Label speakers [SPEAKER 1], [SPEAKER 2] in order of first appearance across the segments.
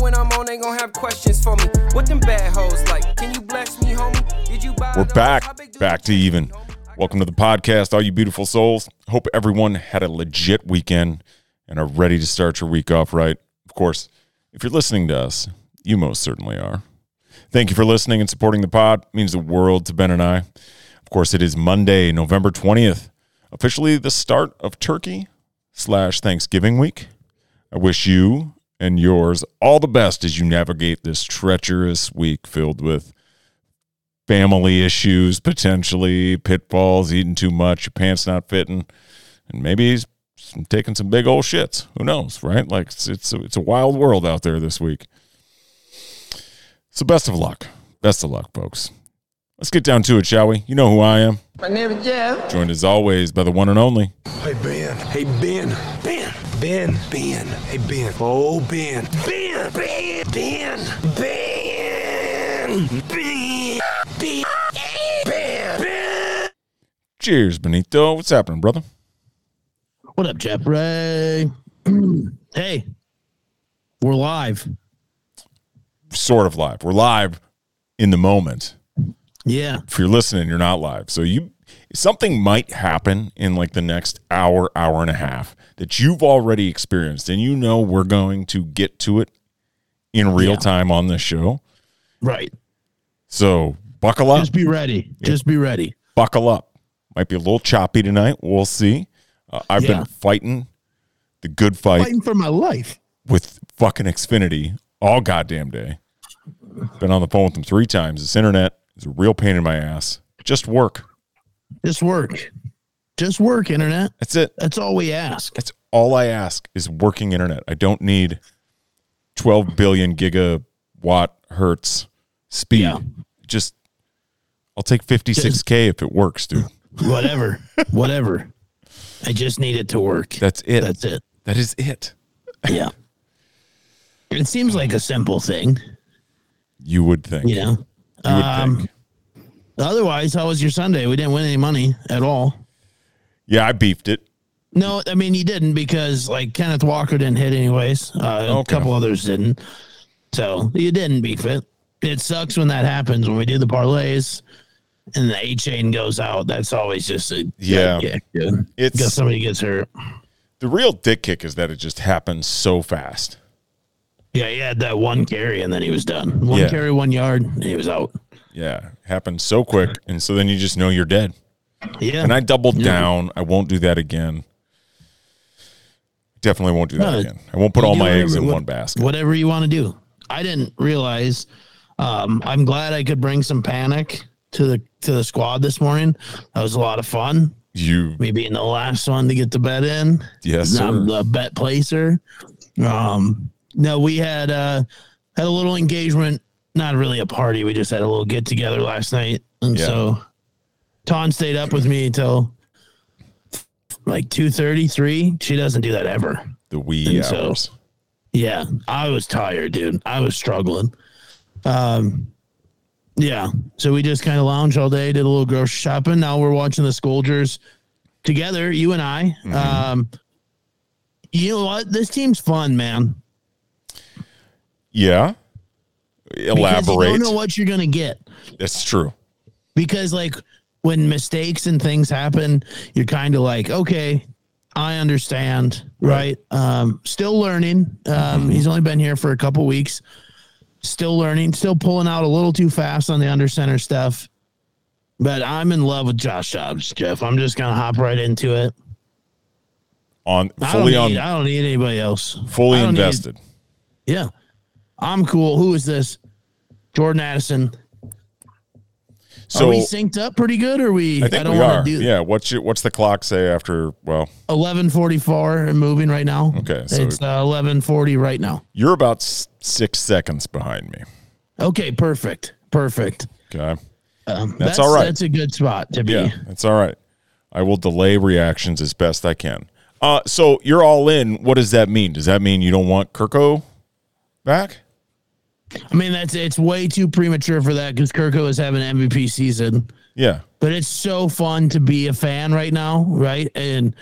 [SPEAKER 1] when I'm on, they gon' have questions for me. What them bad hoes like? Can you bless me, homie? Did you buy
[SPEAKER 2] We're
[SPEAKER 1] those? How big
[SPEAKER 2] back,
[SPEAKER 1] do
[SPEAKER 2] back to
[SPEAKER 1] those-
[SPEAKER 2] even. Welcome to the podcast, all you beautiful souls. Hope everyone had a legit weekend and are ready to start your week off right. Of course, if you're listening to us, you most certainly are. Thank you for listening and supporting the pod. It means the world to Ben and I. Of course, it is Monday, November 20th, officially the start of Turkey slash Thanksgiving week. I wish you and yours all the best as you navigate this treacherous week filled with family issues, potentially pitfalls, eating too much, your pants not fitting, and maybe he's taking some big old shits. Who knows, right? Like it's it's a, it's a wild world out there this week. So best of luck, best of luck, folks. Let's get down to it, shall we? You know who I am.
[SPEAKER 3] My name is Jeff.
[SPEAKER 2] Joined as always by the one and only
[SPEAKER 4] Hey Ben. Hey Ben. Ben. Ben. Ben. Hey Ben. Oh Ben. Ben. Ben. Ben. Ben. Ben. Ben. Ben. Ben.
[SPEAKER 2] Cheers, Benito. What's happening, brother?
[SPEAKER 5] What up, Jeff Ray? hey, we're live.
[SPEAKER 2] Sort of live. We're live in the moment.
[SPEAKER 5] Yeah,
[SPEAKER 2] if you're listening, you're not live. So you something might happen in like the next hour, hour and a half that you've already experienced and you know we're going to get to it in real time on this show.
[SPEAKER 5] right.
[SPEAKER 2] So buckle up.
[SPEAKER 5] Just be ready. Just be ready.
[SPEAKER 2] buckle up. Might be a little choppy tonight. We'll see. Uh, I've
[SPEAKER 5] Yeah.
[SPEAKER 2] been fighting the good fight
[SPEAKER 5] Fighting for my life.
[SPEAKER 2] with fucking Xfinity all goddamn day. Been on the phone with them three times. This internet is a real pain in my ass. Just work.
[SPEAKER 5] Just work. Just work, internet.
[SPEAKER 2] That's it.
[SPEAKER 5] That's all we ask.
[SPEAKER 2] That's all I ask is working internet. I don't need 12 billion gigawatt hertz speed.
[SPEAKER 5] Yeah.
[SPEAKER 2] Just I'll take 56k if it works, dude.
[SPEAKER 5] Whatever. Whatever. I just need it to work.
[SPEAKER 2] That's it.
[SPEAKER 5] That's it.
[SPEAKER 2] That is it.
[SPEAKER 5] Yeah. It seems like a simple thing,
[SPEAKER 2] You would think.
[SPEAKER 5] you know.
[SPEAKER 2] You would
[SPEAKER 5] um,
[SPEAKER 2] think.
[SPEAKER 5] Otherwise, how was your Sunday? We didn't win any money at all.
[SPEAKER 2] Yeah, I beefed it.
[SPEAKER 5] No, I mean you didn't because like Kenneth Walker didn't hit anyways. Uh, A
[SPEAKER 2] Okay.
[SPEAKER 5] couple others didn't, so you didn't beef it. It sucks when that happens when we do the parlays and the A chain goes out. That's always just a
[SPEAKER 2] Yeah.
[SPEAKER 5] yeah, dude.
[SPEAKER 2] It's-
[SPEAKER 5] because somebody gets hurt.
[SPEAKER 2] The real dick kick is that it just happens so fast.
[SPEAKER 5] Yeah, he had that one carry and then he was done. One
[SPEAKER 2] Yeah.
[SPEAKER 5] carry, one yard, and he was out.
[SPEAKER 2] Yeah, happens so quick and so then you just know you're dead.
[SPEAKER 5] Yeah,
[SPEAKER 2] And I doubled down. I won't do that again. Definitely won't do that
[SPEAKER 5] No,
[SPEAKER 2] again. I won't put all
[SPEAKER 5] do
[SPEAKER 2] my eggs
[SPEAKER 5] whatever-
[SPEAKER 2] in
[SPEAKER 5] what-
[SPEAKER 2] one basket.
[SPEAKER 5] whatever you want to do. I didn't realize. Um, I'm glad I could bring some panic to the to the squad this morning. That was a lot of fun.
[SPEAKER 2] You
[SPEAKER 5] me being the last one to get the bet in.
[SPEAKER 2] Yes,
[SPEAKER 5] I'm
[SPEAKER 2] sir.
[SPEAKER 5] the bet placer. Um, no, we had uh, had a little engagement, not really a party. We just had a little get together last night, and
[SPEAKER 2] Yeah.
[SPEAKER 5] so Ton stayed up with me until like two thirty three. She doesn't do that ever.
[SPEAKER 2] the wee
[SPEAKER 5] And so-
[SPEAKER 2] hours.
[SPEAKER 5] Yeah, I was tired, dude. I was struggling. Um, yeah. So we just kind of lounged all day, did a little grocery shopping. Now we're watching the Scolders together, you and I. Um, you know what? This team's fun, man.
[SPEAKER 2] Yeah.
[SPEAKER 5] Because
[SPEAKER 2] Elaborate.
[SPEAKER 5] You don't know what you're gonna get
[SPEAKER 2] That's true.
[SPEAKER 5] because, like, when mistakes and things happen, you're kind of like, okay, I understand, right? Um, still learning.
[SPEAKER 2] Mm-hmm.
[SPEAKER 5] Um, He's only been here for a couple weeks. Still learning. Still pulling out a little too fast on the under center stuff. But I'm in love with Josh Jobs, Jeff. I'm just gonna hop right into it.
[SPEAKER 2] On
[SPEAKER 5] I don't
[SPEAKER 2] fully
[SPEAKER 5] need,
[SPEAKER 2] on
[SPEAKER 5] I don't need anybody else.
[SPEAKER 2] fully
[SPEAKER 5] I don't need-
[SPEAKER 2] invested.
[SPEAKER 5] yeah, I'm cool. Who is this? Jordan Addison.
[SPEAKER 2] so
[SPEAKER 5] are we synced up pretty good? Or we?
[SPEAKER 2] I think
[SPEAKER 5] don't
[SPEAKER 2] we
[SPEAKER 5] wanna
[SPEAKER 2] are.
[SPEAKER 5] do
[SPEAKER 2] yeah. What's your, what's the clock say after? Well,
[SPEAKER 5] eleven forty four and moving right now.
[SPEAKER 2] Okay, so-
[SPEAKER 5] it's uh, eleven forty right now.
[SPEAKER 2] you're about s- six seconds behind me.
[SPEAKER 5] Okay, perfect, perfect.
[SPEAKER 2] Okay.
[SPEAKER 5] Um, that's,
[SPEAKER 2] all right.
[SPEAKER 5] That's a good spot to be.
[SPEAKER 2] Yeah. That's all right. I will delay reactions as best I can. Uh, so you're all in. What does that mean? Does that mean you don't want Kirko back?
[SPEAKER 5] I mean, that's it's way too premature for that because Kirko is having an MVP season.
[SPEAKER 2] Yeah.
[SPEAKER 5] but it's so fun to be a fan right now, right? And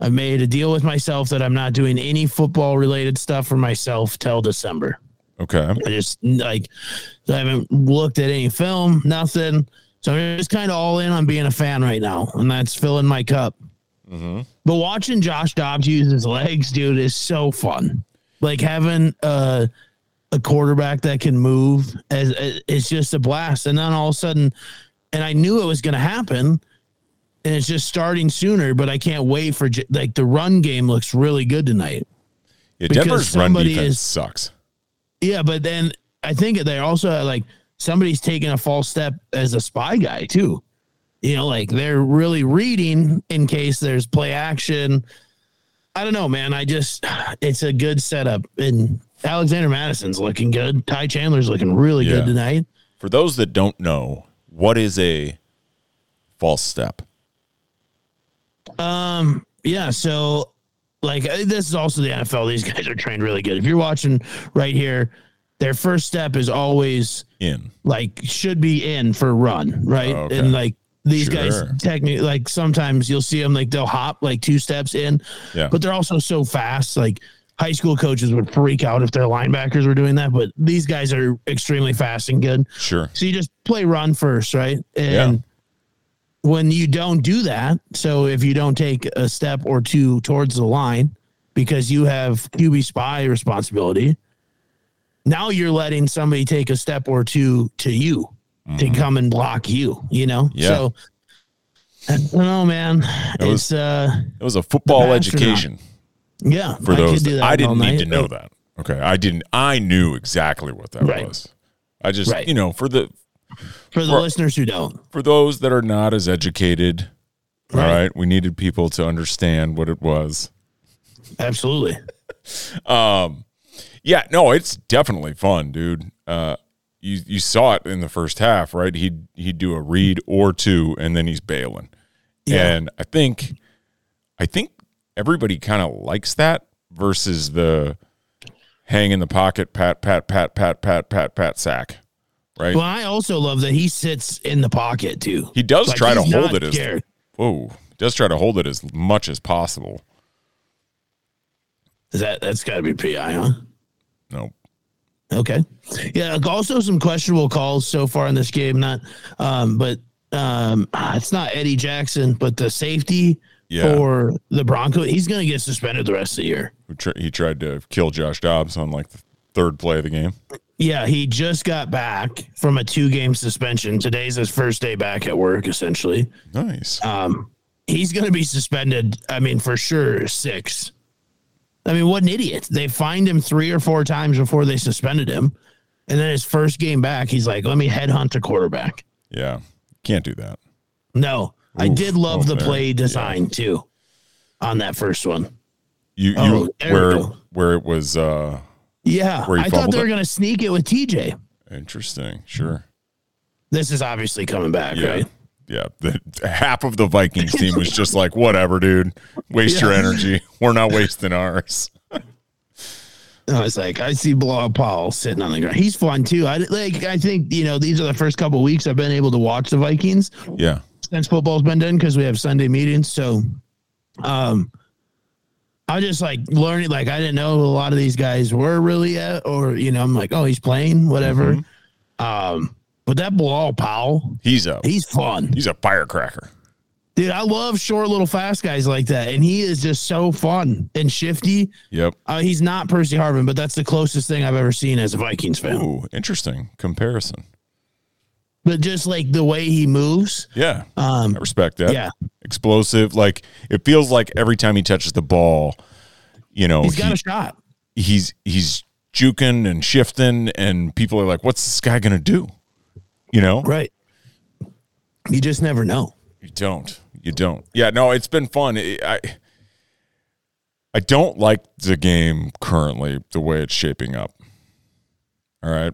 [SPEAKER 5] I made a deal with myself that I'm not doing any football related stuff for myself till December.
[SPEAKER 2] Okay.
[SPEAKER 5] I just like I haven't looked at any film, nothing. So I'm just kind of all in on being a fan right now, and that's filling my cup. But watching Josh Dobbs use his legs, dude, is so fun. Like having a a quarterback that can move as it's just a blast. And then all of a sudden, and I knew it was going to happen, and it's just starting sooner. But I can't wait for J- like the run game looks really good tonight.
[SPEAKER 2] Yeah,
[SPEAKER 5] Because
[SPEAKER 2] Denver's run
[SPEAKER 5] somebody
[SPEAKER 2] defense
[SPEAKER 5] is-
[SPEAKER 2] sucks.
[SPEAKER 5] Yeah, but then I think they also like somebody's taking a false step as a spy guy too. You know, like they're really reading in case there's play action. I don't know, man. I just it's a good setup, and Alexander Madison's looking good. Ty Chandler's looking really
[SPEAKER 2] Yeah.
[SPEAKER 5] good tonight.
[SPEAKER 2] For those that don't know, what is a false step?
[SPEAKER 5] Um, yeah. So, like, uh, this is also the NFL. These guys are trained really good. If you're watching right here, their first step is always
[SPEAKER 2] In.
[SPEAKER 5] like should be in for run, right?
[SPEAKER 2] Oh, Okay.
[SPEAKER 5] And like these guys
[SPEAKER 2] Sure.
[SPEAKER 5] technically like sometimes you'll see them like they'll hop like two steps in,
[SPEAKER 2] Yeah.
[SPEAKER 5] but they're also so fast like high school coaches would freak out if their linebackers were doing that, but these guys are extremely fast and good.
[SPEAKER 2] sure.
[SPEAKER 5] So you just play run first, right? And
[SPEAKER 2] Yeah.
[SPEAKER 5] when you don't do that, so if you don't take a step or two towards the line because you have QB spy responsibility, now you're letting somebody take a step or two to you to come and block you, you know?
[SPEAKER 2] Mm-hmm. Yeah.
[SPEAKER 5] So I don't know, man.
[SPEAKER 2] That was-
[SPEAKER 5] it's uh
[SPEAKER 2] It was a football
[SPEAKER 5] The
[SPEAKER 2] education
[SPEAKER 5] yeah.
[SPEAKER 2] for those.
[SPEAKER 5] could do
[SPEAKER 2] that-
[SPEAKER 5] that
[SPEAKER 2] I
[SPEAKER 5] all
[SPEAKER 2] didn't need
[SPEAKER 5] night,
[SPEAKER 2] to know
[SPEAKER 5] but-
[SPEAKER 2] that. Okay. I didn't I knew exactly what that
[SPEAKER 5] Right.
[SPEAKER 2] was. I just
[SPEAKER 5] Right.
[SPEAKER 2] you know, for the
[SPEAKER 5] For the
[SPEAKER 2] Or-
[SPEAKER 5] listeners who don't.
[SPEAKER 2] for those that are not as educated, all
[SPEAKER 5] Right.
[SPEAKER 2] right, we needed people to understand what it was.
[SPEAKER 5] Absolutely.
[SPEAKER 2] Yeah, no, it's definitely fun, dude. Uh, you you saw it in the first half, right? He'd he'd do a read or two, and then he's bailing.
[SPEAKER 5] Yeah.
[SPEAKER 2] And I think, I think everybody kind of likes that versus the hang in the pocket, pat pat pat pat pat pat pat sack, right?
[SPEAKER 5] Well, I also love that he sits in the pocket too.
[SPEAKER 2] he does
[SPEAKER 5] Like,
[SPEAKER 2] try to
[SPEAKER 5] he's
[SPEAKER 2] hold
[SPEAKER 5] not
[SPEAKER 2] it as
[SPEAKER 5] scared.
[SPEAKER 2] whoa, he does try to hold it as much as possible.
[SPEAKER 5] Is that that's got to be PI, huh?
[SPEAKER 2] No,
[SPEAKER 5] Okay. Yeah. Also, some questionable calls so far in this game. Not, um, but um, ah, it's not Eddie Jackson, but the safety
[SPEAKER 2] Yeah.
[SPEAKER 5] for the Bronco, he's going to get suspended the rest of the year.
[SPEAKER 2] He tr- he tried to kill Josh Dobbs on like the third play of the game.
[SPEAKER 5] Yeah, he just got back from a two-game suspension. Today's his first day back at work, essentially.
[SPEAKER 2] Nice.
[SPEAKER 5] Um, he's going to be suspended. I mean, for sure, six. I mean, what an idiot! They fined him three or four times before they suspended him, and then his first game back, he's like, "Let me headhunt a quarterback."
[SPEAKER 2] Yeah, can't do that.
[SPEAKER 5] No, I
[SPEAKER 2] Oof.
[SPEAKER 5] did love
[SPEAKER 2] Oh,
[SPEAKER 5] the
[SPEAKER 2] there.
[SPEAKER 5] play design too on that first one.
[SPEAKER 2] You
[SPEAKER 5] Oh,
[SPEAKER 2] you
[SPEAKER 5] there
[SPEAKER 2] where
[SPEAKER 5] we go.
[SPEAKER 2] where it was uh
[SPEAKER 5] Yeah,
[SPEAKER 2] Where he
[SPEAKER 5] I thought
[SPEAKER 2] fumbled
[SPEAKER 5] they were
[SPEAKER 2] it?
[SPEAKER 5] going to sneak it with TJ.
[SPEAKER 2] interesting. Sure.
[SPEAKER 5] This is obviously coming back,
[SPEAKER 2] Yeah.
[SPEAKER 5] right?
[SPEAKER 2] Yeah, the, half of the Vikings team was just like, whatever, dude. Waste your
[SPEAKER 5] Yeah.
[SPEAKER 2] energy. We're not wasting ours.
[SPEAKER 5] And I was like, I see Blah Paul sitting on the ground. He's fun too. I like. I think you know these are the first couple weeks I've been able to watch the Vikings
[SPEAKER 2] Yeah,
[SPEAKER 5] since football's been done because we have Sunday meetings. So, um, I just like learning. Like I didn't know who a lot of these guys were really at, or you know, I'm like, oh, he's playing, whatever. Um, but that Blah Powell,
[SPEAKER 2] he's a
[SPEAKER 5] He's fun.
[SPEAKER 2] he's a firecracker.
[SPEAKER 5] Dude, I love short little fast guys like that. And he is just so fun and shifty.
[SPEAKER 2] Yep.
[SPEAKER 5] Uh, he's not Percy Harvin, but that's the closest thing I've ever seen as a Vikings fan.
[SPEAKER 2] Ooh, interesting comparison.
[SPEAKER 5] But just like the way he moves.
[SPEAKER 2] Yeah,
[SPEAKER 5] Um,
[SPEAKER 2] I respect that.
[SPEAKER 5] yeah.
[SPEAKER 2] explosive. Like it feels like every time he touches the ball, you know,
[SPEAKER 5] He's got
[SPEAKER 2] Oh, he-
[SPEAKER 5] a shot.
[SPEAKER 2] he's he's juking and shifting, and people are like, "What's this guy gonna do?" You know,
[SPEAKER 5] Right. You just never know.
[SPEAKER 2] you don't, you don't. Yeah, no, it's been fun. I I- I don't like the game currently the way it's shaping up. All right,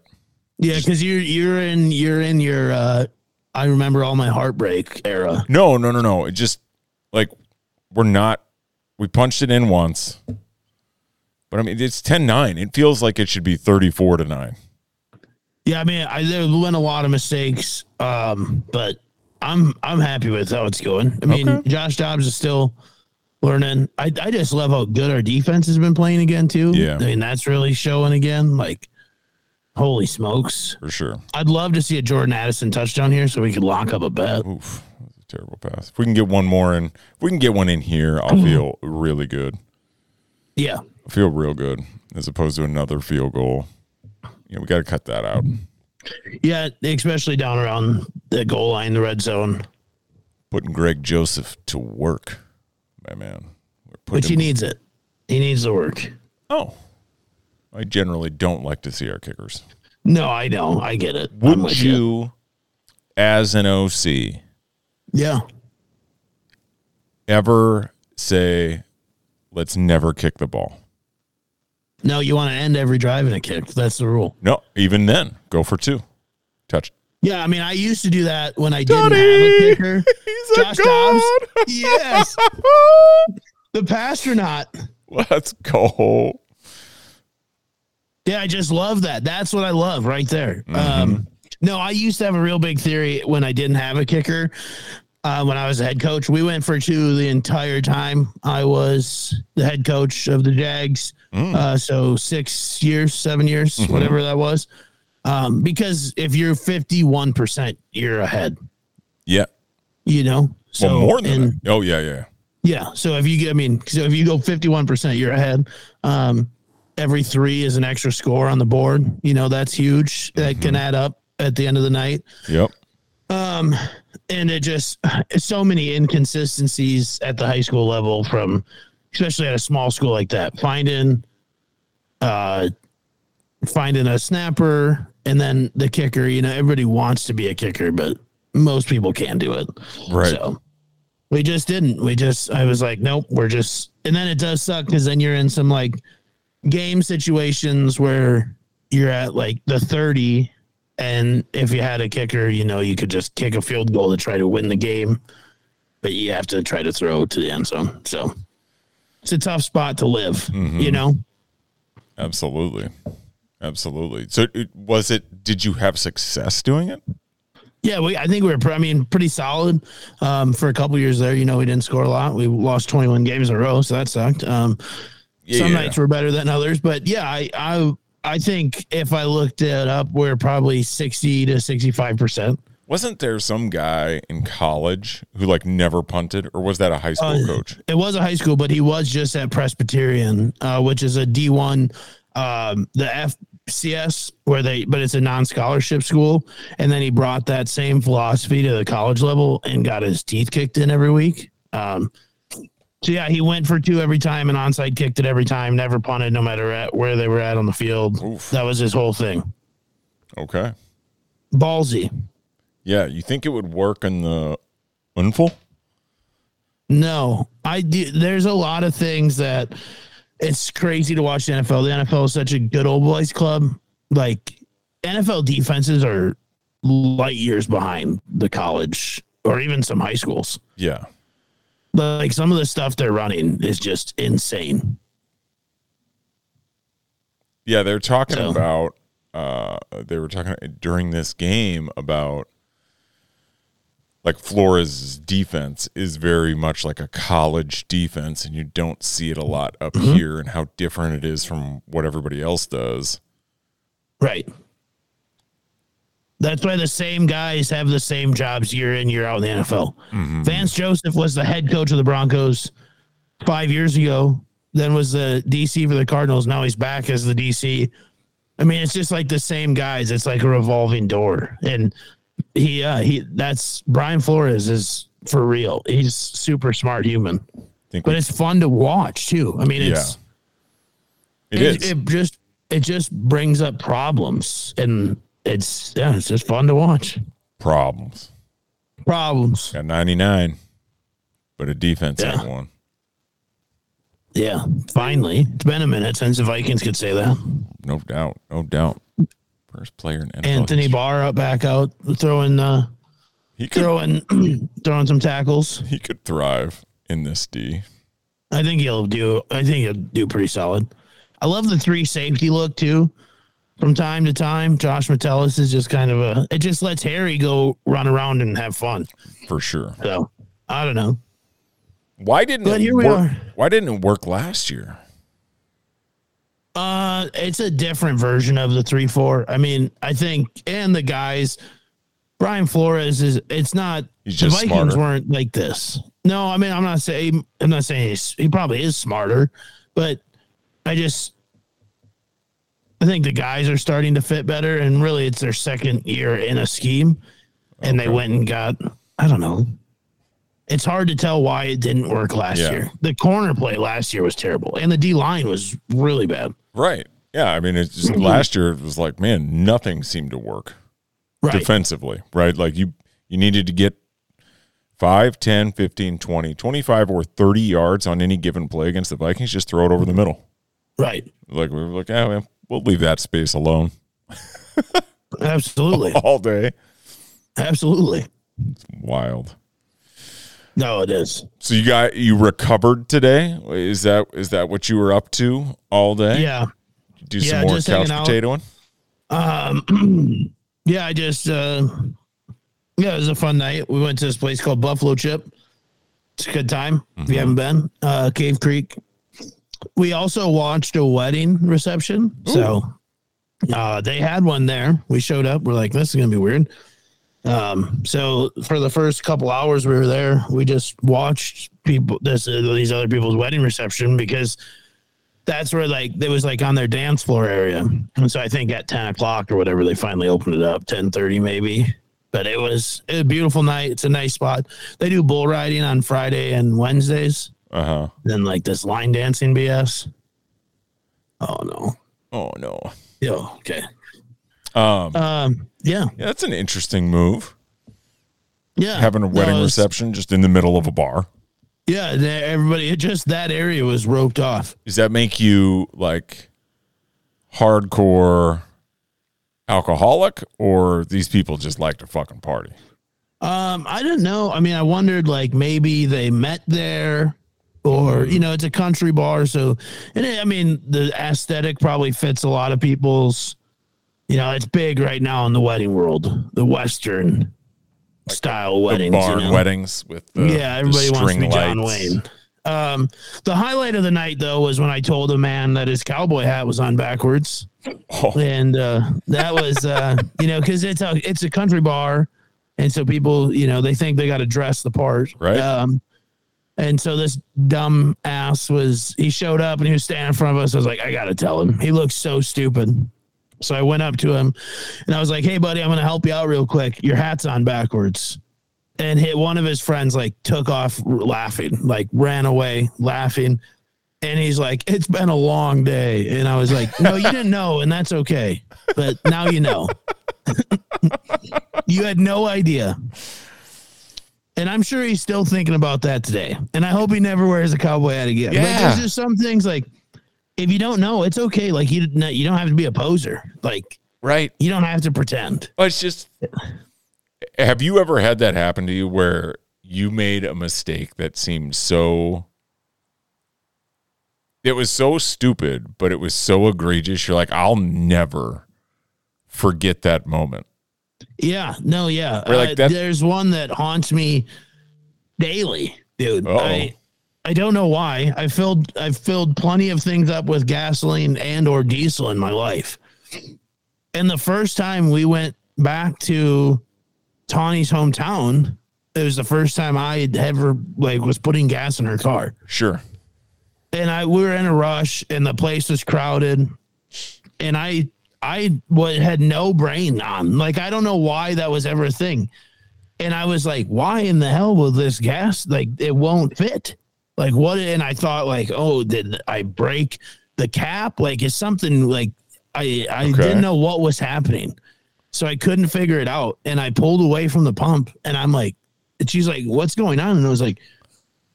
[SPEAKER 5] Yeah, because you're you're in you're in your uh I remember all my heartbreak era.
[SPEAKER 2] no, no, no, no. It just like we're not. We punched it in once, but I mean it's 10-9. It feels like it should be thirty four to nine.
[SPEAKER 5] Yeah, I mean I there been a lot of mistakes. Um, but I'm I'm happy with how it's going. I mean, Josh Dobbs is still learning. I, I just love how good our defense has been playing again too.
[SPEAKER 2] Yeah.
[SPEAKER 5] I mean that's really showing again. Like Holy smokes.
[SPEAKER 2] for sure.
[SPEAKER 5] I'd love to see a Jordan Addison touchdown here so we could lock up a bet.
[SPEAKER 2] Oof, that's a terrible pass. If we can get one more in, if we can get one in here, I'll
[SPEAKER 5] Mm-hmm.
[SPEAKER 2] feel really good.
[SPEAKER 5] Yeah.
[SPEAKER 2] I feel real good as opposed to another field goal. You know, we got to cut that out.
[SPEAKER 5] Yeah, especially down around the goal line, the red zone.
[SPEAKER 2] Putting Greg Joseph to work, my man. We're
[SPEAKER 5] But
[SPEAKER 2] putting
[SPEAKER 5] he
[SPEAKER 2] him-
[SPEAKER 5] needs it. He needs the work.
[SPEAKER 2] Oh, I generally don't like to see our kickers.
[SPEAKER 5] No, I know. I get it. I'm
[SPEAKER 2] Wouldn't
[SPEAKER 5] with
[SPEAKER 2] you, as an OC,
[SPEAKER 5] Yeah.
[SPEAKER 2] ever say, "Let's never kick the ball"?
[SPEAKER 5] No, you want to end every drive in a kick. That's the rule.
[SPEAKER 2] No, even then, go for two, touch.
[SPEAKER 5] Yeah, I mean, I used to do that when I didn't have a kicker.
[SPEAKER 2] He's
[SPEAKER 5] Josh Dobbs. Yes, the pastronaut.
[SPEAKER 2] Let's go.
[SPEAKER 5] Yeah, I just love that. That's what I love right there.
[SPEAKER 2] Mm-hmm.
[SPEAKER 5] Um, no, I used to have a real big theory when I didn't have a kicker. Uh, when I was a head coach, we went for two the entire time. I was the head coach of the Jags.
[SPEAKER 2] Mm.
[SPEAKER 5] Uh, so six years, seven years,
[SPEAKER 2] Mm-hmm.
[SPEAKER 5] whatever that was. Um, because if you're 51%, you're ahead,
[SPEAKER 2] Yeah.
[SPEAKER 5] you know? So
[SPEAKER 2] well, more than
[SPEAKER 5] and-
[SPEAKER 2] that. Oh yeah, yeah.
[SPEAKER 5] Yeah. So if you, get- I mean, so if you go fifty-one percent, you're ahead. Um, every three is an extra score on the board. You know that's huge. That can add up at the end of the night.
[SPEAKER 2] Yep.
[SPEAKER 5] Um, and it just so many inconsistencies at the high school level from, especially at a small school like that, finding, uh, finding a snapper and then the kicker. You know, everybody wants to be a kicker, but most people can't do it.
[SPEAKER 2] Right.
[SPEAKER 5] So we just didn't. We just, I was like, nope, we're just, and then it does suck because then you're in some like game situations where you're at like the 30. And if you had a kicker, you know, you could just kick a field goal to try to win the game, but you have to try to throw to the end zone. So it's a tough spot to live, you know?
[SPEAKER 2] Absolutely. Absolutely. So it, was it? Did you have success doing it?
[SPEAKER 5] Yeah, we, I think we were, pre- I mean, pretty solid um, for a couple years there. You know, we didn't score a lot. We lost 21 games in a row, so that sucked. Um, some nights were better than others, but yeah, I, I, I think if I looked it up, we're probably 60 to 65%.
[SPEAKER 2] Wasn't there some guy in college who like never punted, or was that a high school
[SPEAKER 5] Uh,
[SPEAKER 2] coach?
[SPEAKER 5] It was a high school, but he was just at Presbyterian, uh, which is a D1, um, the FCS, where they, but it's a non scholarship school. And then he brought that same philosophy to the college level and got his teeth kicked in every week. Um, so yeah, he went for two every time and onside kicked it every time, never punted no matter at where they were at on the field.
[SPEAKER 2] Oof.
[SPEAKER 5] That was his whole thing.
[SPEAKER 2] Okay.
[SPEAKER 5] Ballsy.
[SPEAKER 2] Yeah. You think it would work in the unful?
[SPEAKER 5] No, I do. There's a lot of things that it's crazy to watch the NFL. The NFL is such a good old boys club. Like NFL defenses are light years behind the college or even some high schools.
[SPEAKER 2] Yeah.
[SPEAKER 5] Like some of the stuff they're running is just insane.
[SPEAKER 2] Yeah, they're talking
[SPEAKER 5] So-
[SPEAKER 2] about. Uh, they were talking during this game about like Flores' defense is very much like a college defense, and you don't see it a lot up
[SPEAKER 5] Mm-hmm.
[SPEAKER 2] here, and how different it is from what everybody else does.
[SPEAKER 5] Right. That's why the same guys have the same jobs year in, year out in the NFL. Vance Joseph was the head coach of the Broncos five years ago, then was the DC for the Cardinals. Now he's back as the DC. I mean, it's just like the same guys. It's like a revolving door. And he, uh, he, that's Brian Flores is for real. He's super smart human,
[SPEAKER 2] Think
[SPEAKER 5] but it's fun to watch too. I mean, it's,
[SPEAKER 2] Yeah. it
[SPEAKER 5] it,
[SPEAKER 2] is.
[SPEAKER 5] it just it just brings up problems and it's yeah it's just fun to watch
[SPEAKER 2] problems.
[SPEAKER 5] problems
[SPEAKER 2] Got ninety nine, but a defense
[SPEAKER 5] Yeah.
[SPEAKER 2] ain't one.
[SPEAKER 5] yeah finally it's been a minute since the vikings could say that
[SPEAKER 2] No doubt. No doubt. First player in NFL
[SPEAKER 5] anthony
[SPEAKER 2] history.
[SPEAKER 5] barr up back out throwing uh
[SPEAKER 2] He could
[SPEAKER 5] throwing throwing some tackles
[SPEAKER 2] he could thrive in this D.
[SPEAKER 5] i think he'll do i think he'll do pretty solid i love the three safety look too from time to time josh metellus is just kind of a it just lets harry go run around and have fun
[SPEAKER 2] For sure.
[SPEAKER 5] so i don't know
[SPEAKER 2] Why didn't
[SPEAKER 5] But
[SPEAKER 2] it
[SPEAKER 5] here we
[SPEAKER 2] work?
[SPEAKER 5] are.
[SPEAKER 2] Why didn't it work last year?
[SPEAKER 5] Uh, it's a different version of the three four. I mean, I think, and the guys, Brian Flores is. It's not.
[SPEAKER 2] He's just
[SPEAKER 5] the Vikings
[SPEAKER 2] smarter.
[SPEAKER 5] weren't like this. No, I mean, I'm not saying. I'm not saying he's, he probably is smarter, but I just. I think the guys are starting to fit better, and really, it's their second year in a scheme, and they went and got. I don't know. It's hard to tell why it didn't work last
[SPEAKER 2] Yeah.
[SPEAKER 5] year. The corner play last year was terrible, and the D line was really bad.
[SPEAKER 2] Right. Yeah. I mean, it's just last year it was like, man, nothing seemed to work
[SPEAKER 5] Right.
[SPEAKER 2] defensively, right? Like you, you needed to get 5, 10, 15, 20, 25 or 30 yards on any given play against the Vikings. Just throw it over the middle.
[SPEAKER 5] Right.
[SPEAKER 2] Like we were like, oh, man, we'll leave that space alone
[SPEAKER 5] Absolutely.
[SPEAKER 2] all day.
[SPEAKER 5] Absolutely.
[SPEAKER 2] Wild.
[SPEAKER 5] No, it is.
[SPEAKER 2] So you got you recovered today? Is that is that what you were up to all day?
[SPEAKER 5] Yeah.
[SPEAKER 2] Do
[SPEAKER 5] Yeah,
[SPEAKER 2] some more
[SPEAKER 5] just
[SPEAKER 2] couch
[SPEAKER 5] hanging out.
[SPEAKER 2] potatoing?
[SPEAKER 5] Yeah, I just uh yeah, it was a fun night. We went to this place called Buffalo Chip. It's a good time if you haven't been. Uh Cave Creek. We also watched a wedding reception. So uh they had one there. We showed up, we're like, this is gonna be weird. Um, so for the first couple hours we were there, we just watched people this uh, these other people's wedding reception because that's where like it was like on their dance floor area. And so I think at ten o'clock or whatever they finally opened it up, ten thirty maybe. But it was a beautiful night. It's a nice spot. They do bull riding on Friday and Wednesdays.
[SPEAKER 2] Uh huh.
[SPEAKER 5] Then like this line dancing BS. Oh no.
[SPEAKER 2] Oh no.
[SPEAKER 5] Yeah. Okay.
[SPEAKER 2] Um,
[SPEAKER 5] Um. Yeah.
[SPEAKER 2] yeah, that's an interesting move.
[SPEAKER 5] Yeah.
[SPEAKER 2] Having a
[SPEAKER 5] No,
[SPEAKER 2] wedding
[SPEAKER 5] it's-
[SPEAKER 2] reception just in the middle of a bar.
[SPEAKER 5] Yeah. they- Everybody. it Just that area was roped off.
[SPEAKER 2] Does that make you like hardcore alcoholic, or these people just like to fucking party?
[SPEAKER 5] Um, I didn't know. I mean, I wondered like maybe they met there, or you know, it's a country bar, so and it, I mean the aesthetic probably fits a lot of people's. You know, it's big right now in the wedding world, the Western style
[SPEAKER 2] The
[SPEAKER 5] weddings.
[SPEAKER 2] barn
[SPEAKER 5] you know?
[SPEAKER 2] weddings with the,
[SPEAKER 5] yeah,
[SPEAKER 2] the
[SPEAKER 5] everybody wants to
[SPEAKER 2] string
[SPEAKER 5] be John
[SPEAKER 2] lights.
[SPEAKER 5] Wayne. Um, the highlight of the night though was when I told a man that his cowboy hat was on backwards
[SPEAKER 2] Oh,
[SPEAKER 5] and uh, that was uh, you know because it's a it's a country bar, and so people you know they think they got to dress the part,
[SPEAKER 2] Right.
[SPEAKER 5] Um, and so this dumb ass was he showed up and he was standing in front of us. I was like, I gotta tell him. He looks so stupid. So I went up to him and I was like, Hey buddy, I'm gonna help you out real quick. Your hat's on backwards. And hit one of his friends like took off laughing, like ran away laughing. And he's like, It's been a long day. And I was like, No, you didn't know, and that's okay. But now you know. you had no idea. And I'm sure he's still thinking about that today. And I hope he never wears a cowboy hat again. But
[SPEAKER 2] Yeah.
[SPEAKER 5] there's just some things like if you don't know, it's okay. Like you didn't you don't have to be a poser. Like
[SPEAKER 2] right.
[SPEAKER 5] you don't have to pretend.
[SPEAKER 2] Well, it's just. Have you ever had that happen to you where you made a mistake that seemed so. It was so stupid, but it was so egregious. You're like, I'll never forget that moment.
[SPEAKER 5] Yeah, no, yeah.
[SPEAKER 2] Or like
[SPEAKER 5] Uh,
[SPEAKER 2] that-
[SPEAKER 5] there's one that haunts me daily, dude.
[SPEAKER 2] Uh-oh.
[SPEAKER 5] I I don't know why. I filled I've filled plenty of things up with gasoline and or diesel in my life. And the first time we went back to Tawny's hometown, it was the first time I had ever like was putting gas in her car.
[SPEAKER 2] Sure.
[SPEAKER 5] and I we were in a rush and the place was crowded and I I wa- had no brain on like I don't know why that was ever a thing and I was like why in the hell will this gas like it won't fit like what and I thought like oh did I break the cap like is something like I I
[SPEAKER 2] Okay.
[SPEAKER 5] didn't know what was happening so I couldn't figure it out and I pulled away from the pump and I'm like and she's like what's going on and I was like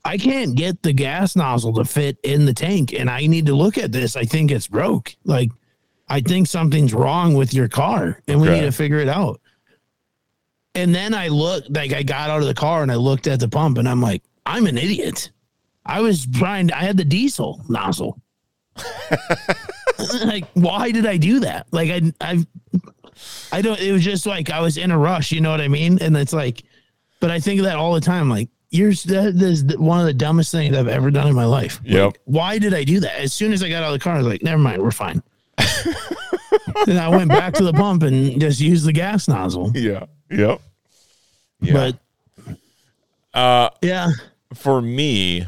[SPEAKER 5] I can't get the gas nozzle to fit in the tank and I need to look at this. I think it's broke. Like I think something's wrong with your car and we
[SPEAKER 2] Okay.
[SPEAKER 5] need to figure it out. And then I looked like I got out of the car and I looked at the pump and I'm like, I'm an idiot. I was trying I had the diesel nozzle. like why did I do that? Like I I I don't it was just like I was in a rush, you know what I mean? And it's like but I think of that all the time like you're that is the- one of the dumbest things I've ever done in my life.
[SPEAKER 2] Yep.
[SPEAKER 5] Why did I do that? As soon as I got out of the car, I was like, never mind, we're fine. and I went back to the pump and just used the gas nozzle.
[SPEAKER 2] Yeah. Yep. Yeah.
[SPEAKER 5] But uh, yeah,
[SPEAKER 2] for me,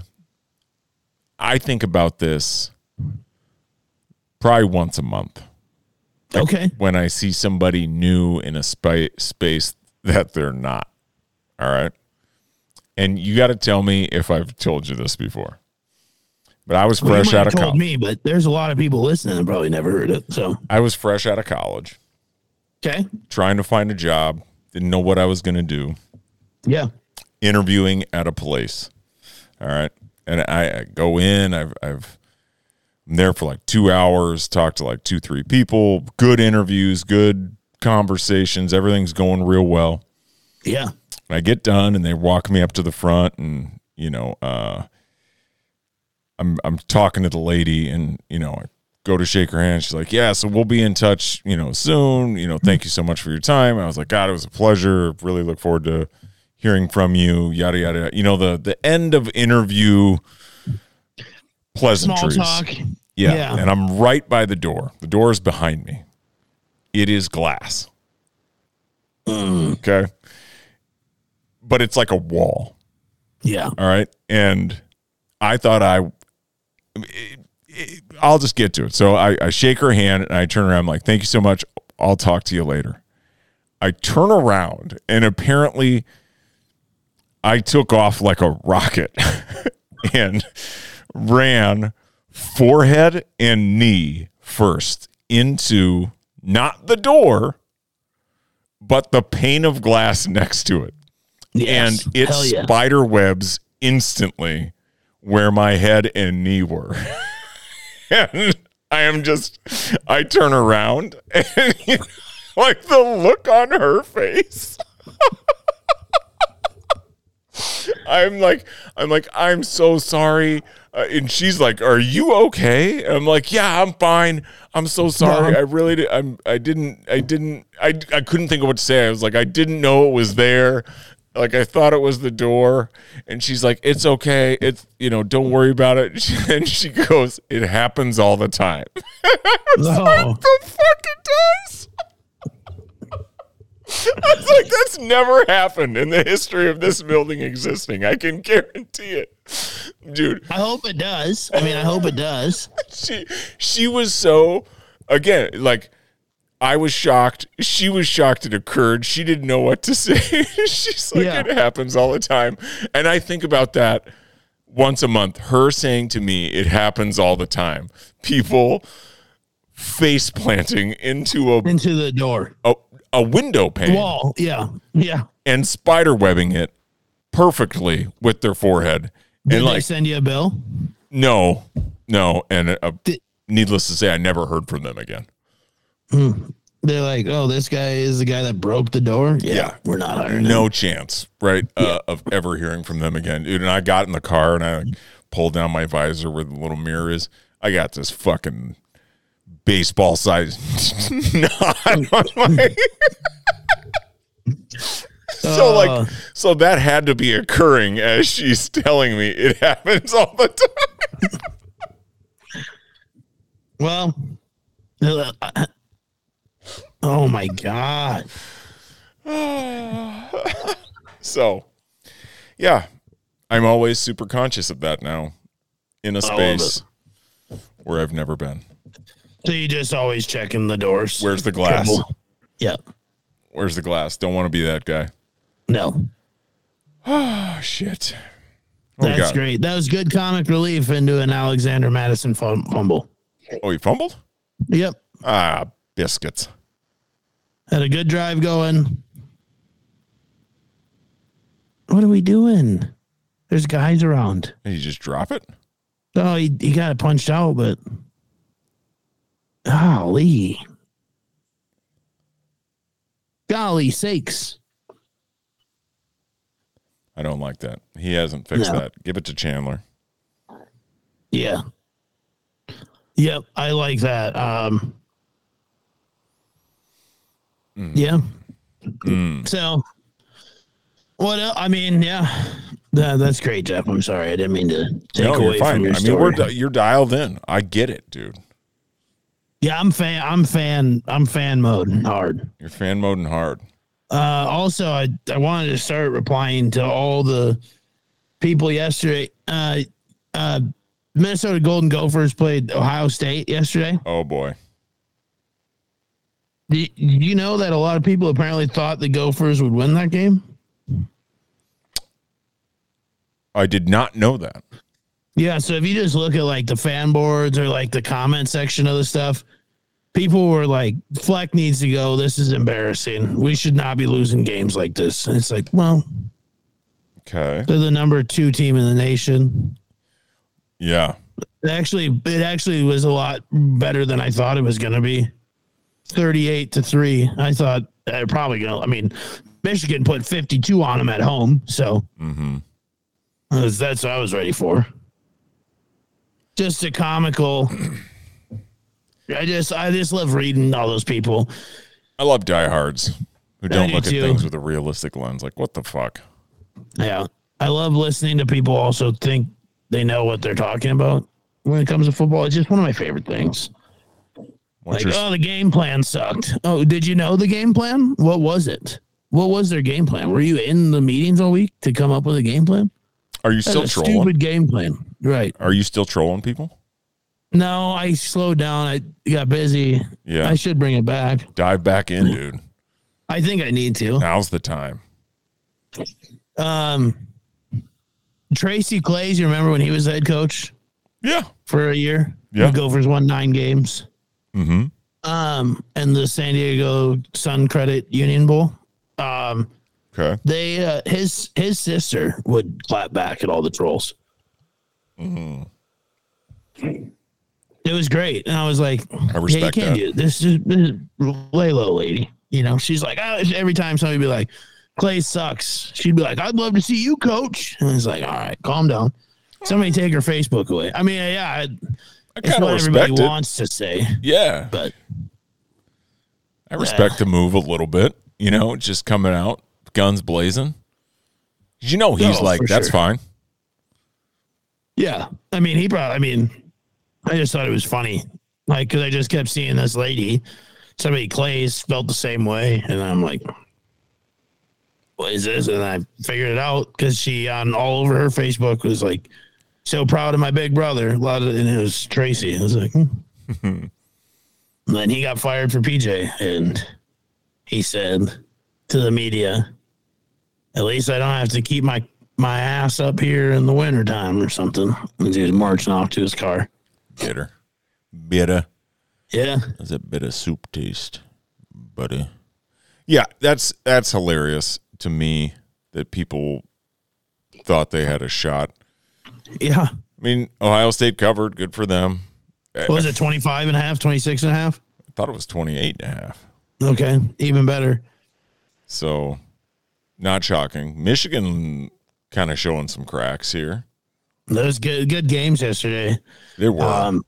[SPEAKER 2] I think about this probably once a month
[SPEAKER 5] okay,
[SPEAKER 2] when I see somebody new in a spa- space that they're not. All right. And you got to tell me if I've told you this before. But I was
[SPEAKER 5] Well, you
[SPEAKER 2] fresh
[SPEAKER 5] might
[SPEAKER 2] out
[SPEAKER 5] have
[SPEAKER 2] of
[SPEAKER 5] told
[SPEAKER 2] college.
[SPEAKER 5] me, but there's a lot of people listening that probably never heard it. So
[SPEAKER 2] I was fresh out of college,
[SPEAKER 5] okay,
[SPEAKER 2] trying to find a job, didn't know what I was going to do.
[SPEAKER 5] yeah,
[SPEAKER 2] interviewing at a place. All right. And I, I go in, I've, I've, I'm there for like two hours, talk to like two, three people, good interviews, good conversations. Everything's going real well.
[SPEAKER 5] yeah,
[SPEAKER 2] And I get done and they walk me up to the front and, you know, uh, I'm, I'm talking to the lady and, you know, I go to shake her hand. She's like, yeah, so we'll be in touch, you know, soon, you know, thank you so much for your time. I was like, God, it was a pleasure. Really look forward to hearing from you. Yada, yada, yada. you know, the, the end of interview
[SPEAKER 5] small
[SPEAKER 2] pleasantries.
[SPEAKER 5] talk.
[SPEAKER 2] Yeah.
[SPEAKER 5] Yeah.
[SPEAKER 2] And I'm right by the door. The door is behind me. It is glass. Okay. But it's like a wall.
[SPEAKER 5] Yeah,
[SPEAKER 2] All right. And I thought I, it- it- I'll just get to it. So I, I shake her hand and I turn around. I'm like, thank you so much. I'll talk to you later. I turn around and apparently I took off like a rocket and ran forehead and knee first into not the door, but the pane of glass next to it
[SPEAKER 5] Yes.
[SPEAKER 2] and it
[SPEAKER 5] Hell yeah.
[SPEAKER 2] spider webs instantly where my head and knee were. and I am just, I turn around and you know, like the look on her face. I'm like, I'm like, I'm so sorry. Uh, and she's like, "Are you okay?" I'm like, "Yeah, I'm fine. I'm so sorry.
[SPEAKER 5] Mom.
[SPEAKER 2] I really, did, I'm, I didn't, I didn't, I, I couldn't think of what to say. I was like, I didn't know it was there. Like I thought it was the door." And she's like, "It's okay. It's you know, don't worry about it." And she goes, "It happens all the time."
[SPEAKER 5] oh,
[SPEAKER 2] the fuck it does? I was like, that's never happened in the history of this building existing. I can guarantee it. Dude,
[SPEAKER 5] I hope it does. I mean, I hope it does.
[SPEAKER 2] she she was so again, like I was shocked. She was shocked it occurred. She didn't know what to say. She's like,
[SPEAKER 5] Yeah.
[SPEAKER 2] it happens all the time. And I think about that once a month. Her saying to me, it happens all the time. People face planting into a
[SPEAKER 5] Into the door
[SPEAKER 2] a, a window pane
[SPEAKER 5] wall. Yeah, yeah.
[SPEAKER 2] and spider webbing it perfectly with their forehead.
[SPEAKER 5] Did
[SPEAKER 2] and
[SPEAKER 5] they
[SPEAKER 2] like,
[SPEAKER 5] send you a bill?
[SPEAKER 2] no, no. And uh,
[SPEAKER 5] Did-
[SPEAKER 2] needless to say, I never heard from them again.
[SPEAKER 5] They're like, oh, this guy is the guy that broke the door. Yeah,
[SPEAKER 2] Yeah.
[SPEAKER 5] we're not hiring. him.
[SPEAKER 2] No chance, right, uh, of ever hearing from them again. Dude, and I got in the car and I like, pulled down my visor where the little mirror is. I got this fucking baseball size knot on my So
[SPEAKER 5] Uh.
[SPEAKER 2] like so that had to be occurring as she's telling me it happens all the time.
[SPEAKER 5] Well, uh, oh my god.
[SPEAKER 2] So yeah, I'm always super conscious of that now in a space where I've never been.
[SPEAKER 5] So you just always checking the doors.
[SPEAKER 2] Where's the glass?
[SPEAKER 5] Trouble. Yeah.
[SPEAKER 2] Where's the glass? Don't want to be that guy.
[SPEAKER 5] No.
[SPEAKER 2] Oh shit. What we
[SPEAKER 5] That's
[SPEAKER 2] got?
[SPEAKER 5] great. That was good comic relief into an Alexander Madison fum- fumble.
[SPEAKER 2] Oh, he fumbled?
[SPEAKER 5] Yep.
[SPEAKER 2] Ah, biscuits.
[SPEAKER 5] Had a good drive going. What are we doing? There's guys around.
[SPEAKER 2] Did he just drop it?
[SPEAKER 5] Oh, he, he got it punched out, but golly. Golly sakes.
[SPEAKER 2] I don't like that. He hasn't fixed
[SPEAKER 5] No.
[SPEAKER 2] that. Give it to Chandler.
[SPEAKER 5] Yeah. Yep, I like that. Um
[SPEAKER 2] Mm.
[SPEAKER 5] Yeah. So what el- I mean, yeah. That, that's great, Jeff. I'm sorry. I didn't mean to take
[SPEAKER 2] No,
[SPEAKER 5] away
[SPEAKER 2] you're fine.
[SPEAKER 5] from your
[SPEAKER 2] I mean,
[SPEAKER 5] story.
[SPEAKER 2] we're, di- you're dialed in. I get it, dude.
[SPEAKER 5] yeah, I'm fan. I'm fan. I'm fan mode hard.
[SPEAKER 2] You're fan mode and hard.
[SPEAKER 5] Uh, also, I, I wanted to start replying to all the people yesterday. Uh, uh, Minnesota Golden Gophers played Ohio State yesterday.
[SPEAKER 2] Oh boy.
[SPEAKER 5] Do you know that a lot of people apparently thought the Gophers would win that game?
[SPEAKER 2] I did not know that.
[SPEAKER 5] Yeah, so if you just look at like the fan boards or like the comment section of the stuff, people were like, Fleck needs to go. This is embarrassing. We should not be losing games like this. And it's like, well,
[SPEAKER 2] Okay.
[SPEAKER 5] they're the number two team in the nation.
[SPEAKER 2] Yeah.
[SPEAKER 5] It actually, it actually was a lot better than I thought it was going to be. 38 to 3. I thought they're probably going to, I mean, Michigan put 52 on them at home. So That's- that's what I was ready for. Just a comical. I just, I just love reading all those people.
[SPEAKER 2] I love diehards who don't
[SPEAKER 5] do
[SPEAKER 2] look at
[SPEAKER 5] too.
[SPEAKER 2] things with a realistic lens. Like, what the fuck?
[SPEAKER 5] Yeah. I love listening to people also think they know what they're talking about when it comes to football. It's just one of my favorite things.
[SPEAKER 2] Once
[SPEAKER 5] like,
[SPEAKER 2] you're-
[SPEAKER 5] oh, the game plan sucked. Oh, did you know the game plan? What was it? What was their game plan? Were you in the meetings all week to come up with a game plan?
[SPEAKER 2] are you
[SPEAKER 5] That's
[SPEAKER 2] still
[SPEAKER 5] a
[SPEAKER 2] trolling?
[SPEAKER 5] stupid game plan, right?
[SPEAKER 2] Are you still trolling people?
[SPEAKER 5] No, I slowed down. I got busy.
[SPEAKER 2] Yeah.
[SPEAKER 5] I should bring it back.
[SPEAKER 2] Dive back in, dude.
[SPEAKER 5] I think I need to.
[SPEAKER 2] Now's the time.
[SPEAKER 5] Um, Tracy Clays, you remember when he was head coach
[SPEAKER 2] Yeah.
[SPEAKER 5] for a year?
[SPEAKER 2] Yeah.
[SPEAKER 5] the Gophers won nine games.
[SPEAKER 2] Mm-hmm.
[SPEAKER 5] Um, and the San Diego Sun Credit Union Bowl. Um,
[SPEAKER 2] Okay.
[SPEAKER 5] they uh, his his sister would clap back at all the trolls.
[SPEAKER 2] Mm-hmm.
[SPEAKER 5] It was great, and I was like, "Yeah, you
[SPEAKER 2] respect
[SPEAKER 5] can't
[SPEAKER 2] that.
[SPEAKER 5] do it. this." Is, this is lay low, lady. You know, she's like, oh, every time somebody would be like, "Clay sucks," she'd be like, "I'd love to see you coach," and it's like, "All right, calm down." Somebody take her Facebook away. I mean, yeah, it-
[SPEAKER 2] I
[SPEAKER 5] it's
[SPEAKER 2] kind of
[SPEAKER 5] what everybody
[SPEAKER 2] respect it.
[SPEAKER 5] wants to say,
[SPEAKER 2] Yeah.
[SPEAKER 5] but
[SPEAKER 2] I respect the move a little bit. You know, just coming out, guns blazing. You know, he's
[SPEAKER 5] Oh,
[SPEAKER 2] like,
[SPEAKER 5] for
[SPEAKER 2] that's
[SPEAKER 5] sure.
[SPEAKER 2] fine.
[SPEAKER 5] Yeah. I mean, he brought, I mean, I just thought it was funny. Like, cause I just kept seeing this lady, somebody Clay's felt the same way. And I'm like, what is this? And I figured it out because she on all over her Facebook was like, so proud of my big brother. A lot of, and it was Tracy. I was like, hmm. And then he got fired for PJ. And he said to the media, at least I don't have to keep my my ass up here in the wintertime or something. And he was marching off to his car.
[SPEAKER 2] Bitter. Bitter.
[SPEAKER 5] Yeah.
[SPEAKER 2] There's a bit of soup taste, buddy. Yeah, that's that's hilarious to me that people thought they had a shot.
[SPEAKER 5] Yeah.
[SPEAKER 2] I mean, Ohio State covered, good for them.
[SPEAKER 5] What was it 25 and a half, 26 and a half?
[SPEAKER 2] I thought it was 28 and a half.
[SPEAKER 5] Okay. Even better.
[SPEAKER 2] So, not shocking. Michigan kind of showing some cracks here.
[SPEAKER 5] Those good good games yesterday.
[SPEAKER 2] They were.
[SPEAKER 5] Um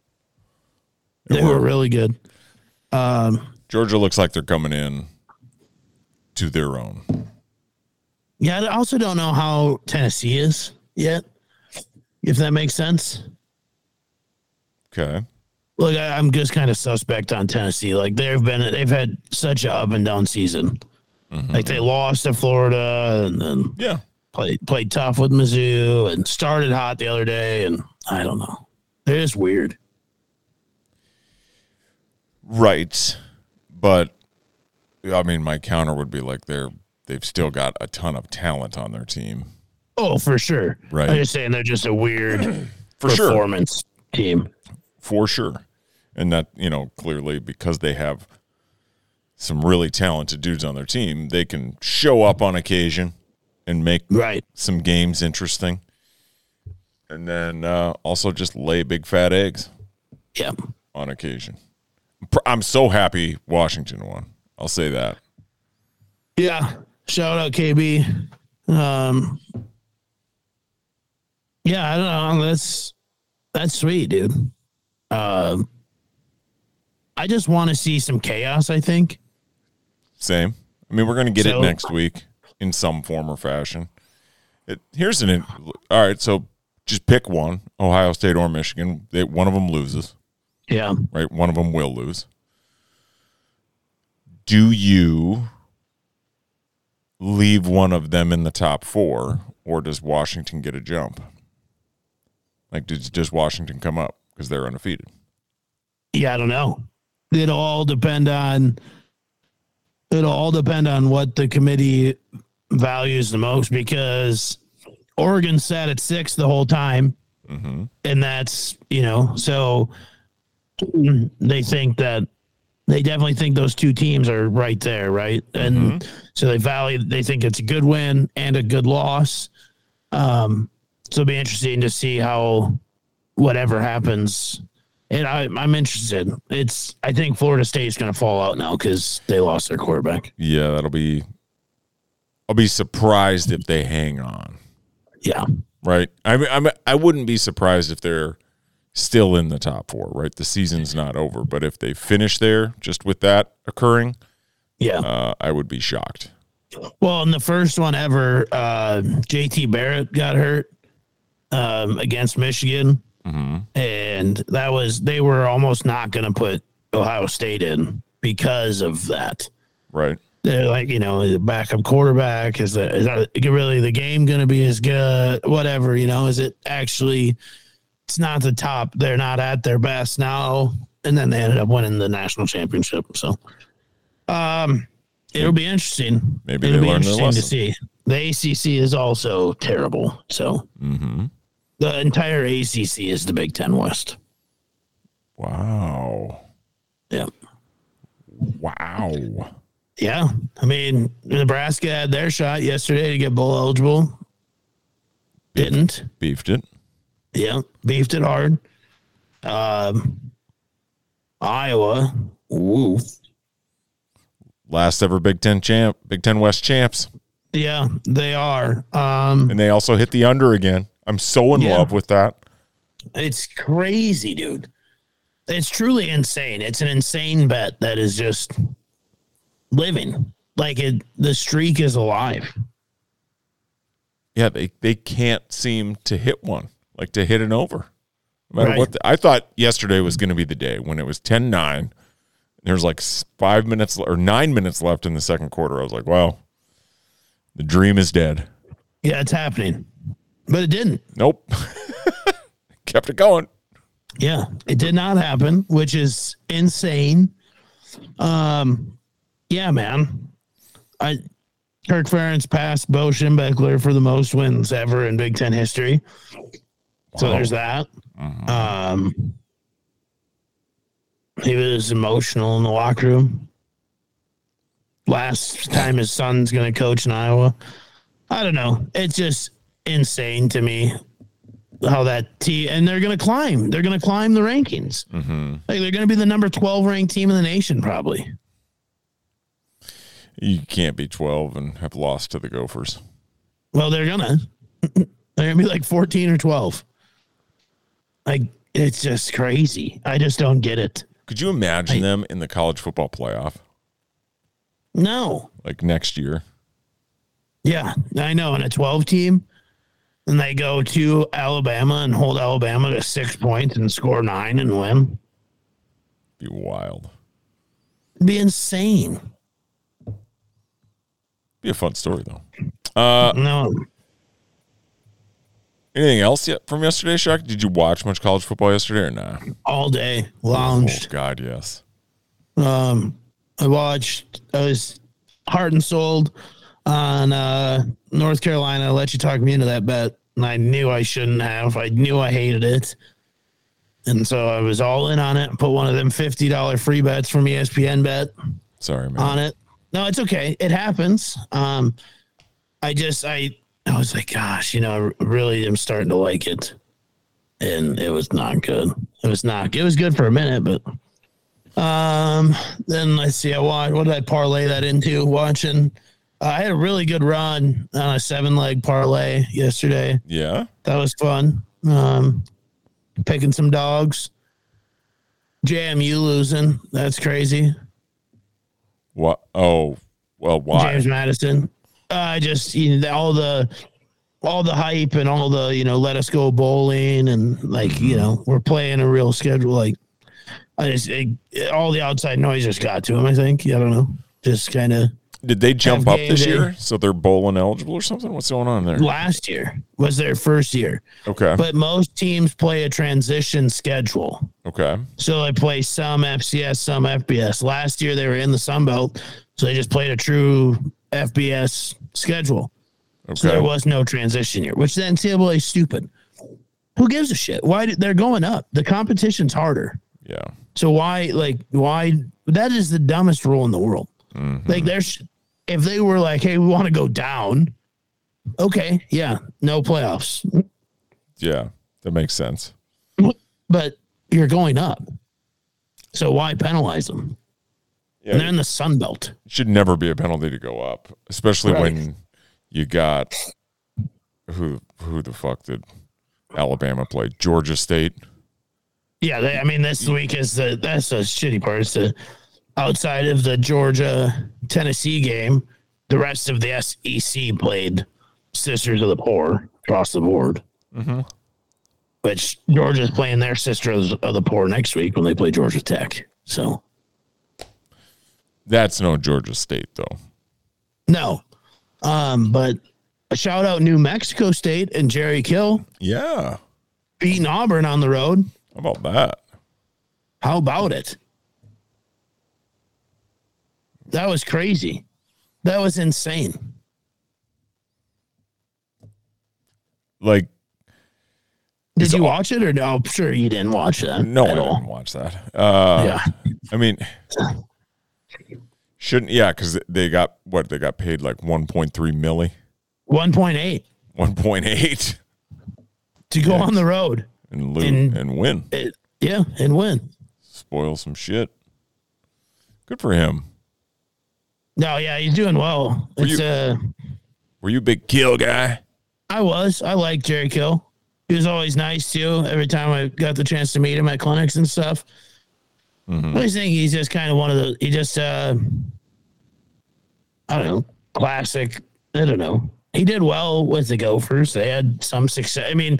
[SPEAKER 5] they were really good.
[SPEAKER 2] Georgia looks like they're coming in to their own.
[SPEAKER 5] Yeah, I also don't know how Tennessee is yet. If that makes sense.
[SPEAKER 2] Okay.
[SPEAKER 5] Look, I, I'm just kind of suspect on Tennessee. Like they've been, they've had such a up and down season. Like they lost to Florida, and then
[SPEAKER 2] Yeah.
[SPEAKER 5] played played tough with Mizzou and started hot the other day, and I don't know. They're just weird.
[SPEAKER 2] Right. But I mean, my counter would be like they're they've still got a ton of talent on their team.
[SPEAKER 5] Oh, for sure.
[SPEAKER 2] Right.
[SPEAKER 5] I'm just saying they're just a weird
[SPEAKER 2] For sure.
[SPEAKER 5] performance team.
[SPEAKER 2] For sure. And that, you know, clearly because they have some really talented dudes on their team, they can show up on occasion and make
[SPEAKER 5] Right.
[SPEAKER 2] some games interesting. And then uh, also just lay big fat eggs
[SPEAKER 5] Yeah.
[SPEAKER 2] on occasion. Pr- I'm so happy Washington won. I'll say that.
[SPEAKER 5] Yeah. Shout out KB. Um Yeah, I don't know. That's that's sweet, dude. Um I just want to see some chaos, I think.
[SPEAKER 2] Same. I mean, we're going to get
[SPEAKER 5] So-
[SPEAKER 2] it next week in some form or fashion. It, here's an in- all right. So just pick one: Ohio State or Michigan. They, one of them loses,
[SPEAKER 5] Yeah.
[SPEAKER 2] right? One of them will lose. Do you leave one of them in the top four, or does Washington get a jump? Like, does, does Washington come up because they're undefeated?
[SPEAKER 5] Yeah, I don't know. It'll all depend on it'll all depend on what the committee values the most because Oregon sat at six the whole time. And that's, you know, so they think that they definitely think those two teams are right there, right? And so they value they think it's a good win and a good loss. Um so it'll be interesting to see how whatever happens and I, I'm interested. It's I think Florida State's going to fall out now because they lost their quarterback.
[SPEAKER 2] Yeah, that'll be. I'll be surprised if they hang on.
[SPEAKER 5] Yeah,
[SPEAKER 2] right? I mean, I'm, I wouldn't be surprised if they're still in the top four, right? The season's not over, but if they finish there just with that occurring,
[SPEAKER 5] yeah.
[SPEAKER 2] uh, I would be shocked.
[SPEAKER 5] well, in the first one ever, uh, JT Barrett got hurt um, against Michigan, and that was they were almost not going to put Ohio State in because of that.
[SPEAKER 2] Right?
[SPEAKER 5] They're like, you know, is it backup quarterback? Is that, is that really the game going to be as good? Whatever, you know, is it actually, it's not the top. They're not at their best now. And then they ended up winning the national championship. So, um, it'll be interesting.
[SPEAKER 2] Maybe
[SPEAKER 5] it'll
[SPEAKER 2] they
[SPEAKER 5] be
[SPEAKER 2] learned their
[SPEAKER 5] interesting to
[SPEAKER 2] lesson.
[SPEAKER 5] see. The ACC is also terrible. So,
[SPEAKER 2] Mm-hmm.
[SPEAKER 5] the entire ACC is the Big Ten West.
[SPEAKER 2] Wow.
[SPEAKER 5] Yeah.
[SPEAKER 2] Wow.
[SPEAKER 5] Yeah. I mean, Nebraska had their shot yesterday to get bowl eligible. Didn't.
[SPEAKER 2] Beefed it.
[SPEAKER 5] Yeah, beefed it hard. Um, Iowa, woo.
[SPEAKER 2] Last ever Big Ten champ, Big Ten West champs.
[SPEAKER 5] Yeah, they are. Um,
[SPEAKER 2] And they also hit the under again. I'm so in
[SPEAKER 5] Yeah.
[SPEAKER 2] love with that.
[SPEAKER 5] it's crazy, dude. It's truly insane. It's an insane bet that is just living. Like it, the streak is alive.
[SPEAKER 2] Yeah, they, they can't seem to hit one, like to hit an over. No matter
[SPEAKER 5] Right.
[SPEAKER 2] what, the, I thought yesterday was going to be the day when it was 10 9. There's like s- five minutes le- or nine minutes left in the second quarter. I was like, wow, the dream is dead.
[SPEAKER 5] Yeah, it's happening, but it didn't.
[SPEAKER 2] Nope. Kept it going.
[SPEAKER 5] Yeah, it did not happen, which is insane. Um, yeah, man. I Kirk Ferentz passed Bo Schembechler for the most wins ever in Big Ten history. So
[SPEAKER 2] Wow.
[SPEAKER 5] there's that. Um, he was emotional in the locker room. Last time his son's going to coach in Iowa. I don't know. It's just insane to me how that T and they're going to climb. They're going to climb the rankings. Like they're going to be the number 12 ranked team in the nation, probably.
[SPEAKER 2] You can't be 12 and have lost to the Gophers.
[SPEAKER 5] Well, they're going to. They're going to be like 14 or 12. Like it's just crazy. I just don't get it.
[SPEAKER 2] Could you imagine them in the college football playoff
[SPEAKER 5] No.
[SPEAKER 2] like next year?
[SPEAKER 5] Yeah, I know. And a 12 team, and they go to Alabama and hold Alabama to six points and score nine and win.
[SPEAKER 2] Be wild.
[SPEAKER 5] It'd be insane.
[SPEAKER 2] Be a fun story, though.
[SPEAKER 5] No,
[SPEAKER 2] Anything else yet from yesterday, Shock? Did you watch much college football yesterday or not?
[SPEAKER 5] all day
[SPEAKER 2] Oh,
[SPEAKER 5] lounged.
[SPEAKER 2] God, yes.
[SPEAKER 5] Um, I watched. I was heart and sold on uh, North Carolina. I let you talk me into that bet, and I knew I shouldn't have. I knew I hated it, and so I was all in on it. Put one of them fifty dollar free bets from E ESPN bet.
[SPEAKER 2] Sorry, man.
[SPEAKER 5] on it. No, it's okay. It happens. Um, I just I I was like, gosh, you know, I really am starting to like it, and it was not good. It was not. It was good for a minute, but um, then let's see. I watched. What did I parlay that into? Watching. uh, I had a really good run on a seven leg parlay yesterday.
[SPEAKER 2] Yeah.
[SPEAKER 5] That was fun. Um, picking some dogs. JMU losing. That's crazy.
[SPEAKER 2] What? Oh, well, why?
[SPEAKER 5] James Madison. I just you know, all the all the hype and all the you know let us go bowling and like you know we're playing a real schedule like I just it, all the outside noise just got to him I think I don't know just kind of
[SPEAKER 2] Did they jump
[SPEAKER 5] Have
[SPEAKER 2] up
[SPEAKER 5] game
[SPEAKER 2] this
[SPEAKER 5] day.
[SPEAKER 2] year? So they're bowling eligible or something? What's going on there?
[SPEAKER 5] last year was their first year
[SPEAKER 2] Okay.
[SPEAKER 5] but most teams play a transition schedule
[SPEAKER 2] Okay.
[SPEAKER 5] so they play some FCS some FBS last year they were in the Sun Belt so they just played a true FBS schedule So
[SPEAKER 2] Okay.
[SPEAKER 5] there was no transition year, which the NCAA is stupid. Who gives a shit? Why do, they're going up? The competition's harder.
[SPEAKER 2] yeah.
[SPEAKER 5] So why, like, why? That is the dumbest rule in the world.
[SPEAKER 2] Mm-hmm.
[SPEAKER 5] Like, there's if they were like, hey, we want to go down. Okay, yeah, no playoffs,
[SPEAKER 2] Yeah. That makes sense.
[SPEAKER 5] but you're going up. So why penalize them?
[SPEAKER 2] Yeah.
[SPEAKER 5] And they're in the Sun Belt.
[SPEAKER 2] it should never be a penalty to go up, especially
[SPEAKER 5] Right.
[SPEAKER 2] when you got who who the fuck did Alabama play? Georgia State.
[SPEAKER 5] Yeah, they, I mean, this week is the that's the shitty part. It's the outside of the Georgia Tennessee game, the rest of the SEC played Sisters of the Poor across the board. Which Georgia's playing their Sisters of the Poor next week when they play Georgia Tech. So
[SPEAKER 2] That's no Georgia State though.
[SPEAKER 5] no, um, but a shout out New Mexico State and Jerry Kill
[SPEAKER 2] Yeah.
[SPEAKER 5] beating Auburn on the road.
[SPEAKER 2] How about that?
[SPEAKER 5] How about it? That was crazy. That was insane.
[SPEAKER 2] Like
[SPEAKER 5] Did
[SPEAKER 2] It's
[SPEAKER 5] you
[SPEAKER 2] aw-
[SPEAKER 5] watch it or no? I'm sure you didn't watch that.
[SPEAKER 2] no, I
[SPEAKER 5] at
[SPEAKER 2] didn't
[SPEAKER 5] all.
[SPEAKER 2] watch that. Uh,
[SPEAKER 5] Yeah.
[SPEAKER 2] I mean, shouldn't yeah? Because they got what they got paid like one point three milli,
[SPEAKER 5] 1.8
[SPEAKER 2] one point eight,
[SPEAKER 5] to go on the road.
[SPEAKER 2] and lose
[SPEAKER 5] And-
[SPEAKER 2] and win,
[SPEAKER 5] It- yeah, and win.
[SPEAKER 2] spoil some shit. Good for him.
[SPEAKER 5] No, yeah, he's doing well. It's
[SPEAKER 2] you-
[SPEAKER 5] uh
[SPEAKER 2] Were you a big kill guy?
[SPEAKER 5] I was. I like Jerry Kill. He was always nice too. Every time I got the chance to meet him at clinics and stuff. I just think he's just kind of one of the he just uh I don't know, classic. I don't know. He did well with the Gophers. They had some success. I mean,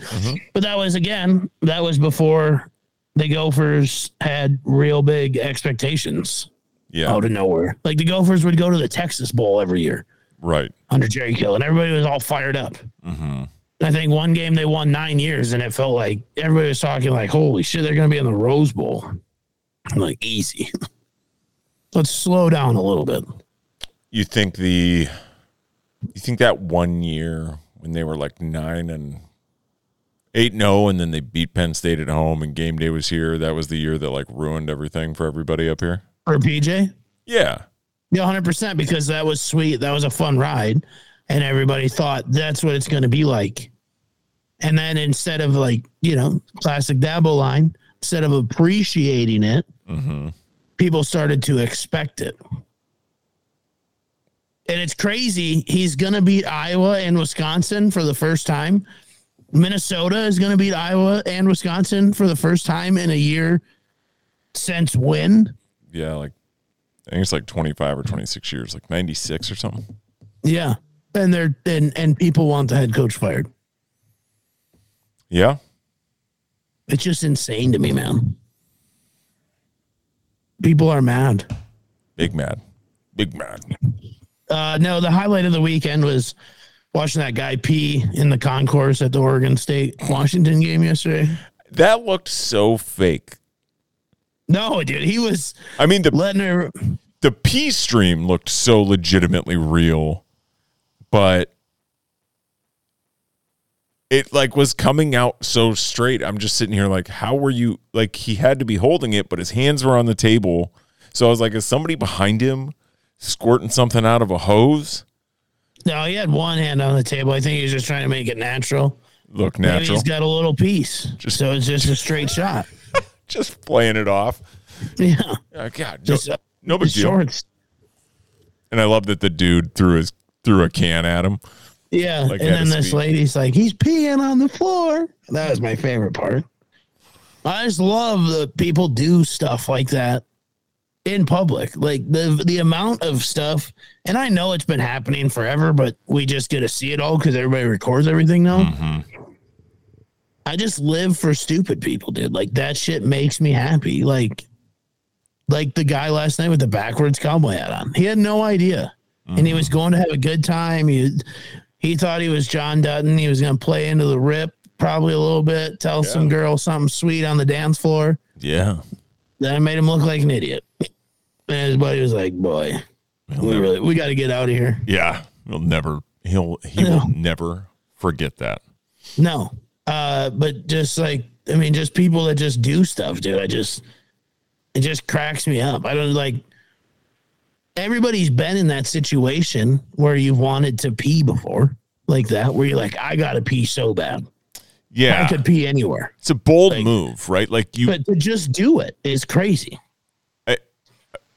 [SPEAKER 5] but that was again, that was before the Gophers had real big expectations
[SPEAKER 2] Yeah,
[SPEAKER 5] out of nowhere. Like the Gophers would go to the Texas Bowl every year
[SPEAKER 2] right. Mm-hmm.
[SPEAKER 5] under Jerry Kill, and everybody was all fired up. I think one game they won nine years, and it felt like everybody was talking like, "Holy shit, they're going to be in the Rose Bowl!" I'm like, easy. Let's slow down a little bit.
[SPEAKER 2] You think the you think that one year when they were like nine and eight and oh, and then they beat Penn State at home, and game day was here. That was the year that like ruined everything for everybody up here.
[SPEAKER 5] For PJ,
[SPEAKER 2] Yeah,
[SPEAKER 5] yeah, hundred percent, because that was sweet. That was a fun ride, and everybody thought that's what it's going to be like. And then instead of like you know classic Dabo line, instead of appreciating it, people started to expect it. And it's crazy. He's going to beat Iowa and Wisconsin for the first time. Minnesota is going to beat Iowa and Wisconsin for the first time in a year since when?
[SPEAKER 2] yeah. Like I think it's like twenty five or twenty six years, like ninety six or something.
[SPEAKER 5] Yeah. And they're and and people want the head coach fired.
[SPEAKER 2] Yeah,
[SPEAKER 5] It's just insane to me, man. People are mad.
[SPEAKER 2] big mad, big mad.
[SPEAKER 5] Uh, no, the highlight of the weekend was watching that guy pee in the concourse at the Oregon State Washington game yesterday.
[SPEAKER 2] That looked so fake.
[SPEAKER 5] No, dude, he was
[SPEAKER 2] I mean, the
[SPEAKER 5] letting her.
[SPEAKER 2] the P stream looked so legitimately real, but it like was coming out so straight. I'm just sitting here like, how were you? Like he had to be holding it, but his hands were on the table. So I was like, is somebody behind him squirting something out of a hose?
[SPEAKER 5] No, he had one hand on the table. I think he was just trying to make it natural.
[SPEAKER 2] Look
[SPEAKER 5] Maybe
[SPEAKER 2] natural,
[SPEAKER 5] he's got a little piece,
[SPEAKER 2] Just-
[SPEAKER 5] so it's just a straight shot.
[SPEAKER 2] just playing it off.
[SPEAKER 5] Yeah,
[SPEAKER 2] Uh, God, no,
[SPEAKER 5] just uh,
[SPEAKER 2] no big
[SPEAKER 5] his
[SPEAKER 2] deal.
[SPEAKER 5] shorts.
[SPEAKER 2] And I love that the dude threw his threw a can at him.
[SPEAKER 5] Yeah,
[SPEAKER 2] Like
[SPEAKER 5] and
[SPEAKER 2] at
[SPEAKER 5] then
[SPEAKER 2] his
[SPEAKER 5] this
[SPEAKER 2] feet.
[SPEAKER 5] lady's like, "He's peeing on the floor." That was my favorite part. I just love that people do stuff like that in public. Like the the amount of stuff, and I know it's been happening forever, but we just get to see it all because everybody records everything now.
[SPEAKER 2] Mm-hmm.
[SPEAKER 5] I just live for stupid people, dude. Like that shit makes me happy. Like, like the guy last night with the backwards cowboy hat on. He had no idea, and he was
[SPEAKER 2] Mm-hmm.
[SPEAKER 5] going to have a good time. He he thought he was John Dutton. He was going to play into the rip probably a little bit, tell some girl something sweet on the dance floor.
[SPEAKER 2] Yeah.
[SPEAKER 5] That made him look like an idiot. And his buddy was like, "Boy, we really we got to get out of here."
[SPEAKER 2] Yeah. He'll never he'll he will never forget that.
[SPEAKER 5] No, uh, but just like I mean, just people that just do stuff, dude. I just it just cracks me up. I don't like. Everybody's been in that situation where you've wanted to pee before, like that, where you're like, "I gotta pee so bad,
[SPEAKER 2] Yeah.
[SPEAKER 5] I could pee anywhere."
[SPEAKER 2] it's a bold
[SPEAKER 5] like-
[SPEAKER 2] move, right? Like you
[SPEAKER 5] But to just do it is crazy.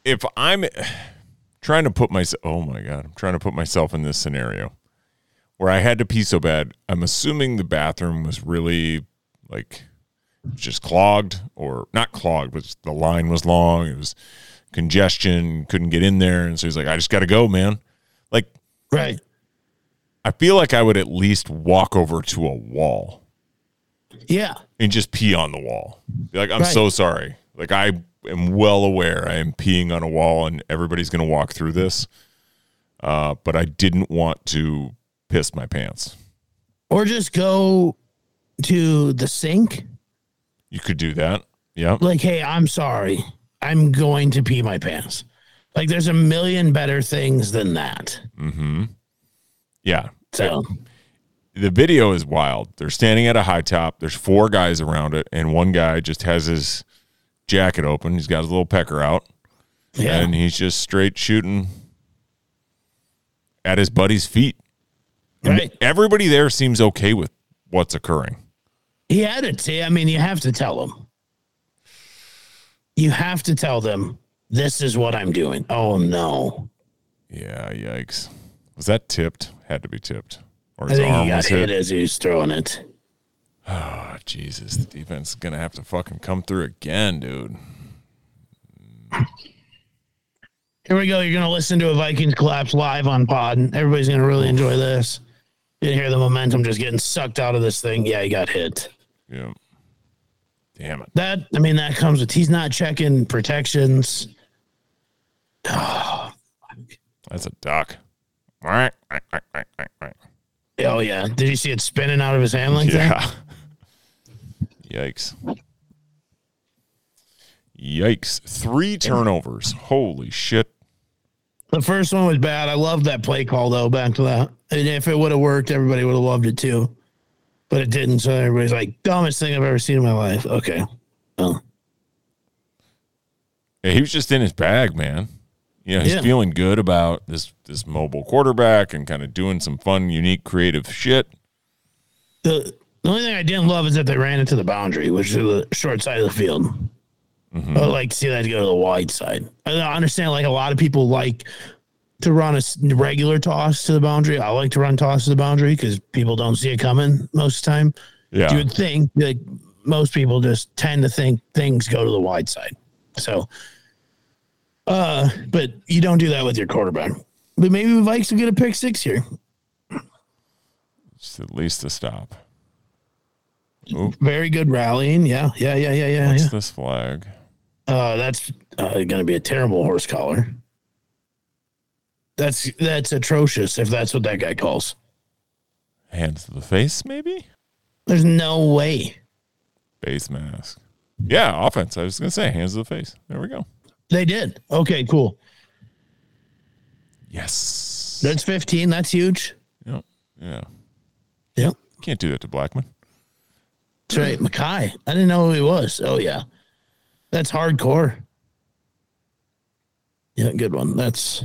[SPEAKER 2] if I'm trying to put myself, oh my God, I'm trying to put myself in this scenario where I had to pee so bad. I'm assuming the bathroom was really like just clogged or not clogged, but the line was long. It was congestion, couldn't get in there. And so he's like, I just got to go, man. Like,
[SPEAKER 5] Right.
[SPEAKER 2] I feel like I would at least walk over to a wall
[SPEAKER 5] Yeah.
[SPEAKER 2] and just pee on the wall. Be like, I'm
[SPEAKER 5] Right.
[SPEAKER 2] so sorry. Like, I am well aware I am peeing on a wall and everybody's going to walk through this. Uh, but I didn't want to piss my pants.
[SPEAKER 5] Or just go to the sink.
[SPEAKER 2] You could do that. Yeah.
[SPEAKER 5] Like, hey, I'm sorry. I'm going to pee my pants. Like there's a million better things than that.
[SPEAKER 2] Yeah.
[SPEAKER 5] So
[SPEAKER 2] The video is wild. They're standing at a high top. There's four guys around it, and one guy just has his jacket open. He's got his little pecker out,
[SPEAKER 5] yeah.
[SPEAKER 2] and he's just straight shooting at his buddy's feet.
[SPEAKER 5] Right.
[SPEAKER 2] Everybody there seems okay with what's occurring.
[SPEAKER 5] He had it. See, I mean, you have to tell them. You have to tell them this is what I'm doing. Oh no!
[SPEAKER 2] Yeah, yikes. Was that tipped? Had to be tipped. Or
[SPEAKER 5] I
[SPEAKER 2] his
[SPEAKER 5] think
[SPEAKER 2] arm
[SPEAKER 5] he got
[SPEAKER 2] was
[SPEAKER 5] hit
[SPEAKER 2] hit.
[SPEAKER 5] as he was throwing it.
[SPEAKER 2] Oh, Jesus. The defense is going to have to fucking come through again, dude.
[SPEAKER 5] Here we go. You're gonna listen to a Vikings collapse live on Pod, and everybody's gonna really enjoy this. You can hear the momentum just getting sucked out of this thing. Yeah, he got hit.
[SPEAKER 2] Yeah. Damn it.
[SPEAKER 5] That I mean, that comes with he's not checking protections.
[SPEAKER 2] That's a duck. All right. right, right, right, right, right.
[SPEAKER 5] Oh yeah, did you see it spinning out of his hand like that?
[SPEAKER 2] Yeah. Yikes. Yikes. Three turnovers. Holy shit.
[SPEAKER 5] The first one was bad. I loved that play call though. Back to that, and if it would have worked, everybody would have loved it too, but it didn't. So everybody's like, dumbest thing I've ever seen in my life. Okay, well,
[SPEAKER 2] Yeah, he was just in his bag, man. You know, he's
[SPEAKER 5] Yeah.
[SPEAKER 2] feeling good about this this mobile quarterback and kind of doing some fun, unique, creative shit.
[SPEAKER 5] the the only thing I didn't love is that they ran into the boundary, which is the short side of the field. I would like to see that go to the wide side. I I understand like a lot of people like to run a s- regular toss to the boundary. I like to run toss to the boundary because people don't see it coming most of the time.
[SPEAKER 2] Yeah.
[SPEAKER 5] you would think like most people just tend to think things go to the wide side. So, uh, but you don't do that with your quarterback. But maybe the Vikes will get a pick six here.
[SPEAKER 2] It's at least a stop.
[SPEAKER 5] Very good rallying. Yeah, yeah, yeah, yeah, yeah.
[SPEAKER 2] What's
[SPEAKER 5] Oh, yeah.
[SPEAKER 2] this flag?
[SPEAKER 5] Uh, that's uh, going to be a terrible horse collar. That's that's atrocious if that's what that guy calls.
[SPEAKER 2] Hands to the face, maybe?
[SPEAKER 5] There's no way
[SPEAKER 2] Face mask. Yeah, offense. I was gonna say hands to the face. There we go.
[SPEAKER 5] they did. Okay, cool.
[SPEAKER 2] Yes.
[SPEAKER 5] That's 15. That's huge.
[SPEAKER 2] Yep. Yeah.
[SPEAKER 5] Yep.
[SPEAKER 2] Can't do that to Blackman.
[SPEAKER 5] That's right, Mackay. I didn't know who he was. Oh yeah, that's hardcore. Yeah, good one. That's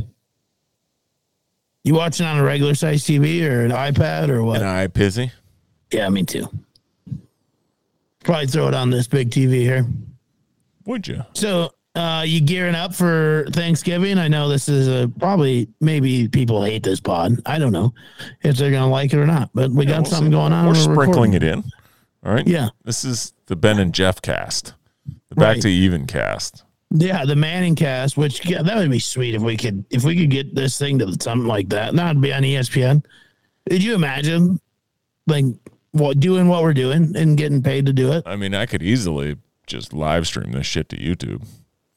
[SPEAKER 5] you watching on a regular size TV or an iPad or what?
[SPEAKER 2] And I pizzy.
[SPEAKER 5] Yeah, me too. Probably throw it on this big TV here.
[SPEAKER 2] Would you?
[SPEAKER 5] So uh, you gearing up for Thanksgiving? I know this is a probably maybe people hate this pod. I don't know if they're gonna like it or not, but we got
[SPEAKER 2] We'll
[SPEAKER 5] something
[SPEAKER 2] see.
[SPEAKER 5] going on.
[SPEAKER 2] We're
[SPEAKER 5] recording.
[SPEAKER 2] sprinkling it in. All right.
[SPEAKER 5] Yeah.
[SPEAKER 2] This is the Ben and Jeff cast. The back
[SPEAKER 5] Right.
[SPEAKER 2] to even cast.
[SPEAKER 5] Yeah, the Manning cast, which yeah, that would be sweet if we could if we could get this thing to something like that. Not be on E ESPN. Could you imagine, like, what doing what we're doing and getting paid to do it?
[SPEAKER 2] I mean, I could easily just live stream this shit to YouTube.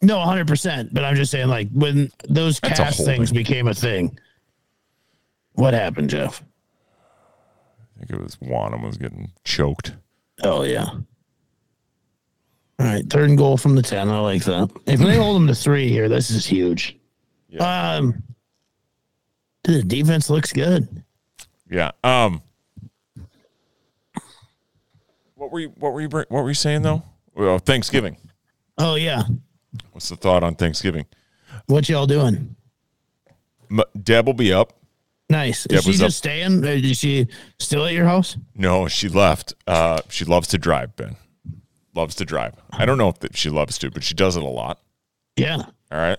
[SPEAKER 5] No, hundred percent. But I'm just saying, like, when those
[SPEAKER 2] That's a
[SPEAKER 5] cast
[SPEAKER 2] whole
[SPEAKER 5] things
[SPEAKER 2] thing.
[SPEAKER 5] became a thing, what happened, Jeff?
[SPEAKER 2] I think it was Wanham was getting choked.
[SPEAKER 5] Oh yeah. All right, third and goal from the ten. I like that. If they hold them to three here, this is huge. Um, dude, the defense looks good.
[SPEAKER 2] Yeah. Um. What were you? What were you? br- What were you saying though? Well, Thanksgiving.
[SPEAKER 5] Oh yeah,
[SPEAKER 2] What's the thought on Thanksgiving?
[SPEAKER 5] what y'all doing?
[SPEAKER 2] M- Deb will be up.
[SPEAKER 5] Nice.
[SPEAKER 2] Yeah,
[SPEAKER 5] Is she
[SPEAKER 2] what's
[SPEAKER 5] just
[SPEAKER 2] up?
[SPEAKER 5] staying? Or is she still at your house?
[SPEAKER 2] No, she left. Uh, she loves to drive. Ben loves to drive. I don't know if that she loves to, but she does it a lot.
[SPEAKER 5] Yeah.
[SPEAKER 2] All right.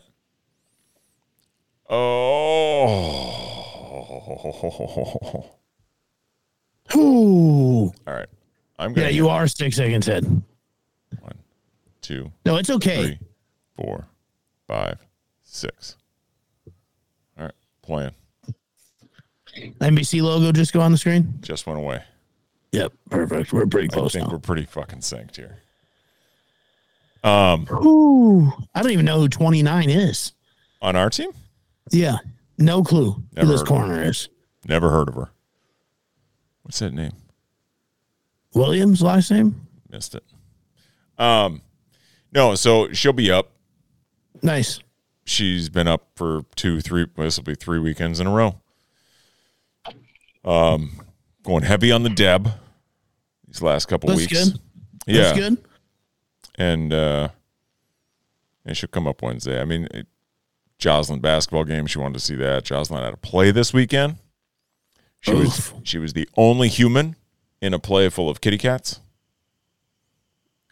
[SPEAKER 2] Oh.
[SPEAKER 5] Ooh.
[SPEAKER 2] All right. I'm
[SPEAKER 5] Yeah,
[SPEAKER 2] gonna.
[SPEAKER 5] you are six seconds ahead.
[SPEAKER 2] One, two,
[SPEAKER 5] No, it's okay.
[SPEAKER 2] three, four, five, six. All right. Playing.
[SPEAKER 5] NBC logo just go on the screen.
[SPEAKER 2] Just went away.
[SPEAKER 5] Yep. Perfect. We're pretty
[SPEAKER 2] I
[SPEAKER 5] close
[SPEAKER 2] think we're
[SPEAKER 5] now.
[SPEAKER 2] pretty fucking synced here.
[SPEAKER 5] Ooh. I don't even know who twenty nine is.
[SPEAKER 2] On our team?
[SPEAKER 5] Yeah. No clue
[SPEAKER 2] Never
[SPEAKER 5] who this
[SPEAKER 2] heard of her.
[SPEAKER 5] corner is.
[SPEAKER 2] Never heard of her. What's that name?
[SPEAKER 5] Williams last name?
[SPEAKER 2] Missed it. Um, no. So she'll be up.
[SPEAKER 5] Nice.
[SPEAKER 2] She's been up for two, three. This will be three weekends in a row. Um, going heavy on the Deb these last couple
[SPEAKER 5] That's
[SPEAKER 2] weeks.
[SPEAKER 5] good.
[SPEAKER 2] Yeah,
[SPEAKER 5] That's good.
[SPEAKER 2] and uh, and she'll come up Wednesday. I mean, it, Jocelyn basketball game. She wanted to see that. Jocelyn had a play this weekend. She was she was the only human in a play full of kitty cats.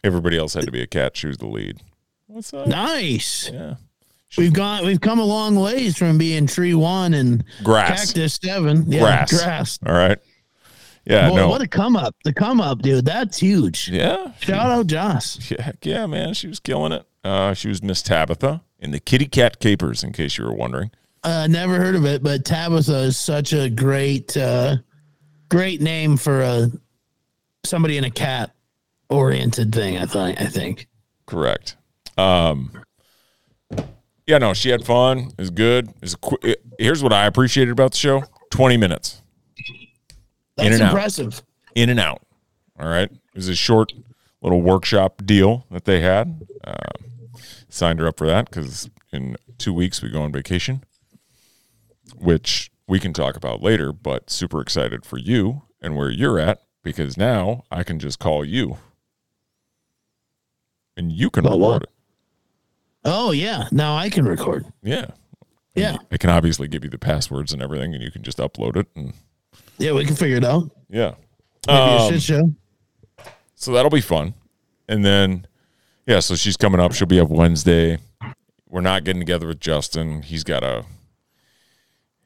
[SPEAKER 2] Everybody else had to be a cat. She was the lead. What's up?
[SPEAKER 5] Nice.
[SPEAKER 2] Yeah,
[SPEAKER 5] We've gone we've come a long ways from being tree one and
[SPEAKER 2] Grass.
[SPEAKER 5] cactus seven. Yeah,
[SPEAKER 2] grass.
[SPEAKER 5] grass.
[SPEAKER 2] All right. Yeah.
[SPEAKER 5] Boy,
[SPEAKER 2] no.
[SPEAKER 5] what a come up. The come up, dude. That's huge.
[SPEAKER 2] yeah.
[SPEAKER 5] Shout out Joss.
[SPEAKER 2] Yeah, heck yeah, man. She was killing it. Uh, she was Miss Tabitha in the Kitty Cat Capers, in case you were wondering.
[SPEAKER 5] Uh never heard of it, but Tabitha is such a great uh great name for a somebody in a cat oriented thing, I think I think.
[SPEAKER 2] Correct. Um, yeah, no, she had fun. It was good. It was a qu- it- here's what I appreciated about the show: twenty minutes In
[SPEAKER 5] That's
[SPEAKER 2] and out.
[SPEAKER 5] impressive.
[SPEAKER 2] in and out. All right, it was a short little workshop deal that they had. Uh, signed her up for that because in two weeks we go on vacation, which we can talk about later. But super excited for you and where you're at because now I can just call you, and you can
[SPEAKER 5] About what?
[SPEAKER 2] record it.
[SPEAKER 5] Oh yeah. Now I can record.
[SPEAKER 2] Yeah.
[SPEAKER 5] Yeah.
[SPEAKER 2] I can obviously give you the passwords and everything, and you can just upload it. And
[SPEAKER 5] Yeah, we can figure it out.
[SPEAKER 2] yeah,
[SPEAKER 5] Maybe a
[SPEAKER 2] Um,
[SPEAKER 5] shit show.
[SPEAKER 2] so that'll be fun. And then, yeah, so she's coming up. She'll be up Wednesday. We're not getting together with Justin. He's got a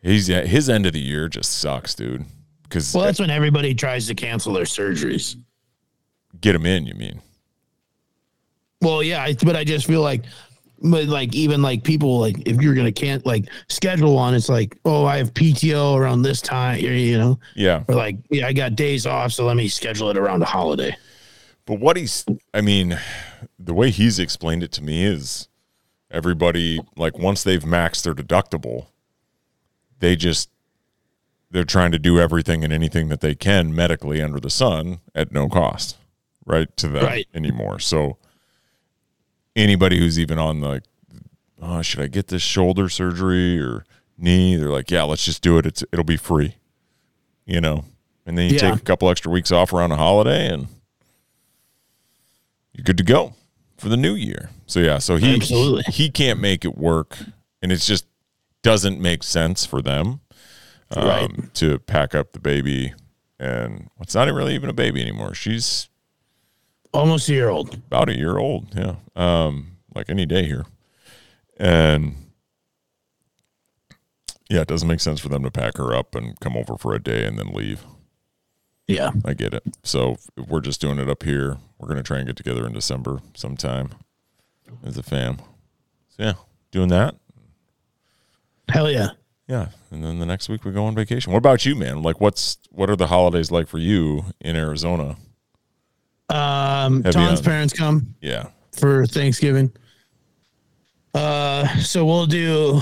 [SPEAKER 2] he's his end of the year just sucks, dude. Because
[SPEAKER 5] Well, that's when everybody tries to cancel their surgeries.
[SPEAKER 2] get him in, you mean?
[SPEAKER 5] Well, yeah, I, but I just feel like, but like even like people like if you're gonna can't like schedule one, it's like oh I have PTO around this time, or, you know,
[SPEAKER 2] Yeah.
[SPEAKER 5] or like yeah I got days off, so let me schedule it around a holiday.
[SPEAKER 2] But what he's, I mean, the way he's explained it to me is everybody, like, once they've maxed their deductible, they just, they're trying to do everything and anything that they can medically under the sun at no cost, right? To them
[SPEAKER 5] Right.
[SPEAKER 2] anymore. So anybody who's even on the, oh, should I get this shoulder surgery or knee? They're like, yeah, let's just do it. It's, it'll be free, you know? And then you
[SPEAKER 5] Yeah.
[SPEAKER 2] take a couple extra weeks off around a holiday and, you're good to go for the new year. So yeah, so he
[SPEAKER 5] Absolutely.
[SPEAKER 2] he, he can't make it work, and it's just doesn't make sense for them um,
[SPEAKER 5] Right.
[SPEAKER 2] to pack up the baby, and well, it's not really even a baby anymore. She's
[SPEAKER 5] Almost a year old.
[SPEAKER 2] about a year old, yeah, um, like any day here, and yeah, it doesn't make sense for them to pack her up and come over for a day and then leave.
[SPEAKER 5] Yeah,
[SPEAKER 2] I get it. So we're just doing it up here. We're gonna try and get together in December sometime as a fam. So, yeah, doing that.
[SPEAKER 5] Hell yeah.
[SPEAKER 2] Yeah, and then the next week we go on vacation. What about you, man? Like, what's what are the holidays like for you in Arizona?
[SPEAKER 5] Um,
[SPEAKER 2] Heavy
[SPEAKER 5] Tom's
[SPEAKER 2] on.
[SPEAKER 5] parents come
[SPEAKER 2] Yeah,
[SPEAKER 5] for Thanksgiving. Uh, so we'll do.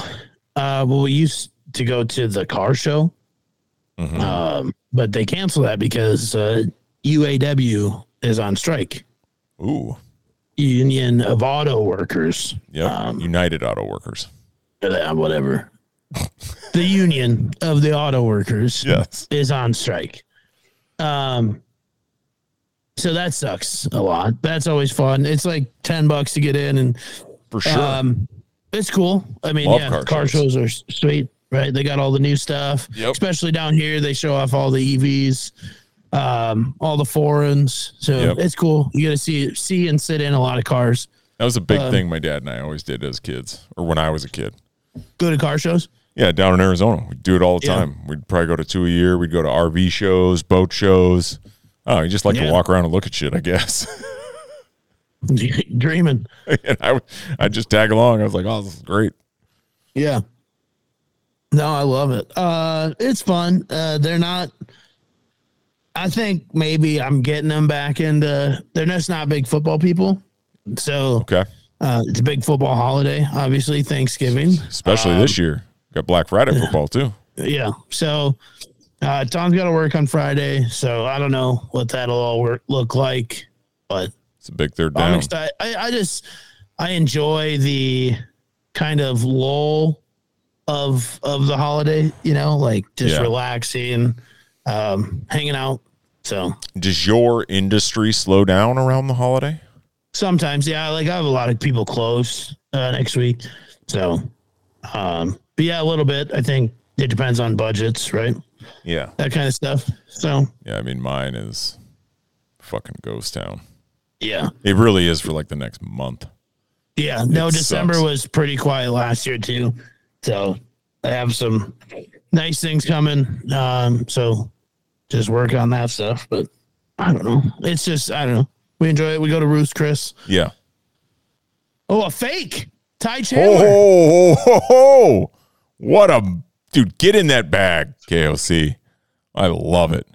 [SPEAKER 5] Uh, well, we used to go to the car show, um, but they canceled that because uh, UAW is on strike,
[SPEAKER 2] ooh,
[SPEAKER 5] Union of Auto Workers,
[SPEAKER 2] yep, United Auto Workers.
[SPEAKER 5] uh, whatever. the Union of the Auto Workers
[SPEAKER 2] Yes,
[SPEAKER 5] is on strike. Um, so that sucks a lot. That's always fun. It's like ten bucks to get in, and
[SPEAKER 2] for sure.
[SPEAKER 5] um, it's cool. I mean,
[SPEAKER 2] Love
[SPEAKER 5] yeah,
[SPEAKER 2] car
[SPEAKER 5] car, shows. are s- sweet, right? They got all the new stuff,
[SPEAKER 2] Yep.
[SPEAKER 5] especially down here. They show off all the EVs, um, all the foreigns. So
[SPEAKER 2] Yep.
[SPEAKER 5] it's cool. You get to see see and sit in a lot of cars.
[SPEAKER 2] that was a big
[SPEAKER 5] Uh,
[SPEAKER 2] thing my dad and I always did as kids, or when I was a kid.
[SPEAKER 5] Go to car shows.
[SPEAKER 2] Yeah, down in Arizona, we'd do it all the
[SPEAKER 5] Yeah.
[SPEAKER 2] time. We'd probably go to two a year. We'd go to RV shows, boat shows. Oh, you just like to
[SPEAKER 5] Yeah.
[SPEAKER 2] walk around and look at shit, I guess.
[SPEAKER 5] Dreaming.
[SPEAKER 2] and I, would- I'd just tag along. I was like, oh, this is great.
[SPEAKER 5] Yeah. No, I love it. Uh, it's fun. Uh, they're not. I think maybe I'm getting them back into. They're just not big football people, so
[SPEAKER 2] Okay,
[SPEAKER 5] uh, it's a big football holiday. Obviously, Thanksgiving.
[SPEAKER 2] especially
[SPEAKER 5] Um,
[SPEAKER 2] this year. Got Black Friday football too.
[SPEAKER 5] yeah. So uh, Tom's got to work on Friday, so I don't know what that'll all work, look like, but
[SPEAKER 2] It's a big third
[SPEAKER 5] I'm
[SPEAKER 2] down.
[SPEAKER 5] excited. I, I just I enjoy the kind of lull of of the holiday, you know, like just
[SPEAKER 2] Yeah.
[SPEAKER 5] relaxing, um, hanging out. So
[SPEAKER 2] Does your industry slow down around the holiday?
[SPEAKER 5] sometimes, yeah, like I have a lot of people close uh, next week. So, um, but yeah, a little bit. I think it depends on budgets, right?
[SPEAKER 2] Yeah.
[SPEAKER 5] That kind of stuff. So
[SPEAKER 2] Yeah, I mean mine is fucking ghost town.
[SPEAKER 5] yeah,
[SPEAKER 2] It really is for like the next month.
[SPEAKER 5] yeah. No,
[SPEAKER 2] It
[SPEAKER 5] December
[SPEAKER 2] sucks.
[SPEAKER 5] was pretty quiet last year too. So I have some nice things coming. Um, so just work on that stuff. But I don't know. It's just I don't know. We enjoy it. We go to Roost Chris.
[SPEAKER 2] Yeah.
[SPEAKER 5] Oh, a fake Ty
[SPEAKER 2] Oh,
[SPEAKER 5] Chandler.
[SPEAKER 2] ho, ho, ho. what a dude! Get in that bag, KOC. I love it.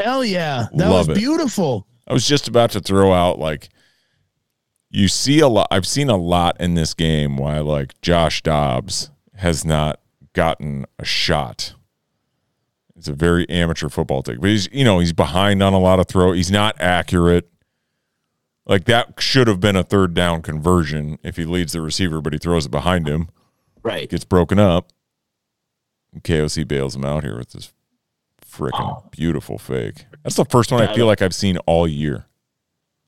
[SPEAKER 5] Hell yeah, that
[SPEAKER 2] Love
[SPEAKER 5] was
[SPEAKER 2] it.
[SPEAKER 5] beautiful.
[SPEAKER 2] I was just about to throw out like you see a lot I've seen a lot in this game why like Josh Dobbs has not gotten a shot. It's a very amateur football take. But he's you know, he's behind on a lot of throw. He's not accurate. Like that should have been a third down conversion if he leads the receiver, but he throws it behind him,
[SPEAKER 5] Right.
[SPEAKER 2] gets broken up. And KOC bails him out here with this freaking
[SPEAKER 5] Oh.
[SPEAKER 2] beautiful fake. That's the first one I feel like I've seen all year.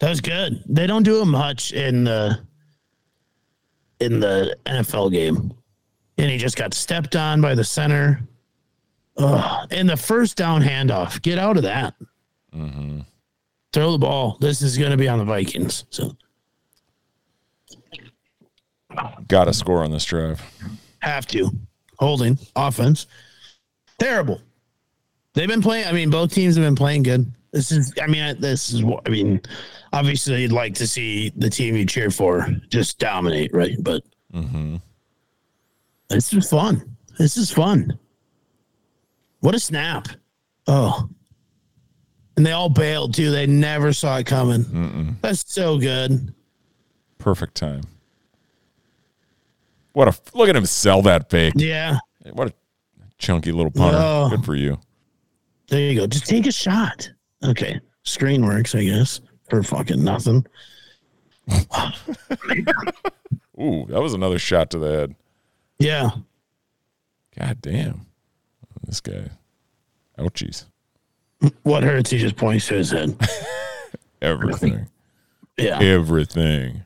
[SPEAKER 5] That was good. They don't do it much in the in the NFL game. And he just got stepped on by the center. Ugh. And the first down handoff. Get out of that. Throw the ball. This is going to be on the Vikings. So
[SPEAKER 2] Got to score on this drive.
[SPEAKER 5] have to holding offense. Terrible. They've been playing. I mean, both teams have been playing good. This is. I mean, I- this is. what I mean, obviously, you'd like to see the team you cheer for just dominate, right? But this is fun. This is fun. What a snap! Oh, and they all bailed too. They never saw it coming. That's so good.
[SPEAKER 2] Perfect time. What a look at him sell that fake.
[SPEAKER 5] Yeah.
[SPEAKER 2] What a chunky little punter.
[SPEAKER 5] No.
[SPEAKER 2] Good for you.
[SPEAKER 5] There you go. Just take a shot. Okay. Screen works, I guess, for fucking nothing.
[SPEAKER 2] Ooh, that was another shot to the head.
[SPEAKER 5] Yeah.
[SPEAKER 2] God damn. This guy. Ouchies.
[SPEAKER 5] What hurts? He just points to his head.
[SPEAKER 2] Everything.
[SPEAKER 5] Yeah.
[SPEAKER 2] Everything.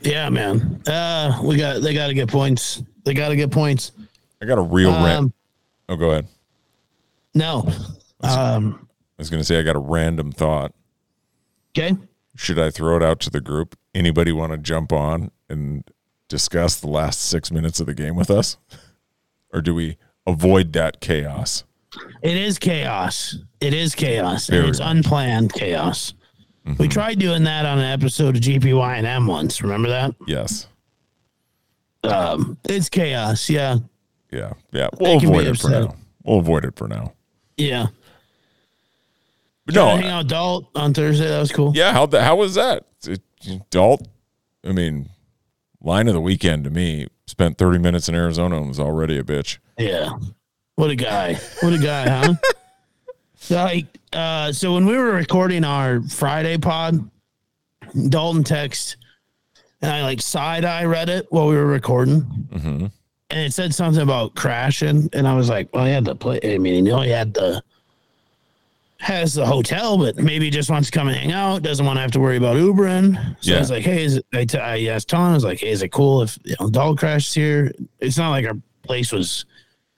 [SPEAKER 5] Yeah, man. Uh, we got, they got to get points. They got to get points.
[SPEAKER 2] I got a real
[SPEAKER 5] Um,
[SPEAKER 2] rant. Oh, go ahead.
[SPEAKER 5] No. Um,
[SPEAKER 2] I was gonna say I got a random thought.
[SPEAKER 5] okay.
[SPEAKER 2] Should I throw it out to the group? Anybody want to jump on and discuss the last six minutes of the game with us? Or do we avoid that chaos?
[SPEAKER 5] It is chaos. It is chaos. And
[SPEAKER 2] Very Mm-hmm.
[SPEAKER 5] it's
[SPEAKER 2] much.
[SPEAKER 5] unplanned chaos. We tried doing that on an episode of GPY and M once. Remember that?
[SPEAKER 2] Yes.
[SPEAKER 5] um, it's chaos. Yeah,
[SPEAKER 2] Yeah, yeah. We'll
[SPEAKER 5] can be
[SPEAKER 2] avoid it for
[SPEAKER 5] upset.
[SPEAKER 2] now. We'll avoid it for now.
[SPEAKER 5] yeah.
[SPEAKER 2] But
[SPEAKER 5] No, hang
[SPEAKER 2] no,
[SPEAKER 5] out with Dalt on Thursday. That was cool.
[SPEAKER 2] Oh, yeah. How the, how was that? It, Dalt. I mean, line of the weekend to me. Spent thirty minutes in Arizona and was already a bitch.
[SPEAKER 5] Yeah. What a guy. What a guy, huh? like, uh, so when we were recording our Friday pod, Dalton text, and I like side eye read it while we were recording. And it said something about crashing. And I was like, well, he had the play. I mean, you know, he had the, has the hotel, but maybe he just wants to come and hang out. Doesn't want to have to worry about Ubering. So
[SPEAKER 2] Yeah.
[SPEAKER 5] I was like, hey, is it, I, t- I asked Tom, I was like, hey, is it cool if you know, Dalton crashes here? It's not like our place was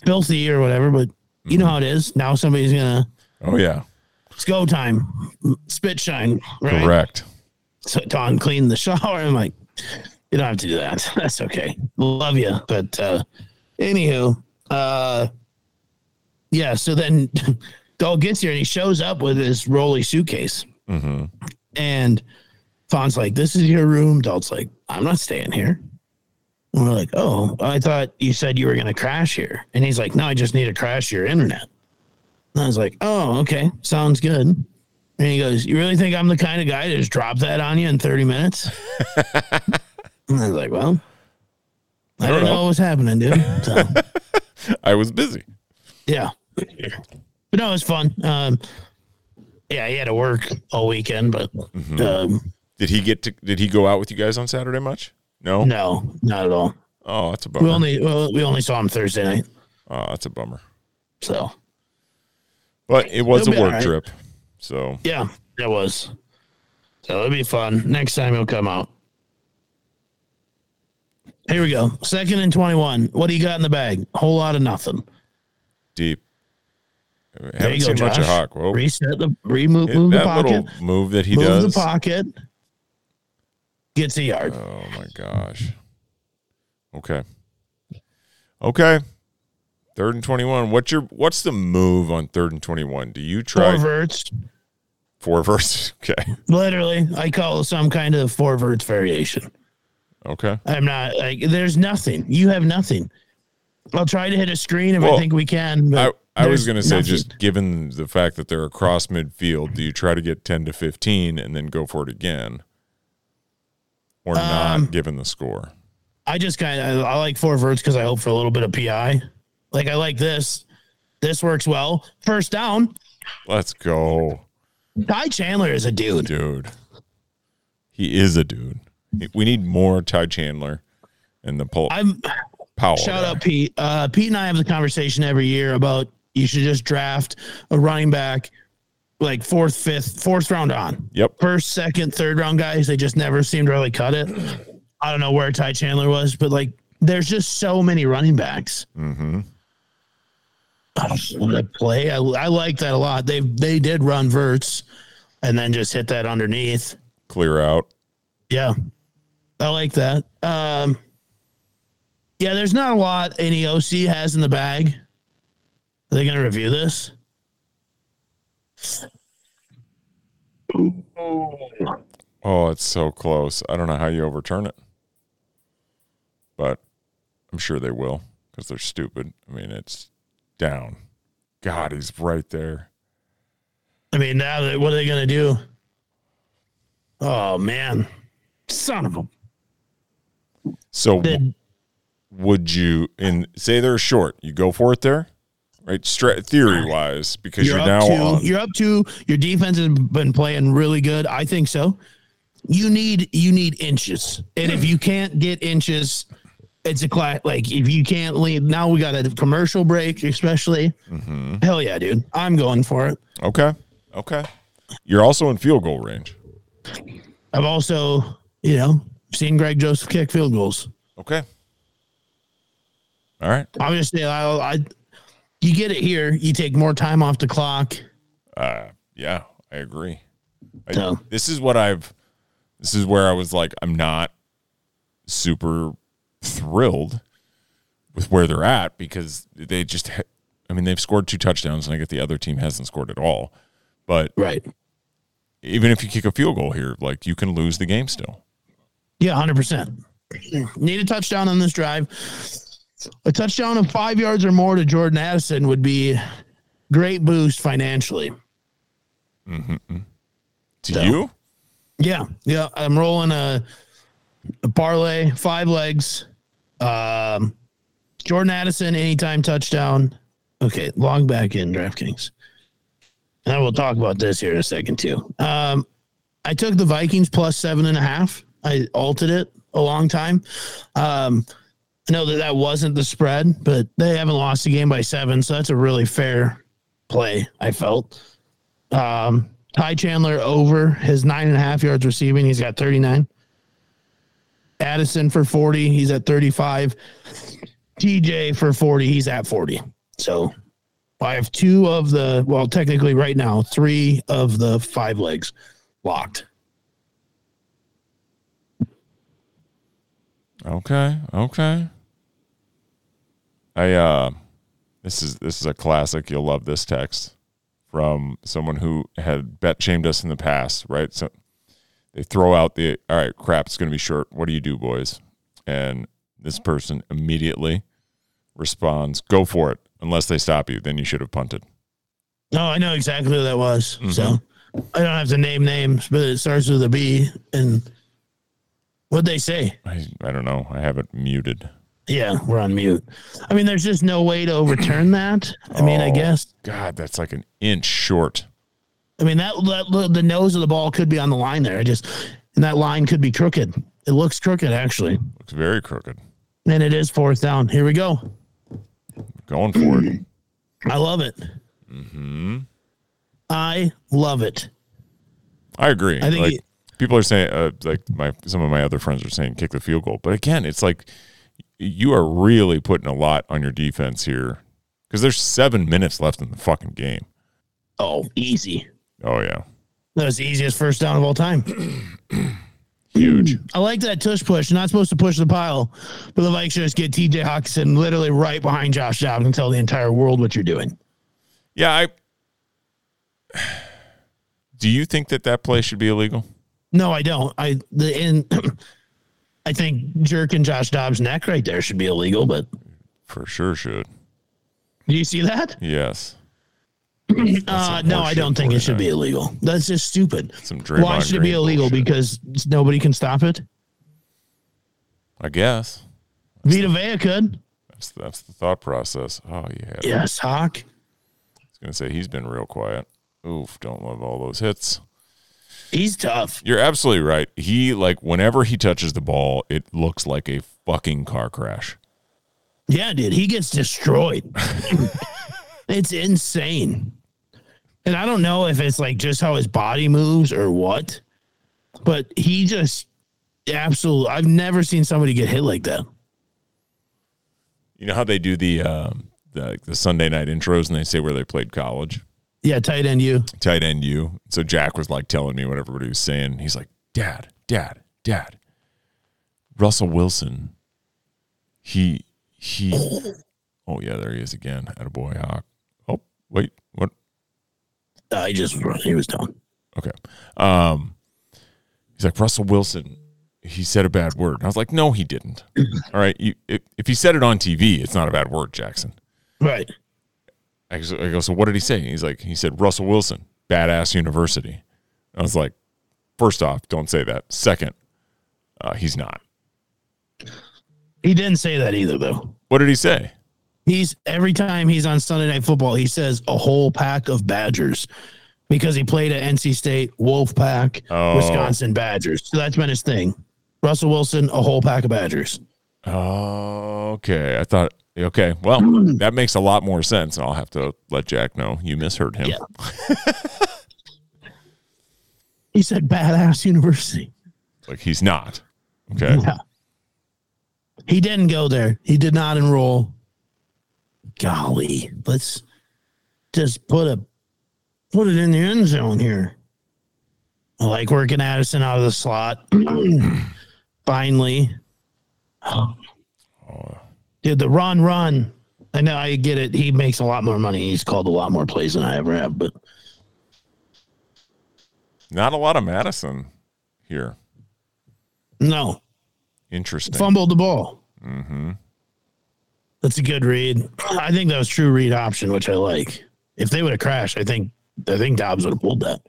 [SPEAKER 5] filthy or whatever, but you know how it is. Now somebody's gonna
[SPEAKER 2] Oh yeah,
[SPEAKER 5] it's go time, spit shine, right?
[SPEAKER 2] correct.
[SPEAKER 5] So Don cleaned the shower. I'm like, you don't have to do that. That's okay. Love you, but uh, anywho, uh, yeah. So then Dahl gets here and he shows up with his Rolly suitcase, and Fawn's like, "This is your room." Dahl's like, "I'm not staying here." And we're like, "Oh, I thought you said you were gonna crash here," and he's like, "No, I just need to crash your internet." And I was like, "Oh, okay, sounds good." And he goes, You really think I'm the kind of guy to just drop that on you in 30 minutes? and I was like, Well, I
[SPEAKER 2] Fair
[SPEAKER 5] didn't know
[SPEAKER 2] enough.
[SPEAKER 5] what was happening, dude. So,
[SPEAKER 2] I was busy.
[SPEAKER 5] yeah. But no, it was fun. Um, yeah, he had to work all weekend, but um,
[SPEAKER 2] Did he get to? Did he go out with you guys on Saturday much? No.
[SPEAKER 5] Oh. no, not at all.
[SPEAKER 2] Oh, that's a bummer.
[SPEAKER 5] We only well, we only saw him Thursday night.
[SPEAKER 2] oh, that's a bummer.
[SPEAKER 5] So,
[SPEAKER 2] But it was a
[SPEAKER 5] He'll be
[SPEAKER 2] work
[SPEAKER 5] alright.
[SPEAKER 2] trip, so
[SPEAKER 5] yeah, that was. So it'll be fun. Next time he'll come out. Here we go. Second and 21. What do you got in the bag? Whole lot of nothing.
[SPEAKER 2] deep. I
[SPEAKER 5] There
[SPEAKER 2] haven't
[SPEAKER 5] you go,
[SPEAKER 2] seen much of
[SPEAKER 5] Josh.
[SPEAKER 2] Hawk. Well,
[SPEAKER 5] Reset the remove
[SPEAKER 2] Oh. it-
[SPEAKER 5] move the
[SPEAKER 2] that
[SPEAKER 5] pocket.
[SPEAKER 2] little move that he
[SPEAKER 5] move
[SPEAKER 2] does.
[SPEAKER 5] the pocket. Gets a yard.
[SPEAKER 2] Oh my gosh. Okay. Okay. Third and twenty-one. What's your what's the move on third and twenty-one? Do you
[SPEAKER 5] four
[SPEAKER 2] try
[SPEAKER 5] verts.
[SPEAKER 2] four verse? Okay.
[SPEAKER 5] Literally, I call it some kind of four verts variation.
[SPEAKER 2] Okay.
[SPEAKER 5] I'm not like there's nothing. You have nothing. I'll try to hit a screen if
[SPEAKER 2] Well,
[SPEAKER 5] I think we can.
[SPEAKER 2] I,
[SPEAKER 5] But
[SPEAKER 2] I was
[SPEAKER 5] there's
[SPEAKER 2] going to say,
[SPEAKER 5] nothing.
[SPEAKER 2] just given the fact that they're across midfield, do you try to get 10 to 15 and then go for it again? Or
[SPEAKER 5] Um,
[SPEAKER 2] not, given the score?
[SPEAKER 5] I just kind of I like four verts because I hope for a little bit of pi. Like I like this. This works well. First down.
[SPEAKER 2] Let's go,
[SPEAKER 5] Ty Chandler is a dude.
[SPEAKER 2] dude. He is a dude. We need more Ty Chandler and the Paul
[SPEAKER 5] I'm
[SPEAKER 2] Powell.
[SPEAKER 5] Shout
[SPEAKER 2] guy.
[SPEAKER 5] out Pete. Uh, Pete and I have the conversation every year about you should just draft a running back like fourth, fifth, fourth round on.
[SPEAKER 2] Yep.
[SPEAKER 5] First, second, third round guys, they just never seem to really cut it. I don't know where Ty Chandler was, but like there's just so many running backs. Mm-hmm. What a play. I, I like that a lot. They they did run verts and then just hit that underneath.
[SPEAKER 2] Clear out.
[SPEAKER 5] Yeah. I like that. Um Yeah, there's not a lot any OC has in the bag. Are they gonna review this?
[SPEAKER 2] Oh, it's so close. I don't know how you overturn it, but I'm sure they will because they're stupid. I mean, it's down. God, he's right there.
[SPEAKER 5] I mean, now that what are they gonna do? Oh man. Son of a
[SPEAKER 2] So
[SPEAKER 5] the,
[SPEAKER 2] would you and say they're short? You go for it there, right? Stra- theory wise, because you're,
[SPEAKER 5] you're, up
[SPEAKER 2] now
[SPEAKER 5] to
[SPEAKER 2] on.
[SPEAKER 5] you're up to your defense has been playing really good. I think so. You need you need inches. And if you can't get inches, it's a class like if you can't leave now we got a commercial break, especially.
[SPEAKER 2] Mm-hmm.
[SPEAKER 5] Hell yeah, dude. I'm going for it.
[SPEAKER 2] okay, okay. You're also in field goal range.
[SPEAKER 5] I've also, you know, seen Greg Joseph kick field goals.
[SPEAKER 2] Okay. All right.
[SPEAKER 5] I'm just saying I I you get it here, you take more time off the clock.
[SPEAKER 2] Uh, yeah, I agree. I-
[SPEAKER 5] No.
[SPEAKER 2] This is what I've. This is where I was like, I'm not super thrilled with where they're at because they just. Ha- I mean, they've scored two touchdowns, and I get the other team hasn't scored at all. But
[SPEAKER 5] Right.
[SPEAKER 2] even if you kick a field goal here, like you can lose the game still.
[SPEAKER 5] Yeah, hundred percent. Need a touchdown on this drive. A touchdown of five yards or more to Jordan Addison would be great boost financially.
[SPEAKER 2] To you?
[SPEAKER 5] Yeah, yeah. I'm rolling a, a parlay, five legs. Um, Jordan Addison, anytime touchdown. Okay, log back in DraftKings. And I will talk about this here in a second too. Um, I took the Vikings plus seven and a half. I altered it a long time. Um, I know that that wasn't the spread, but they haven't lost a game by seven, so that's a really fair play. I felt. Um, Ty Chandler over his nine and a half yards receiving. He's got 39. Addison for 40. He's at 35. TJ for 40. He's at 40. So I have two of the, well, technically right now, three of the five legs locked.
[SPEAKER 2] Okay, okay. I uh this is this is a classic. You'll love this text from someone who had bet shamed us in the past, right? So they throw out the all right, crap, it's gonna be short. What do you do, boys? And this person immediately responds, Go for it. Unless they stop you, then you should have punted.
[SPEAKER 5] No, I know exactly who that was. So I don't have to name names, but it starts with a B. And what'd they say?
[SPEAKER 2] I, I don't know. I have it muted.
[SPEAKER 5] Yeah, we're on mute. I mean, there's just no way to overturn that. I mean, I
[SPEAKER 2] Oh,
[SPEAKER 5] guess.
[SPEAKER 2] God, that's like an inch short.
[SPEAKER 5] I mean that, that the nose of the ball could be on the line there. I just and that line could be crooked. It looks crooked actually,
[SPEAKER 2] Looks very crooked.
[SPEAKER 5] and it is fourth down. Here we go.
[SPEAKER 2] Going for it.
[SPEAKER 5] I love it. I love it.
[SPEAKER 2] I agree.
[SPEAKER 5] I think
[SPEAKER 2] like
[SPEAKER 5] it-
[SPEAKER 2] people are saying, uh, like my some of my other friends are saying, kick the field goal. But again, it's like you are really putting a lot on your defense here because there's seven minutes left in the fucking game.
[SPEAKER 5] Oh, easy.
[SPEAKER 2] Oh yeah,
[SPEAKER 5] That was the easiest first down of all time.
[SPEAKER 2] huge.
[SPEAKER 5] I like that tush push. You're not supposed to push the pile, but the Vikes just get TJ Hawkinson literally right behind Josh Jobs and tell the entire world what you're doing.
[SPEAKER 2] yeah, I. Do you think that that play should be illegal?
[SPEAKER 5] No, I don't. I the in I think jerking Josh Dobbs' neck right there should be illegal, but
[SPEAKER 2] For sure should.
[SPEAKER 5] do you see that?
[SPEAKER 2] Yes.
[SPEAKER 5] Uh,
[SPEAKER 2] some
[SPEAKER 5] no,
[SPEAKER 2] horseshit
[SPEAKER 5] I don't think it should
[SPEAKER 2] 49.
[SPEAKER 5] be illegal. That's just stupid.
[SPEAKER 2] Some Draymond
[SPEAKER 5] Why should it be
[SPEAKER 2] Green
[SPEAKER 5] illegal?
[SPEAKER 2] bullshit.
[SPEAKER 5] Because nobody can stop it.
[SPEAKER 2] I guess
[SPEAKER 5] Vita Vea could.
[SPEAKER 2] that's that's the thought process. Oh yeah. I
[SPEAKER 5] Yes, Hawk.
[SPEAKER 2] was gonna say he's been real quiet. Oof, don't love all those hits.
[SPEAKER 5] He's tough.
[SPEAKER 2] You're absolutely right. He like whenever he touches the ball, it looks like a fucking car crash.
[SPEAKER 5] Yeah, dude. He gets destroyed. it's insane. And I don't know if it's like just how his body moves or what, but he just absolutely. I've never seen somebody get hit like that.
[SPEAKER 2] You know how they do the um the, like, the Sunday night intros and they say where they played college?
[SPEAKER 5] Yeah, tight end, you.
[SPEAKER 2] Tight end you. So Jack was like telling me what everybody was saying. He's like, Dad, Dad, Dad. Russell Wilson. He he Oh yeah, there he is again. At a boy hawk. Oh, wait, what
[SPEAKER 5] I just, Uh, he was done.
[SPEAKER 2] Okay. Um, he's like Russell Wilson. He said a bad word. And I was like, no, he didn't. All right. You, if, if he said it on TV, it's not a bad word, Jackson.
[SPEAKER 5] Right.
[SPEAKER 2] I go, I go, so what did he say? He's like, he said Russell Wilson, badass university. I was like, first off, don't say that. Second, uh, he's not.
[SPEAKER 5] He didn't say that either, though.
[SPEAKER 2] What did he say?
[SPEAKER 5] He's every time he's on Sunday Night Football, he says a whole pack of Badgers because he played at NC State, Wolfpack,
[SPEAKER 2] Oh.
[SPEAKER 5] Wisconsin Badgers. So that's been his thing. Russell Wilson, a whole pack of Badgers.
[SPEAKER 2] Oh, okay. I thought, okay. Well, that makes a lot more sense. And I'll have to let Jack know you misheard him.
[SPEAKER 5] Yeah. He said badass university.
[SPEAKER 2] Like, he's not. Okay.
[SPEAKER 5] Yeah. He didn't go there. He did not enroll. Golly, let's just put a put it in the end zone here. I like working Addison out of the slot. Finally. Dude, the run run. I know I get it. He makes a lot more money. He's called a lot more plays than I ever have, but
[SPEAKER 2] Not a lot of Madison here.
[SPEAKER 5] no.
[SPEAKER 2] Interesting.
[SPEAKER 5] fumbled the ball. That's a good read. I think that was true read option, which I like. If they would have crashed, I think I think Dobbs would have pulled that.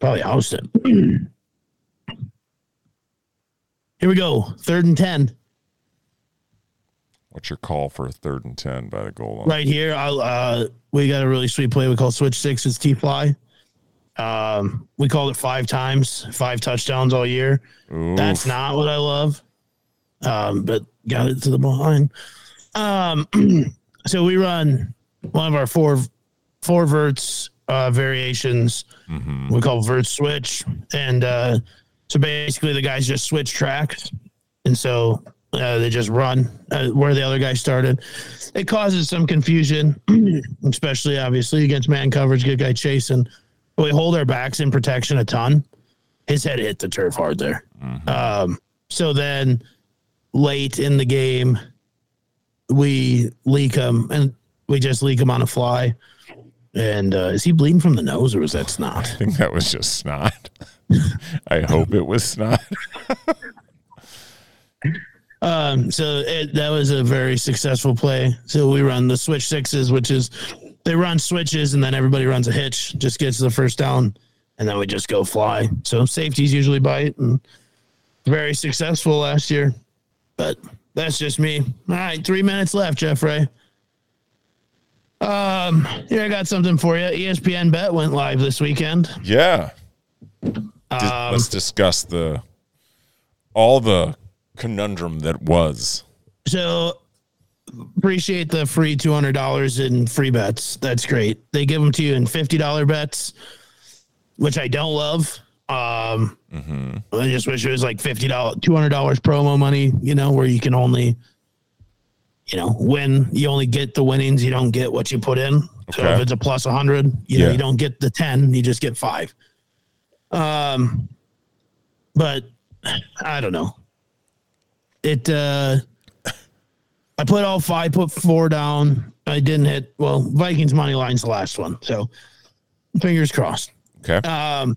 [SPEAKER 5] Probably housed it. Here we go. Third and ten.
[SPEAKER 2] What's your call for a third and ten by the goal line?
[SPEAKER 5] right here. I'll, uh, we got a really sweet play we call switch six. It's T fly. Um, we called it five times, five touchdowns all year. That's
[SPEAKER 2] Oof.
[SPEAKER 5] not what I love, um, but got it to the ball line. Um, so we run one of our four four verts uh, variations. We call vert switch, and uh, so basically the guys just switch tracks, and so uh, they just run uh, where the other guy started. It causes some confusion, especially obviously against man coverage, good guy chasing. We hold our backs in protection a ton. His head hit the turf hard there. Um, so then late in the game, we leak him and we just leak him on a fly. And uh, is he bleeding from the nose or was that snot?
[SPEAKER 2] I think that was just snot. I hope it was snot.
[SPEAKER 5] Um, so it, that was a very successful play. So we run the switch sixes, which is they run switches and then everybody runs a hitch, just gets the first down, and then we just go fly. So safeties usually bite and very successful last year, but that's just me. All right, three minutes left, Jeffrey. Um, here I got something for you. E ESPN Bet went live this weekend.
[SPEAKER 2] Yeah. Dis-
[SPEAKER 5] Um,
[SPEAKER 2] let's discuss the all the conundrum that was.
[SPEAKER 5] So appreciate the free two hundred dollars in free bets. That's great. They give them to you in fifty dollar bets, which I don't love. Um, I just wish it was like fifty dollars, two hundred dollars promo money. You know, where you can only, you know, win. You only get the winnings. You don't get what you put in. So
[SPEAKER 2] Okay.
[SPEAKER 5] if it's a plus one hundred, you know,
[SPEAKER 2] Yeah.
[SPEAKER 5] you don't get the ten. You just get five. Um, but I don't know. It uh I put all five, put four down. I didn't hit well, Vikings money line's the last one. So fingers crossed.
[SPEAKER 2] Okay.
[SPEAKER 5] Uh,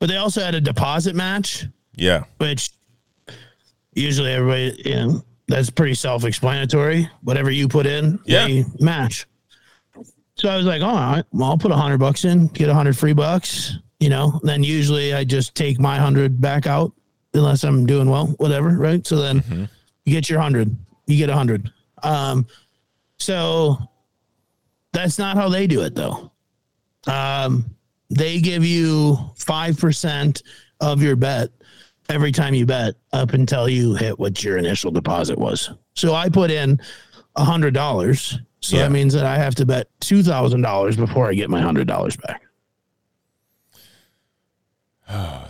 [SPEAKER 5] But they also had a deposit match,
[SPEAKER 2] yeah.
[SPEAKER 5] which usually everybody you know, that's pretty self explanatory. Whatever you put in,
[SPEAKER 2] Yeah.
[SPEAKER 5] they match. So I was like, all right, well, I'll put a hundred bucks in, get a hundred free bucks, you know. Then usually I just take my hundred back out unless I'm doing well, whatever, right? So then you get your hundred, you get a hundred. Um, so that's not how they do it though. Um, they give you five percent of your bet every time you bet up until you hit what your initial deposit was. So I put in a hundred dollars. So
[SPEAKER 2] Yeah.
[SPEAKER 5] that means that I have to bet two thousand dollars before I get my hundred dollars back.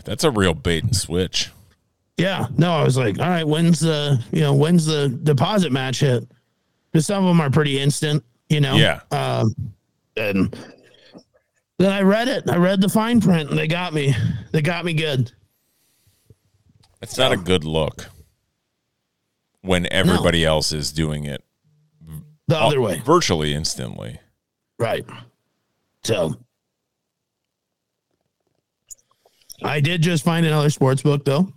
[SPEAKER 2] That's a real bait and switch.
[SPEAKER 5] Yeah. No, I was like, all right, when's the you know when's the deposit match hit? Because some of them are pretty instant, you know.
[SPEAKER 2] Yeah.
[SPEAKER 5] Um, and then I read it. I read the fine print, and they got me. They got me good.
[SPEAKER 2] That's not a good look when everybody else is doing it
[SPEAKER 5] The
[SPEAKER 2] Oh.
[SPEAKER 5] other way,
[SPEAKER 2] virtually instantly.
[SPEAKER 5] right? So I did just find another sports book though.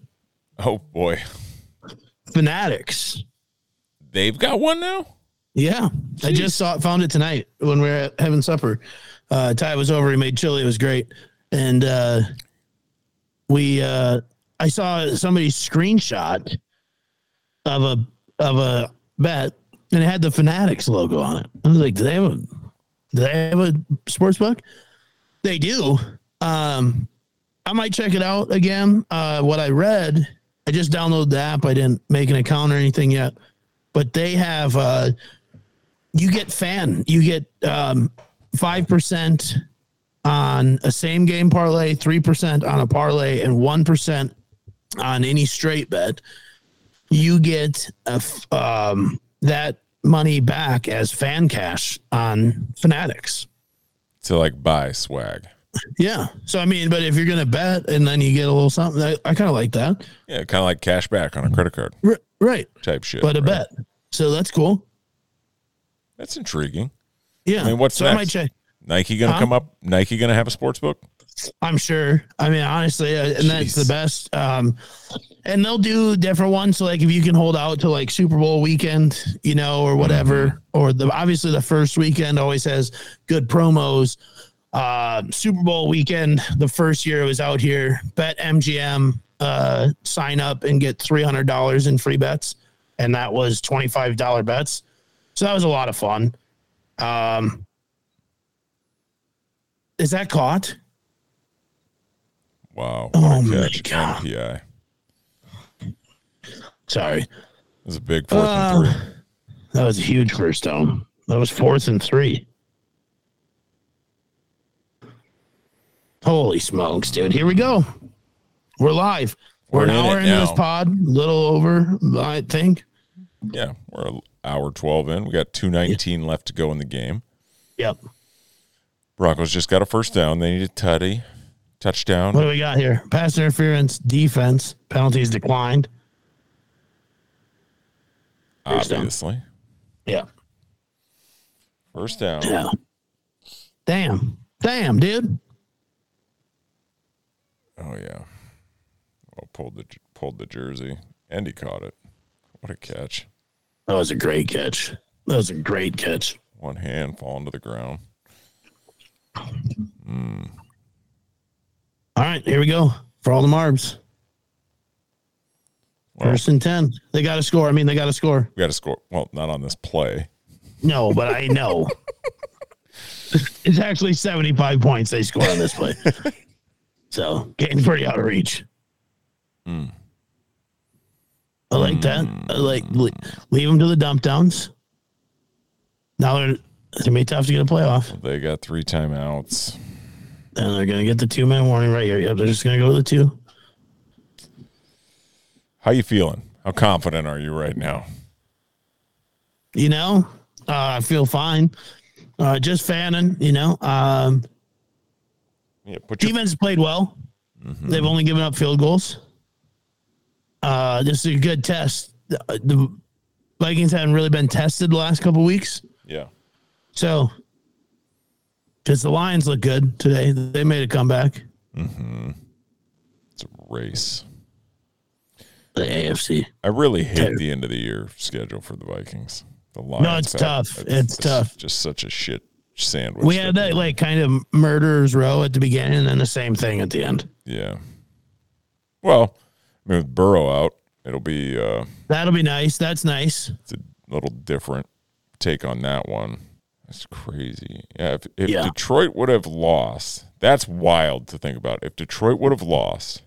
[SPEAKER 2] Oh boy.
[SPEAKER 5] Fanatics.
[SPEAKER 2] They've got one now?
[SPEAKER 5] Yeah, I just saw it, found it tonight when we were at having supper. Uh, Ty was over. He made chili. It was great, and uh, we. Uh, I saw somebody's screenshot of a of a bet, and it had the Fanatics logo on it. I was like, "Do they have a do they have a sports book?" They do. Um, I might check it out again. Uh, what I read, I just downloaded the app. I didn't make an account or anything yet, but they have. Uh, you get fan you get um 5% on a same game parlay 3% on a parlay and 1% on any straight bet you get a f- um, that money back as fan cash on fanatics
[SPEAKER 2] To like buy swag.
[SPEAKER 5] yeah so i mean but if you're gonna bet and then you get a little something i, I kind of like that
[SPEAKER 2] Yeah, kind of like cash back on a credit card
[SPEAKER 5] R- right
[SPEAKER 2] type shit.
[SPEAKER 5] but a
[SPEAKER 2] right?
[SPEAKER 5] bet so that's cool
[SPEAKER 2] That's intriguing.
[SPEAKER 5] yeah
[SPEAKER 2] mean, what's
[SPEAKER 5] so i might
[SPEAKER 2] next?
[SPEAKER 5] check
[SPEAKER 2] Nike gonna
[SPEAKER 5] Huh?
[SPEAKER 2] come up? Nike gonna have a sports book?
[SPEAKER 5] I'm sure. I mean, honestly, uh, and that's the
[SPEAKER 2] Jeez.
[SPEAKER 5] best. Um, and they'll do different ones. So, like, if you can hold out to like Super Bowl weekend, you know, or whatever, or the obviously the first weekend always has good promos. Uh, Super Bowl weekend, the first year it was out here, bet MGM, uh, sign up and get three hundred dollars in free bets, and that was twenty five dollar bets. So that was a lot of fun. Um, is that caught?
[SPEAKER 2] Wow. what
[SPEAKER 5] Oh
[SPEAKER 2] a
[SPEAKER 5] my
[SPEAKER 2] catch.
[SPEAKER 5] God.
[SPEAKER 2] NPI. It
[SPEAKER 5] Sorry.
[SPEAKER 2] was a big fourth
[SPEAKER 5] Uh,
[SPEAKER 2] and three.
[SPEAKER 5] That was a huge first down. That was fourth and three. Holy smokes, dude. Here we go. We're live. We're,
[SPEAKER 2] We're
[SPEAKER 5] an
[SPEAKER 2] in
[SPEAKER 5] hour
[SPEAKER 2] it
[SPEAKER 5] into this
[SPEAKER 2] now.
[SPEAKER 5] pod, a little over, I think.
[SPEAKER 2] Yeah, we're an hour 12 in. We got 219 left to go in the game.
[SPEAKER 5] Yep.
[SPEAKER 2] Broncos just got a first down. They need a tutty. Touchdown.
[SPEAKER 5] What do we got here? Pass interference, defense, penalties declined. first down.
[SPEAKER 2] obviously.
[SPEAKER 5] Yeah.
[SPEAKER 2] First down.
[SPEAKER 5] Yeah. Damn. Damn, dude.
[SPEAKER 2] Oh yeah. Well, pulled the pulled the jersey. and he caught it. What a catch!
[SPEAKER 5] That was a great catch. That was a great catch.
[SPEAKER 2] One hand falling to the ground.
[SPEAKER 5] All right, here we go. For all the Marbs.
[SPEAKER 2] Well,
[SPEAKER 5] First and 10. They got to score. I mean, they got to score.
[SPEAKER 2] we got to score. Well, not on this play.
[SPEAKER 5] No, but I know. it's actually 75 points they scored on this play. so getting pretty out of reach. I like that. I like le- leave them to the dump downs. Now they're it's gonna be tough to get a playoff,
[SPEAKER 2] They got three timeouts.
[SPEAKER 5] and they're gonna get the two minute warning right here. Yep, they're just gonna go with the two.
[SPEAKER 2] How you feeling? How confident are you right now?
[SPEAKER 5] you know uh, i feel fine uh, just fanning you know um,
[SPEAKER 2] Yeah, put your,
[SPEAKER 5] defense played well they've only given up field goals uh, this is a good test the, the vikings haven't really been tested the last couple weeks
[SPEAKER 2] yeah.
[SPEAKER 5] so because the lions look good today they made a comeback
[SPEAKER 2] It's a race.
[SPEAKER 5] the afc
[SPEAKER 2] I really hate the end of the year schedule for the Vikings. The Lions
[SPEAKER 5] it's
[SPEAKER 2] have-
[SPEAKER 5] tough. It's tough.
[SPEAKER 2] Just such a shit sandwich.
[SPEAKER 5] we had
[SPEAKER 2] that-
[SPEAKER 5] that like kind of murderers row at the beginning and then the same thing at the end
[SPEAKER 2] Yeah. Well, I mean, with Burrow out, it'll be uh,
[SPEAKER 5] that'll be nice that's nice
[SPEAKER 2] it's a little different take on that one. That's crazy. Yeah. If, if
[SPEAKER 5] Yeah.
[SPEAKER 2] Detroit would have lost, that's wild to think about. If Detroit would have lost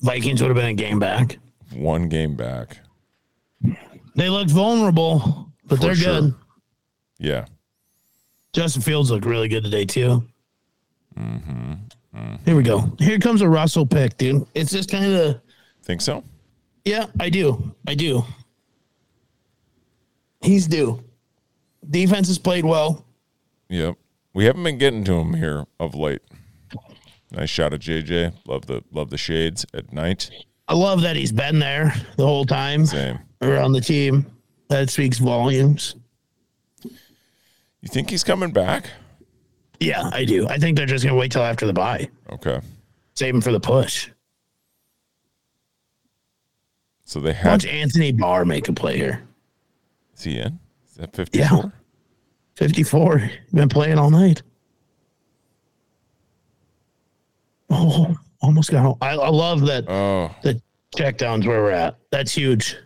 [SPEAKER 5] vikings would have been a game back
[SPEAKER 2] one game back,
[SPEAKER 5] They looked vulnerable, but
[SPEAKER 2] For
[SPEAKER 5] they're
[SPEAKER 2] sure.
[SPEAKER 5] good.
[SPEAKER 2] yeah,
[SPEAKER 5] Justin Fields looked really good today too.
[SPEAKER 2] Mm-hmm.
[SPEAKER 5] Here we go. Here comes a Russell pick, dude. It's just kind of
[SPEAKER 2] think so.
[SPEAKER 5] yeah. I do. I do. He's due. Defense has played well.
[SPEAKER 2] Yep. We haven't been getting to him here of late. Nice shot at JJ. Love the love the shades at night.
[SPEAKER 5] I love that he's been there the whole time
[SPEAKER 2] Same.
[SPEAKER 5] around the team. That speaks volumes.
[SPEAKER 2] You think he's coming back?
[SPEAKER 5] Yeah, I do. I think they're just gonna wait till after the bye,
[SPEAKER 2] Okay.
[SPEAKER 5] save him for the push.
[SPEAKER 2] So they had.
[SPEAKER 5] Watch Anthony Barr make a play here.
[SPEAKER 2] Is he in? Is that
[SPEAKER 5] Yeah.
[SPEAKER 2] 54?
[SPEAKER 5] 54. Been playing all night. Oh, almost got home. I, I love that
[SPEAKER 2] Oh,
[SPEAKER 5] the check down's where we're at. That's huge.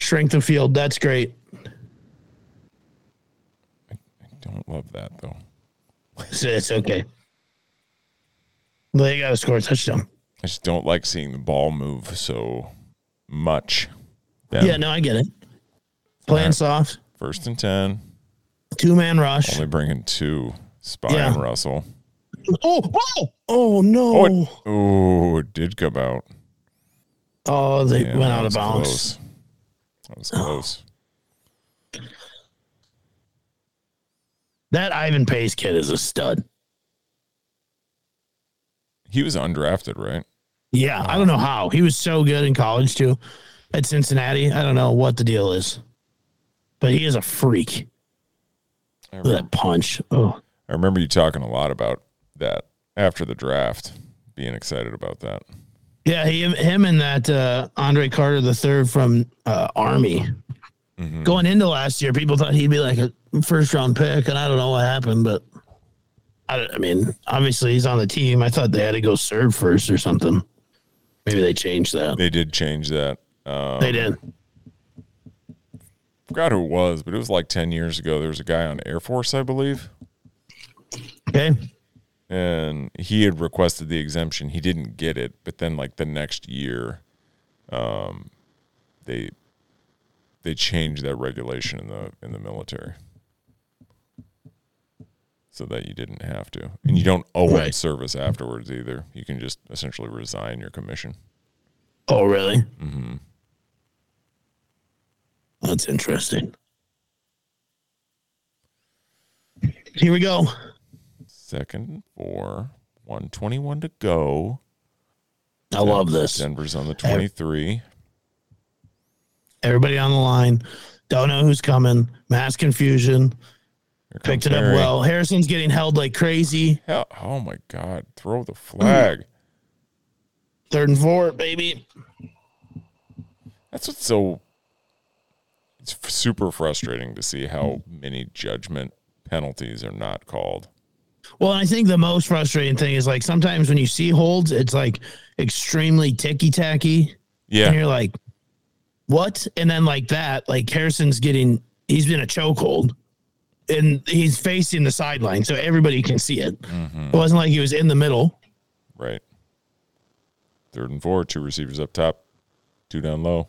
[SPEAKER 5] Shrink the field. That's great.
[SPEAKER 2] I don't love that though.
[SPEAKER 5] It's, it's okay. They got to score a touchdown.
[SPEAKER 2] I just don't like seeing the ball move so much. Them,
[SPEAKER 5] Yeah, no, I get it. Playing soft,
[SPEAKER 2] First and 10.
[SPEAKER 5] two man rush.
[SPEAKER 2] Only bringing two. Spy
[SPEAKER 5] Yeah.
[SPEAKER 2] and Russell.
[SPEAKER 5] Oh, oh, oh, no.
[SPEAKER 2] Oh,
[SPEAKER 5] Oh,
[SPEAKER 2] it, oh, it did come out.
[SPEAKER 5] Oh, they
[SPEAKER 2] Yeah,
[SPEAKER 5] went
[SPEAKER 2] that
[SPEAKER 5] out of
[SPEAKER 2] was
[SPEAKER 5] bounds.
[SPEAKER 2] close. That was close.
[SPEAKER 5] That Ivan Pace kid is a stud.
[SPEAKER 2] He was undrafted, right?
[SPEAKER 5] Yeah, I don't know how. He was so good in college too at Cincinnati. I don't know what the deal is. But he is a freak.
[SPEAKER 2] I
[SPEAKER 5] Look at that punch. Oh.
[SPEAKER 2] I remember you talking a lot about that after the draft, being excited about that.
[SPEAKER 5] Yeah, he, him and that uh, Andre Carter the third from uh, Army. Going into last year, people thought he'd be like a first round pick, and I don't know what happened, but I, don't- I mean, obviously he's on the team. I thought they had to go serve first or something. Maybe they changed that.
[SPEAKER 2] They did change that. Uh,
[SPEAKER 5] They did.
[SPEAKER 2] forgot who it was, but it was like 10 years ago. There was a guy on Air Force, I believe,
[SPEAKER 5] Okay.
[SPEAKER 2] and he had requested the exemption. He didn't get it, but then like the next year, um, they they changed that regulation in the in the military. So that you didn't have to, and you don't owe up
[SPEAKER 5] Right.
[SPEAKER 2] service afterwards either. You can just essentially resign your commission.
[SPEAKER 5] Oh, really? That's interesting. Here we go.
[SPEAKER 2] Second four, one twenty one to go.
[SPEAKER 5] I love this.
[SPEAKER 2] Denver's on the twenty three.
[SPEAKER 5] Everybody on the line. Don't know who's coming. Mass confusion. Picked it up well. Harrison's getting held like crazy.
[SPEAKER 2] Hell, oh my God! Throw the flag.
[SPEAKER 5] Third and four, baby.
[SPEAKER 2] That's what's so. It's f- super frustrating to see how many judgment penalties are not called.
[SPEAKER 5] Well, I think the most frustrating thing is like sometimes when you see holds, it's like extremely ticky tacky. And
[SPEAKER 2] Yeah,
[SPEAKER 5] you're like, what? And then like that, like Harrison's getting, he's been a chokehold and he's facing the sideline. So everybody can see it. It wasn't like he was in the middle.
[SPEAKER 2] right. Third and four, two receivers up top, two down low.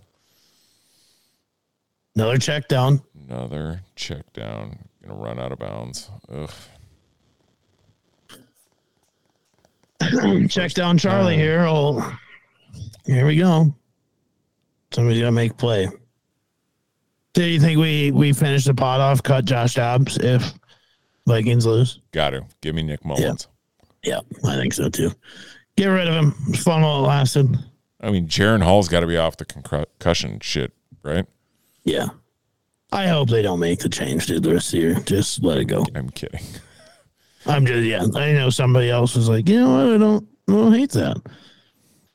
[SPEAKER 5] Another check down.
[SPEAKER 2] Another check down. Gonna run out of bounds. Ugh.
[SPEAKER 5] check down Charlie here. Oh, here we go. Somebody's gonna make play. Do you think we we finish the pot off, cut Josh Dobbs if Vikings lose?
[SPEAKER 2] Got to give me Nick Mullins.
[SPEAKER 5] Yeah, I think so too. Get rid of him. It's Fun while it lasted.
[SPEAKER 2] I mean, Jaron Hall's got to be off the concussion shit, right?
[SPEAKER 5] Yeah. I hope they don't make the change to the rest of the year. Just let it go.
[SPEAKER 2] I'm kidding.
[SPEAKER 5] I'm just yeah. I know somebody else was like, you know what? I don't I don't hate that.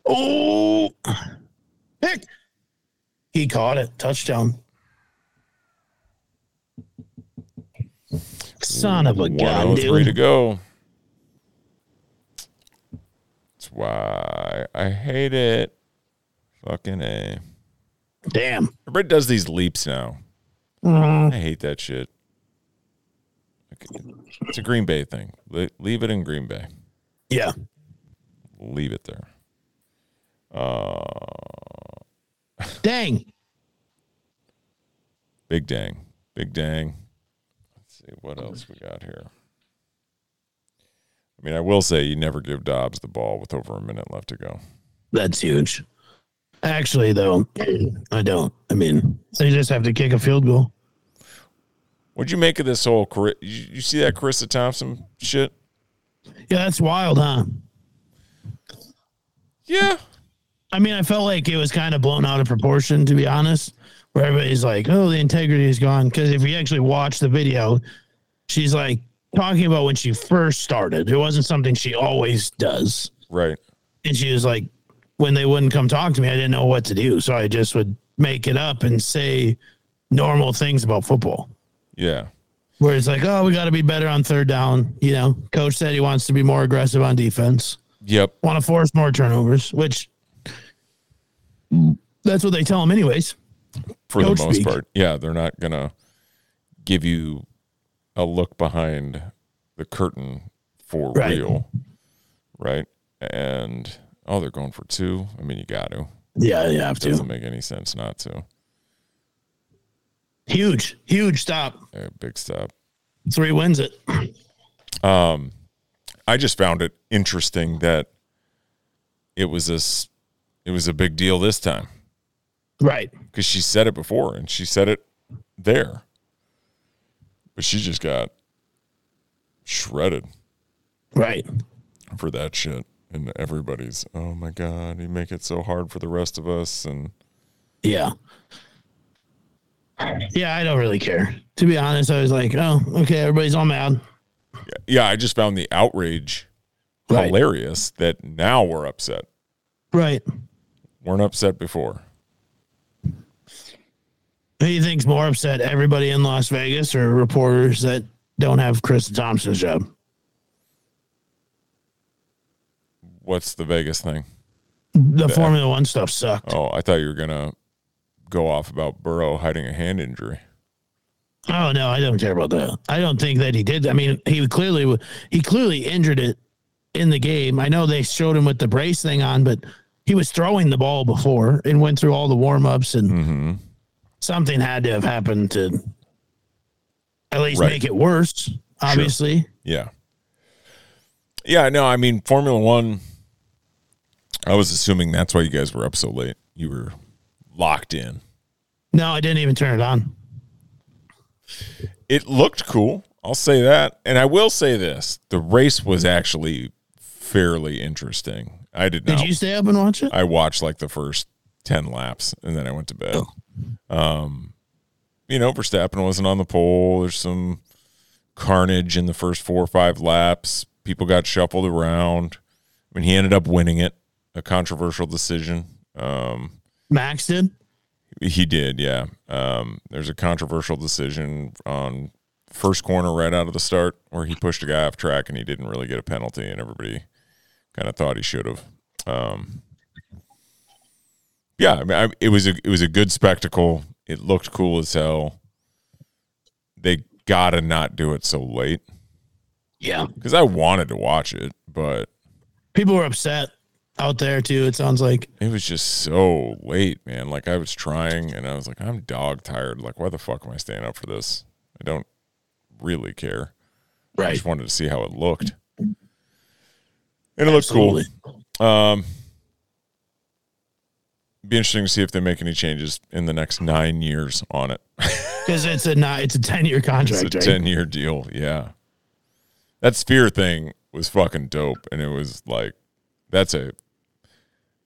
[SPEAKER 5] Oh, heck! He caught it. Touchdown. Son of a gun,
[SPEAKER 2] 103 to
[SPEAKER 5] dude.
[SPEAKER 2] go. That's why I hate it. Fucking A.
[SPEAKER 5] Damn.
[SPEAKER 2] Everybody does these leaps now. I hate that shit. Okay. It's a Green Bay thing. Le- leave it in Green Bay.
[SPEAKER 5] Yeah.
[SPEAKER 2] Leave it there.
[SPEAKER 5] Dang.
[SPEAKER 2] Big dang. Big dang. Let's see what else we got here. I mean, I will say you never give Dobbs the ball with over a minute left to go.
[SPEAKER 5] That's huge. Actually, though, I don't. I mean, they just have to kick a field goal.
[SPEAKER 2] What'd you make of this whole? Chari- You you see that Carissa Thompson shit?
[SPEAKER 5] Yeah, that's wild, huh?
[SPEAKER 2] Yeah,
[SPEAKER 5] I mean, I felt like it was kind of blown out of proportion, to be honest. Where everybody's like, "Oh, the integrity is gone," because if you actually watch the video, she's like talking about when she first started. It wasn't something she always does,
[SPEAKER 2] right.
[SPEAKER 5] and she was like, "When they wouldn't come talk to me, I didn't know what to do, so I just would make it up and say normal things about football."
[SPEAKER 2] Yeah,
[SPEAKER 5] Where it's like, "Oh, we got to be better on third down." You know, coach said he wants to be more aggressive on defense
[SPEAKER 2] yep.
[SPEAKER 5] want to force more turnovers, which that's what they tell them, anyways.
[SPEAKER 2] For
[SPEAKER 5] Coach
[SPEAKER 2] the most
[SPEAKER 5] speak.
[SPEAKER 2] part, yeah, they're not gonna give you a look behind the curtain for
[SPEAKER 5] Right.
[SPEAKER 2] real, right? And oh, they're going for two. I mean, you got to.
[SPEAKER 5] Yeah, you have
[SPEAKER 2] Doesn't make any sense not to.
[SPEAKER 5] Huge, huge stop.
[SPEAKER 2] Yeah, big stop.
[SPEAKER 5] Three wins it.
[SPEAKER 2] I just found it interesting that it was this. It was a big deal this time.
[SPEAKER 5] Right.
[SPEAKER 2] because she said it before and she said it there. But she just got shredded
[SPEAKER 5] Right.
[SPEAKER 2] for that shit. And everybody's, oh my God, you make it so hard for the rest of us. And
[SPEAKER 5] Yeah. Yeah, I don't really care. To be honest, I was like, oh, okay, everybody's all mad.
[SPEAKER 2] yeah, I just found the outrage
[SPEAKER 5] Right.
[SPEAKER 2] hilarious that now we're upset.
[SPEAKER 5] Right.
[SPEAKER 2] Weren't upset before.
[SPEAKER 5] Who do you think's more upset? Everybody in Las Vegas or reporters that don't have Chris Thompson's job?
[SPEAKER 2] What's the Vegas thing?
[SPEAKER 5] The Formula One stuff sucked.
[SPEAKER 2] Oh, I thought you were gonna go off about Burrow hiding a hand injury.
[SPEAKER 5] Oh no, I don't care about that. I don't think that he did. I mean, he clearly he clearly injured it in the game. I know they showed him with the brace thing on, but he was throwing the ball before and went through all the warm ups, and
[SPEAKER 2] Mm-hmm.
[SPEAKER 5] something had to have happened to at least
[SPEAKER 2] Right.
[SPEAKER 5] make it worse. Obviously,
[SPEAKER 2] Yeah. Yeah, no, I mean Formula One. I was assuming that's why you guys were up so late. You were locked in.
[SPEAKER 5] no, I didn't even turn it on.
[SPEAKER 2] It looked cool. I'll say that. And I will say this. The race was actually fairly interesting. I did
[SPEAKER 5] Did
[SPEAKER 2] not
[SPEAKER 5] you stay up and watch it?
[SPEAKER 2] I watched like the first 10 laps and then I went to bed. Um, you know, Verstappen wasn't on the pole. There's some carnage in the first four or five laps. People got shuffled around. I mean, he ended up winning it, a controversial decision. Um,
[SPEAKER 5] Max did.
[SPEAKER 2] he did, yeah. Um, there's a controversial decision on first corner right out of the start where he pushed a guy off track and he didn't really get a penalty, and everybody kind of thought he should have. Um, yeah, I mean, I, it was a it was a good spectacle. It looked cool as hell. They gotta not do it so late
[SPEAKER 5] Yeah,
[SPEAKER 2] because I wanted to watch it, but
[SPEAKER 5] people were upset out there too. It sounds like
[SPEAKER 2] it was just so late, man. Like I was trying and I was like, I'm dog tired. Like, why the fuck am I staying up for this? I don't really care. I just wanted to see how it looked. And it looked cool.
[SPEAKER 5] Absolutely.
[SPEAKER 2] Be interesting to see if they make any changes in the next nine years on it.
[SPEAKER 5] because it's a not it's a ten year
[SPEAKER 2] It's
[SPEAKER 5] contract.
[SPEAKER 2] a
[SPEAKER 5] right?
[SPEAKER 2] ten year deal. Yeah. That sphere thing was fucking dope. And it was like that's a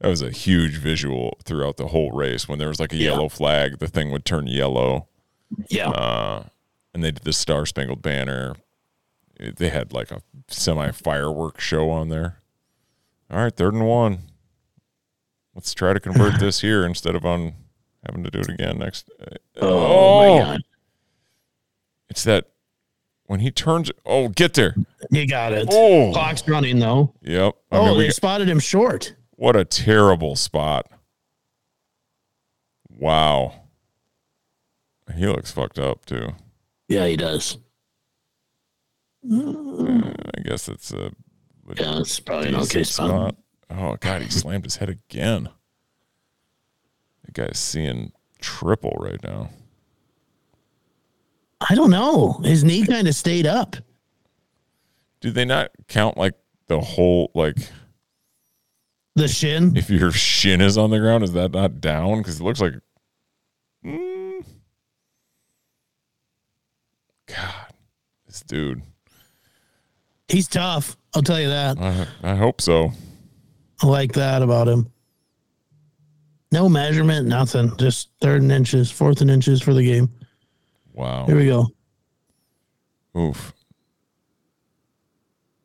[SPEAKER 2] that was a huge visual throughout the whole race. When there was like a yellow flag, the thing would turn yellow.
[SPEAKER 5] yeah.
[SPEAKER 2] uh, and they did the Star Spangled Banner. It- They had like a semi fireworks show on there. All right, third and one. Let's try to convert this here instead of on having to do it again next. uh,
[SPEAKER 5] oh my god.
[SPEAKER 2] It's that when he turns. Oh, get there.
[SPEAKER 5] You got it.
[SPEAKER 2] Oh.
[SPEAKER 5] Clock's running though.
[SPEAKER 2] Yep. I
[SPEAKER 5] oh,
[SPEAKER 2] mean, we
[SPEAKER 5] they
[SPEAKER 2] got-
[SPEAKER 5] spotted him short.
[SPEAKER 2] what a terrible spot. Wow. He looks fucked up too.
[SPEAKER 5] Yeah, he does.
[SPEAKER 2] I guess it's a
[SPEAKER 5] Yeah, it's probably an
[SPEAKER 2] Decent spot. Oh god, he slammed his head again. That guy's seeing triple right now.
[SPEAKER 5] I don't know. His knee kind of stayed up.
[SPEAKER 2] Do they not count like the whole like
[SPEAKER 5] The shin.
[SPEAKER 2] if your shin is on the ground, is that not down? Because it looks like Mm. God, this dude.
[SPEAKER 5] He's tough. I'll tell you that.
[SPEAKER 2] I, I hope so.
[SPEAKER 5] I like that about him. No measurement, nothing. Just third and inches, fourth and inches for the game.
[SPEAKER 2] Wow.
[SPEAKER 5] Here we go.
[SPEAKER 2] Oof.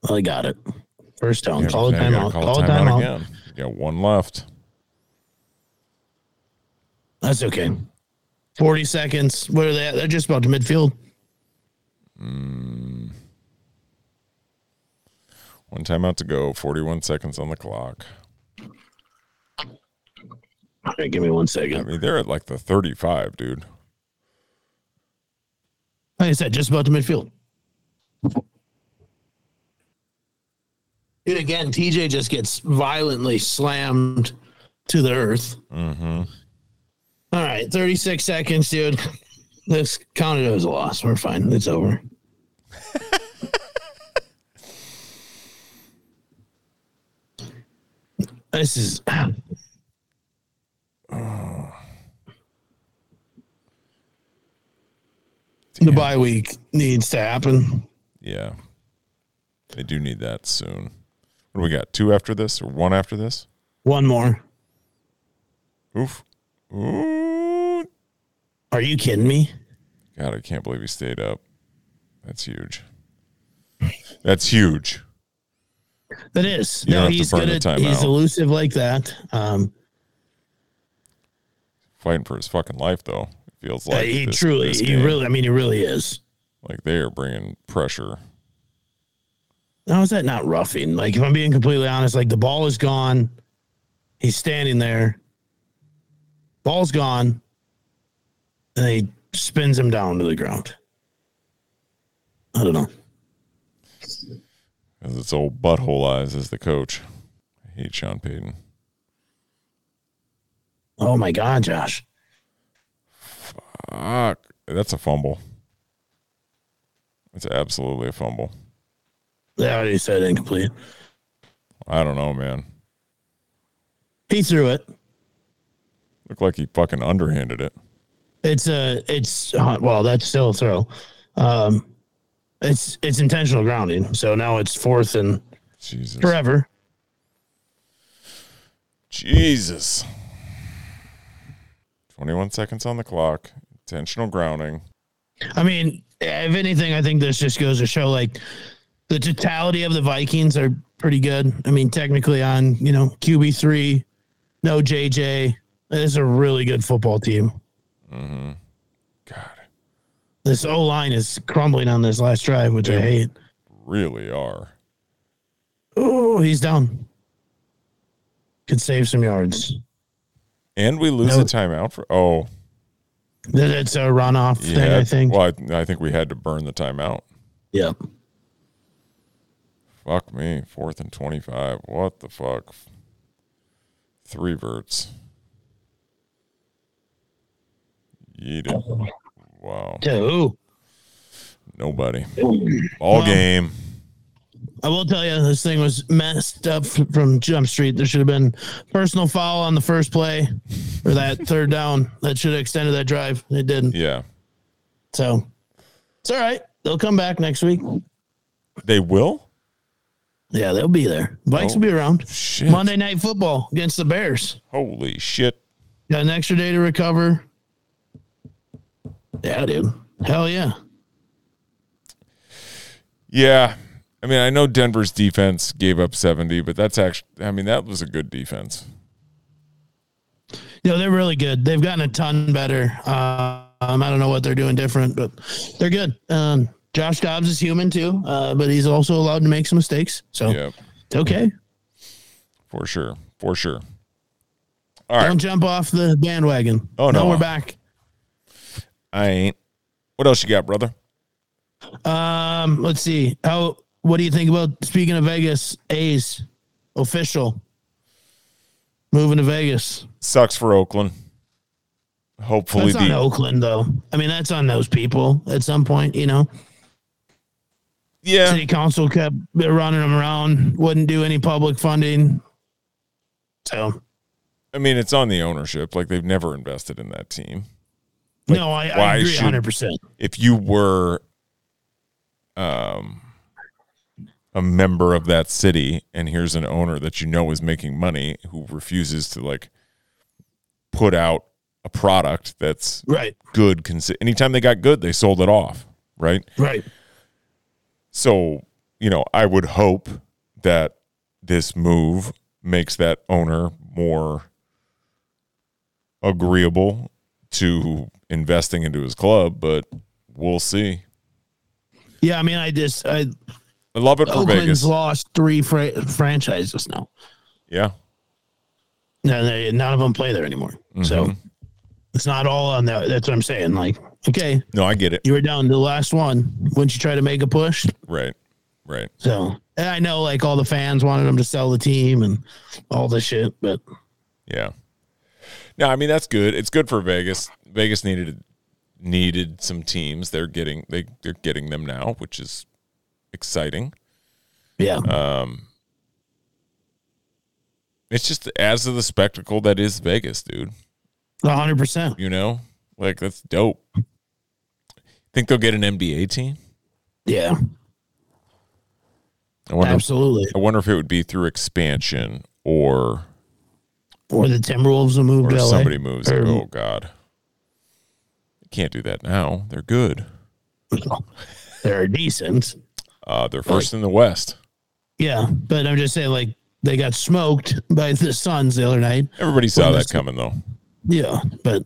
[SPEAKER 5] Well, I got it. First down.
[SPEAKER 2] Yeah,
[SPEAKER 5] call a
[SPEAKER 2] now you gotta
[SPEAKER 5] timeout. Call, a timeout.
[SPEAKER 2] again. You got one left.
[SPEAKER 5] That's okay. Forty seconds. Where are they? At? They're just about to midfield.
[SPEAKER 2] One timeout to go. Forty-one seconds on the clock.
[SPEAKER 5] All right, give me one
[SPEAKER 2] I
[SPEAKER 5] second.
[SPEAKER 2] mean, they're at like the thirty-five, dude.
[SPEAKER 5] Like I said, just about to midfield. Dude, again, TJ just gets violently slammed to the earth. All right, 36 seconds, dude. Let's count it as a loss. We're fine. It's over. this is. The bye week needs to happen.
[SPEAKER 2] Yeah. They do need that soon. What do we got? Two after this or one after this?
[SPEAKER 5] One more.
[SPEAKER 2] Oof. Ooh.
[SPEAKER 5] Are you kidding me?
[SPEAKER 2] God, I can't believe he stayed up. That's huge. That's huge.
[SPEAKER 5] That is.
[SPEAKER 2] You don't
[SPEAKER 5] No,
[SPEAKER 2] have to
[SPEAKER 5] he's
[SPEAKER 2] burn
[SPEAKER 5] good
[SPEAKER 2] the
[SPEAKER 5] at
[SPEAKER 2] time
[SPEAKER 5] he's
[SPEAKER 2] out.
[SPEAKER 5] elusive like that. Um
[SPEAKER 2] Fighting for his fucking life, though. It feels
[SPEAKER 5] uh,
[SPEAKER 2] like
[SPEAKER 5] he
[SPEAKER 2] this-
[SPEAKER 5] truly
[SPEAKER 2] this
[SPEAKER 5] he
[SPEAKER 2] game.
[SPEAKER 5] really I mean he really is.
[SPEAKER 2] like they are bringing pressure.
[SPEAKER 5] How is that not roughing? Like if I'm being completely honest, like the ball is gone. He's standing there. Ball's gone. And he spins him down to the ground. I don't know.
[SPEAKER 2] As it's old butthole eyes as the coach. I hate Sean Payton.
[SPEAKER 5] Oh my god, Josh.
[SPEAKER 2] Fuck. That's a fumble. It's absolutely a fumble.
[SPEAKER 5] That already said incomplete.
[SPEAKER 2] I don't know, man.
[SPEAKER 5] He threw it.
[SPEAKER 2] Looked like he fucking underhanded it.
[SPEAKER 5] It's a it's uh, well, that's still a throw. Um it's it's intentional grounding. So now it's fourth and
[SPEAKER 2] Jesus.
[SPEAKER 5] forever.
[SPEAKER 2] Jesus. 21 seconds on the clock. Intentional grounding.
[SPEAKER 5] I mean, if anything, I think this just goes to show like the totality of the Vikings are pretty good. I mean, technically on, you know, QB three, no JJ. This is a really good football team.
[SPEAKER 2] God,
[SPEAKER 5] This O line is crumbling on this last drive, which I hate.
[SPEAKER 2] really are.
[SPEAKER 5] Oh, he's down. Could save some yards.
[SPEAKER 2] And we lose
[SPEAKER 5] No.
[SPEAKER 2] a timeout for. Oh,
[SPEAKER 5] That it's a runoff
[SPEAKER 2] you
[SPEAKER 5] thing, I
[SPEAKER 2] had-
[SPEAKER 5] think.
[SPEAKER 2] Well, I, I think we had to burn the timeout.
[SPEAKER 5] Yep.
[SPEAKER 2] Fuck me. Fourth and 25. What the fuck? Three verts. Yeet it. Wow.
[SPEAKER 5] To who?
[SPEAKER 2] Nobody. All game.
[SPEAKER 5] I will tell you, this thing was messed up f- from Jump Street. There should have been personal foul on the first play or that third down that should have extended that drive. It didn't.
[SPEAKER 2] Yeah.
[SPEAKER 5] So it's all right. They'll come back next week.
[SPEAKER 2] They will?
[SPEAKER 5] Yeah, they'll be there. Bikes will be around.
[SPEAKER 2] Oh, Shit.
[SPEAKER 5] Monday Night Football against the Bears.
[SPEAKER 2] Holy shit.
[SPEAKER 5] Got an extra day to recover. Yeah, dude. Hell yeah.
[SPEAKER 2] Yeah. I mean, I know Denver's defense gave up 70, but that's actually, I mean, that was a good defense.
[SPEAKER 5] No, they're really good. They've gotten a ton better. Uh, Um, I don't know what they're doing different, but they're good. Um, Josh Dobbs is human too, uh, but he's also allowed to make some mistakes. So
[SPEAKER 2] Yeah,
[SPEAKER 5] it's okay.
[SPEAKER 2] for sure. For sure. All right.
[SPEAKER 5] Don't jump off the bandwagon.
[SPEAKER 2] Oh, no.
[SPEAKER 5] Now we're back.
[SPEAKER 2] I ain't. What else you got, brother?
[SPEAKER 5] Um, let's see. How? What do you think about speaking of Vegas? A's official moving to Vegas.
[SPEAKER 2] Sucks for Oakland. Hopefully,
[SPEAKER 5] That's on
[SPEAKER 2] the,
[SPEAKER 5] Oakland though. I mean, that's on those people at some point. You know.
[SPEAKER 2] yeah.
[SPEAKER 5] City council kept running them around, wouldn't do any public funding. So
[SPEAKER 2] I mean, it's on the ownership. Like they've never invested in that team.
[SPEAKER 5] no, I,
[SPEAKER 2] why
[SPEAKER 5] I agree
[SPEAKER 2] should-
[SPEAKER 5] hundred percent.
[SPEAKER 2] If you were, um, a member of that city, and here's an owner that you know is making money who refuses to like put out a product that's
[SPEAKER 5] Right,
[SPEAKER 2] good. Consi- anytime they got good, they sold it off, right?
[SPEAKER 5] right.
[SPEAKER 2] So, you know, I would hope that this move makes that owner more agreeable to investing into his club, but we'll see.
[SPEAKER 5] Yeah, I mean, I just I
[SPEAKER 2] I love it for
[SPEAKER 5] Oakland's
[SPEAKER 2] Vegas.
[SPEAKER 5] lost three fra- franchises now.
[SPEAKER 2] yeah.
[SPEAKER 5] No, they, none of them play there anymore.
[SPEAKER 2] Mm-hmm.
[SPEAKER 5] So it's not all on that. That's what I'm saying. Like, okay,
[SPEAKER 2] No, I get it.
[SPEAKER 5] you were down to the last one. Wouldn't you try to make a push?
[SPEAKER 2] Right. Right.
[SPEAKER 5] So and I know, like, all the fans wanted them to sell the team and all this shit, but
[SPEAKER 2] Yeah. No, I mean that's good. It's good for Vegas. Vegas needed needed some teams. They're getting they they're getting them now, which is exciting.
[SPEAKER 5] yeah,
[SPEAKER 2] Uh, It's just as of the spectacle that is Vegas, dude.
[SPEAKER 5] hundred percent.
[SPEAKER 2] You know, like that's dope. Think they'll get an NBA team?
[SPEAKER 5] Yeah,
[SPEAKER 2] I wonder.
[SPEAKER 5] absolutely.
[SPEAKER 2] I wonder if it would be through expansion or
[SPEAKER 5] Or the Timberwolves will move
[SPEAKER 2] or
[SPEAKER 5] to LA.
[SPEAKER 2] somebody moves.
[SPEAKER 5] Or-
[SPEAKER 2] oh God, can't do that now. They're good.
[SPEAKER 5] They're decent.
[SPEAKER 2] Uh, they're first in the West.
[SPEAKER 5] Yeah, but I'm just saying, like they got smoked by the Suns the other night.
[SPEAKER 2] Everybody saw
[SPEAKER 5] Well,
[SPEAKER 2] that
[SPEAKER 5] that's-
[SPEAKER 2] coming, though.
[SPEAKER 5] Yeah, but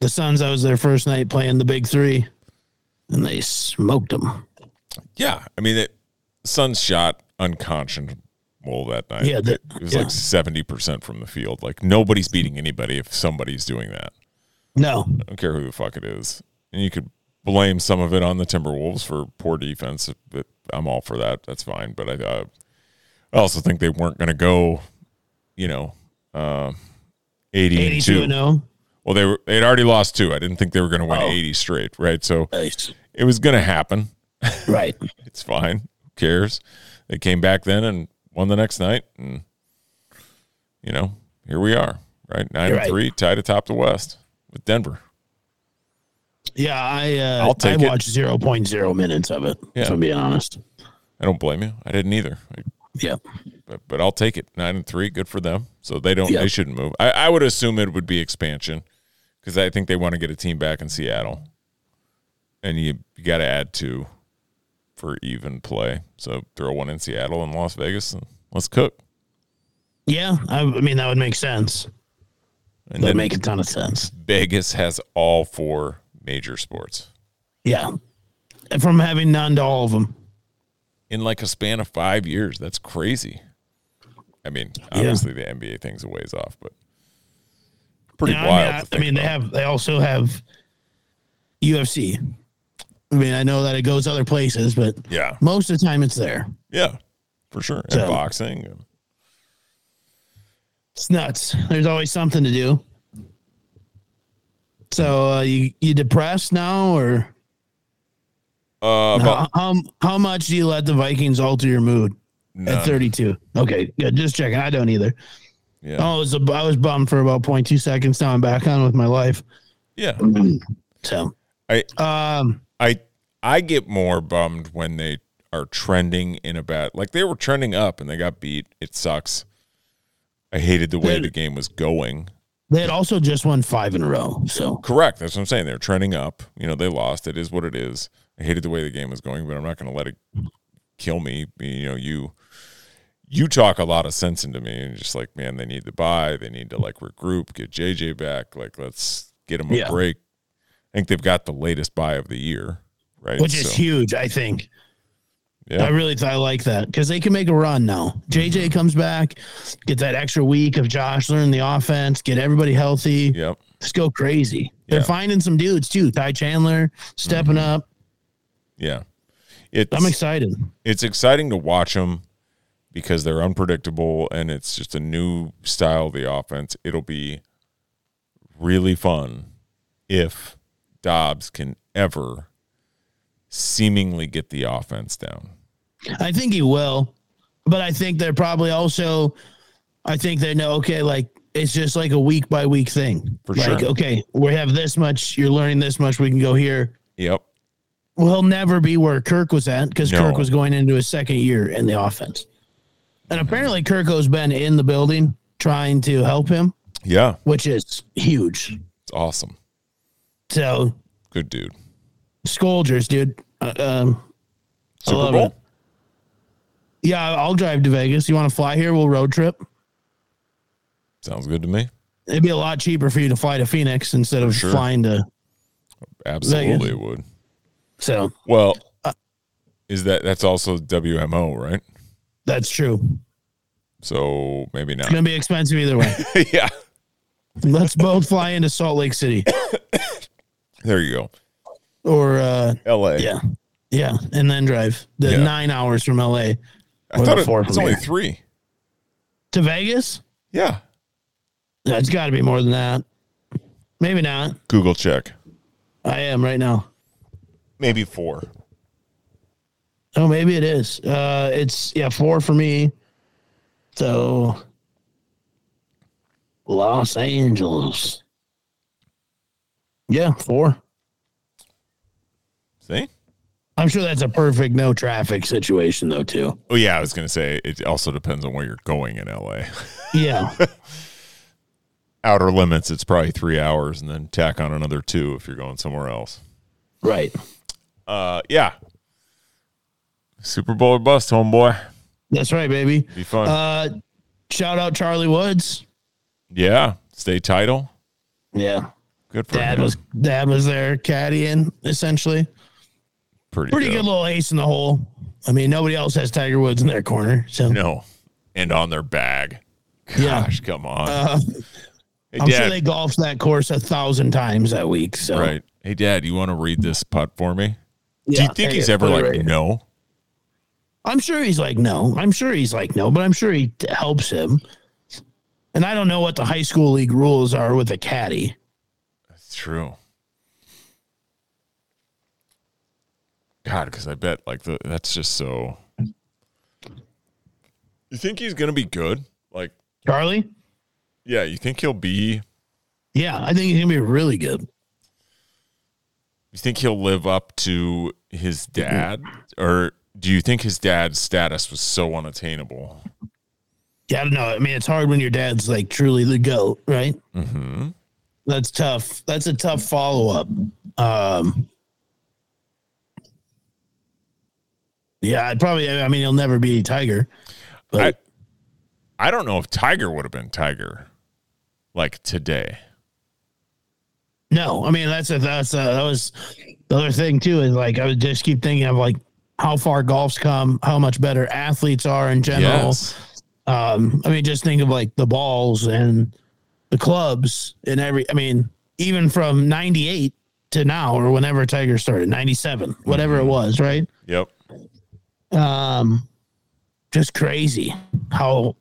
[SPEAKER 5] the Suns. I was their first night playing the Big Three, and they smoked them.
[SPEAKER 2] Yeah, I mean, it, Suns shot unconscionable that night.
[SPEAKER 5] Yeah, that-
[SPEAKER 2] it was
[SPEAKER 5] yeah.
[SPEAKER 2] like seventy percent from the field. Like nobody's beating anybody if somebody's doing that.
[SPEAKER 5] No,
[SPEAKER 2] I don't care who the fuck it is, and you could blame some of it on the Timberwolves for poor defense. but I'm all for that. That's fine, but I, uh, I also think they weren't going to go, you know, uh, eighty, and
[SPEAKER 5] eighty-two
[SPEAKER 2] two.
[SPEAKER 5] and oh. zero.
[SPEAKER 2] Well, they were they'd already lost two. I didn't think they were going to win
[SPEAKER 5] Oh.
[SPEAKER 2] eighty straight, right? So
[SPEAKER 5] Nice.
[SPEAKER 2] it was going to happen.
[SPEAKER 5] Right.
[SPEAKER 2] It's fine. Who cares? They came back then and won the next night, and you know, here we are, right? 9 and
[SPEAKER 5] You're right.
[SPEAKER 2] three, tied atop the West with Denver.
[SPEAKER 5] Yeah, I uh,
[SPEAKER 2] I'll take
[SPEAKER 5] I
[SPEAKER 2] it.
[SPEAKER 5] watched zero point zero minutes of it.
[SPEAKER 2] Yeah.
[SPEAKER 5] If I'm being honest.
[SPEAKER 2] I don't blame you. I didn't either. I,
[SPEAKER 5] Yeah.
[SPEAKER 2] but, but I'll take it. Nine and three, good for them. So they don't.
[SPEAKER 5] Yeah.
[SPEAKER 2] They shouldn't move. I, I would assume it would be expansion because I think they want to get a team back in Seattle, and you you got to add two for even play. So throw one in Seattle and Las Vegas, and let's cook.
[SPEAKER 5] Yeah, I, I mean that would make sense.
[SPEAKER 2] And
[SPEAKER 5] That would
[SPEAKER 2] then
[SPEAKER 5] make a ton of sense.
[SPEAKER 2] Vegas has all four major sports
[SPEAKER 5] Yeah, And from having none to all of them.
[SPEAKER 2] in like a span of five years. That's crazy. I mean, obviously the NBA thing's a ways off, but pretty
[SPEAKER 5] Yeah,
[SPEAKER 2] wild. to
[SPEAKER 5] I mean, I, I
[SPEAKER 2] think
[SPEAKER 5] mean they
[SPEAKER 2] about.
[SPEAKER 5] have they also have UFC. I mean, I know that it goes other places, but
[SPEAKER 2] yeah.
[SPEAKER 5] most of the time it's there.
[SPEAKER 2] Yeah, for sure. And
[SPEAKER 5] So-
[SPEAKER 2] boxing. and-
[SPEAKER 5] It's nuts. There's always something to do. So uh, you you depressed now, or
[SPEAKER 2] Uh,
[SPEAKER 5] how,
[SPEAKER 2] about
[SPEAKER 5] how how much do you let the Vikings alter your mood at
[SPEAKER 2] none.
[SPEAKER 5] 32? Okay, good. Just checking. I don't either.
[SPEAKER 2] Yeah.
[SPEAKER 5] Oh, I was, I was bummed for about 0.2 seconds. Now I'm back on with my life.
[SPEAKER 2] yeah.
[SPEAKER 5] So,
[SPEAKER 2] Mm-hmm. I-
[SPEAKER 5] um,
[SPEAKER 2] I I get more bummed when they are trending in a bad like they were trending up and they got beat. It sucks. I hated the way
[SPEAKER 5] They-
[SPEAKER 2] the game was going.
[SPEAKER 5] they had also just won five in a row. So
[SPEAKER 2] Correct. That's what I'm saying. They're trending up. You know, they lost. It is what it is. I hated the way the game was going, but I'm not going to let it kill me. You know, you you talk a lot of sense into me, and just like, man, they need to buy. They need to like regroup, get JJ back. Like, let's get him a
[SPEAKER 5] Yeah.
[SPEAKER 2] break. I think they've got the latest buy of the year, right?
[SPEAKER 5] which is
[SPEAKER 2] So,
[SPEAKER 5] huge, I think.
[SPEAKER 2] Yeah. Mm-hmm.
[SPEAKER 5] I really th- I like that because they can make a run now. JJ comes back, get that extra week of Josh learn the offense, get everybody healthy,
[SPEAKER 2] Yep.
[SPEAKER 5] just go crazy. They're
[SPEAKER 2] Yeah. Mm-hmm.
[SPEAKER 5] finding some dudes too. Ty Chandler stepping up.
[SPEAKER 2] Yeah. It's
[SPEAKER 5] I'm excited.
[SPEAKER 2] it's exciting to watch them because they're unpredictable and it's just a new style of the offense. It'll be really fun if Dobbs can ever seemingly get the offense down.
[SPEAKER 5] I think he will, but I think they're probably also. I think they know. Okay, like it's just like a week by week thing.
[SPEAKER 2] For
[SPEAKER 5] like,
[SPEAKER 2] sure.
[SPEAKER 5] okay, we have this much. You're learning this much. We can go here.
[SPEAKER 2] Yep.
[SPEAKER 5] Well, he'll never be where Kirk was at because
[SPEAKER 2] No.
[SPEAKER 5] Kirk was going into his second year in the offense, and apparently Kirko's been in the building trying to help him,
[SPEAKER 2] Yeah.
[SPEAKER 5] which is huge.
[SPEAKER 2] It's awesome.
[SPEAKER 5] So,
[SPEAKER 2] Good dude.
[SPEAKER 5] Scolders, dude. Uh, um, I
[SPEAKER 2] Super
[SPEAKER 5] love
[SPEAKER 2] Bowl?
[SPEAKER 5] it. Yeah, I'll drive to Vegas. You want to fly here? We'll road trip.
[SPEAKER 2] Sounds good to me.
[SPEAKER 5] It'd be a lot cheaper for you to fly to Phoenix instead of
[SPEAKER 2] sure.
[SPEAKER 5] flying to.
[SPEAKER 2] Absolutely it would.
[SPEAKER 5] So
[SPEAKER 2] Well, is that that's also WMO, right?
[SPEAKER 5] that's true.
[SPEAKER 2] So maybe
[SPEAKER 5] It's
[SPEAKER 2] not.
[SPEAKER 5] gonna be expensive either way.
[SPEAKER 2] yeah.
[SPEAKER 5] Let's both fly into Salt Lake City
[SPEAKER 2] There you go.
[SPEAKER 5] or uh,
[SPEAKER 2] LA.
[SPEAKER 5] yeah, yeah, and then drive the
[SPEAKER 2] Yeah.
[SPEAKER 5] nine hours from LA
[SPEAKER 2] I
[SPEAKER 5] Or
[SPEAKER 2] thought
[SPEAKER 5] the
[SPEAKER 2] it,
[SPEAKER 5] four
[SPEAKER 2] it's
[SPEAKER 5] from
[SPEAKER 2] only
[SPEAKER 5] here.
[SPEAKER 2] three.
[SPEAKER 5] to Vegas.
[SPEAKER 2] Yeah.
[SPEAKER 5] That's got to be more than that. Maybe not.
[SPEAKER 2] Google check.
[SPEAKER 5] I am right now.
[SPEAKER 2] Maybe four.
[SPEAKER 5] Oh, maybe it is. Uh, it's yeah, four for me. So Los Angeles. Yeah, four.
[SPEAKER 2] See?
[SPEAKER 5] I'm sure that's a perfect no traffic situation though too.
[SPEAKER 2] Oh yeah, I was gonna say it also depends on where you're going in LA.
[SPEAKER 5] Yeah.
[SPEAKER 2] Outer limits, it's probably three hours, and then tack on another two if you're going somewhere else.
[SPEAKER 5] right.
[SPEAKER 2] Uh, yeah. Super Bowl or bust, homeboy.
[SPEAKER 5] That's right, baby.
[SPEAKER 2] Be fun.
[SPEAKER 5] Uh, shout out Charlie Woods.
[SPEAKER 2] yeah. State title.
[SPEAKER 5] Yeah,
[SPEAKER 2] Good for
[SPEAKER 5] dad
[SPEAKER 2] him.
[SPEAKER 5] was dad was there caddying essentially.
[SPEAKER 2] pretty,
[SPEAKER 5] Pretty
[SPEAKER 2] dope.
[SPEAKER 5] good little ace in the hole. I mean, nobody else has Tiger Woods in their corner. So
[SPEAKER 2] No. And on their bag.
[SPEAKER 5] Yeah. Uh,
[SPEAKER 2] Gosh, come on. hey,
[SPEAKER 5] I'm
[SPEAKER 2] Dad.
[SPEAKER 5] sure they golfed that course a thousand times that week. So
[SPEAKER 2] right. Hey, Dad, you want to read this putt for me? Do
[SPEAKER 5] Yeah.
[SPEAKER 2] you think
[SPEAKER 5] Hey,
[SPEAKER 2] he's ever
[SPEAKER 5] put it
[SPEAKER 2] like,
[SPEAKER 5] right here.
[SPEAKER 2] no?
[SPEAKER 5] I'm sure he's like, no. I'm sure he's like, no, but I'm sure he t- helps him. And I don't know what the high school league rules are with a caddy.
[SPEAKER 2] That's true. God, because I bet like the, that's just so. You think he's gonna be good? Like,
[SPEAKER 5] Charlie?
[SPEAKER 2] yeah, you think he'll be?
[SPEAKER 5] Yeah, I think he's gonna be really good.
[SPEAKER 2] You think he'll live up to his dad, or do you think his dad's status was so unattainable?
[SPEAKER 5] Yeah, I don't know. I mean, it's hard when your dad's like truly the goat, right? Mm-hmm. That's tough. That's a tough follow up. Um, yeah, I'd probably. I mean, he'll never be Tiger.
[SPEAKER 2] I,
[SPEAKER 5] But
[SPEAKER 2] I don't know if Tiger would have been Tiger, like today.
[SPEAKER 5] no, I mean that's a, that's a, that was the other thing too. Is like I would just keep thinking of like how far golf's come, how much better athletes are in general.
[SPEAKER 2] Yes.
[SPEAKER 5] um, I mean, just think of like the balls and the clubs and every, I mean, even from 98 to now or whenever Tiger started, 97, whatever it was, right?
[SPEAKER 2] Yep.
[SPEAKER 5] Um, just crazy how,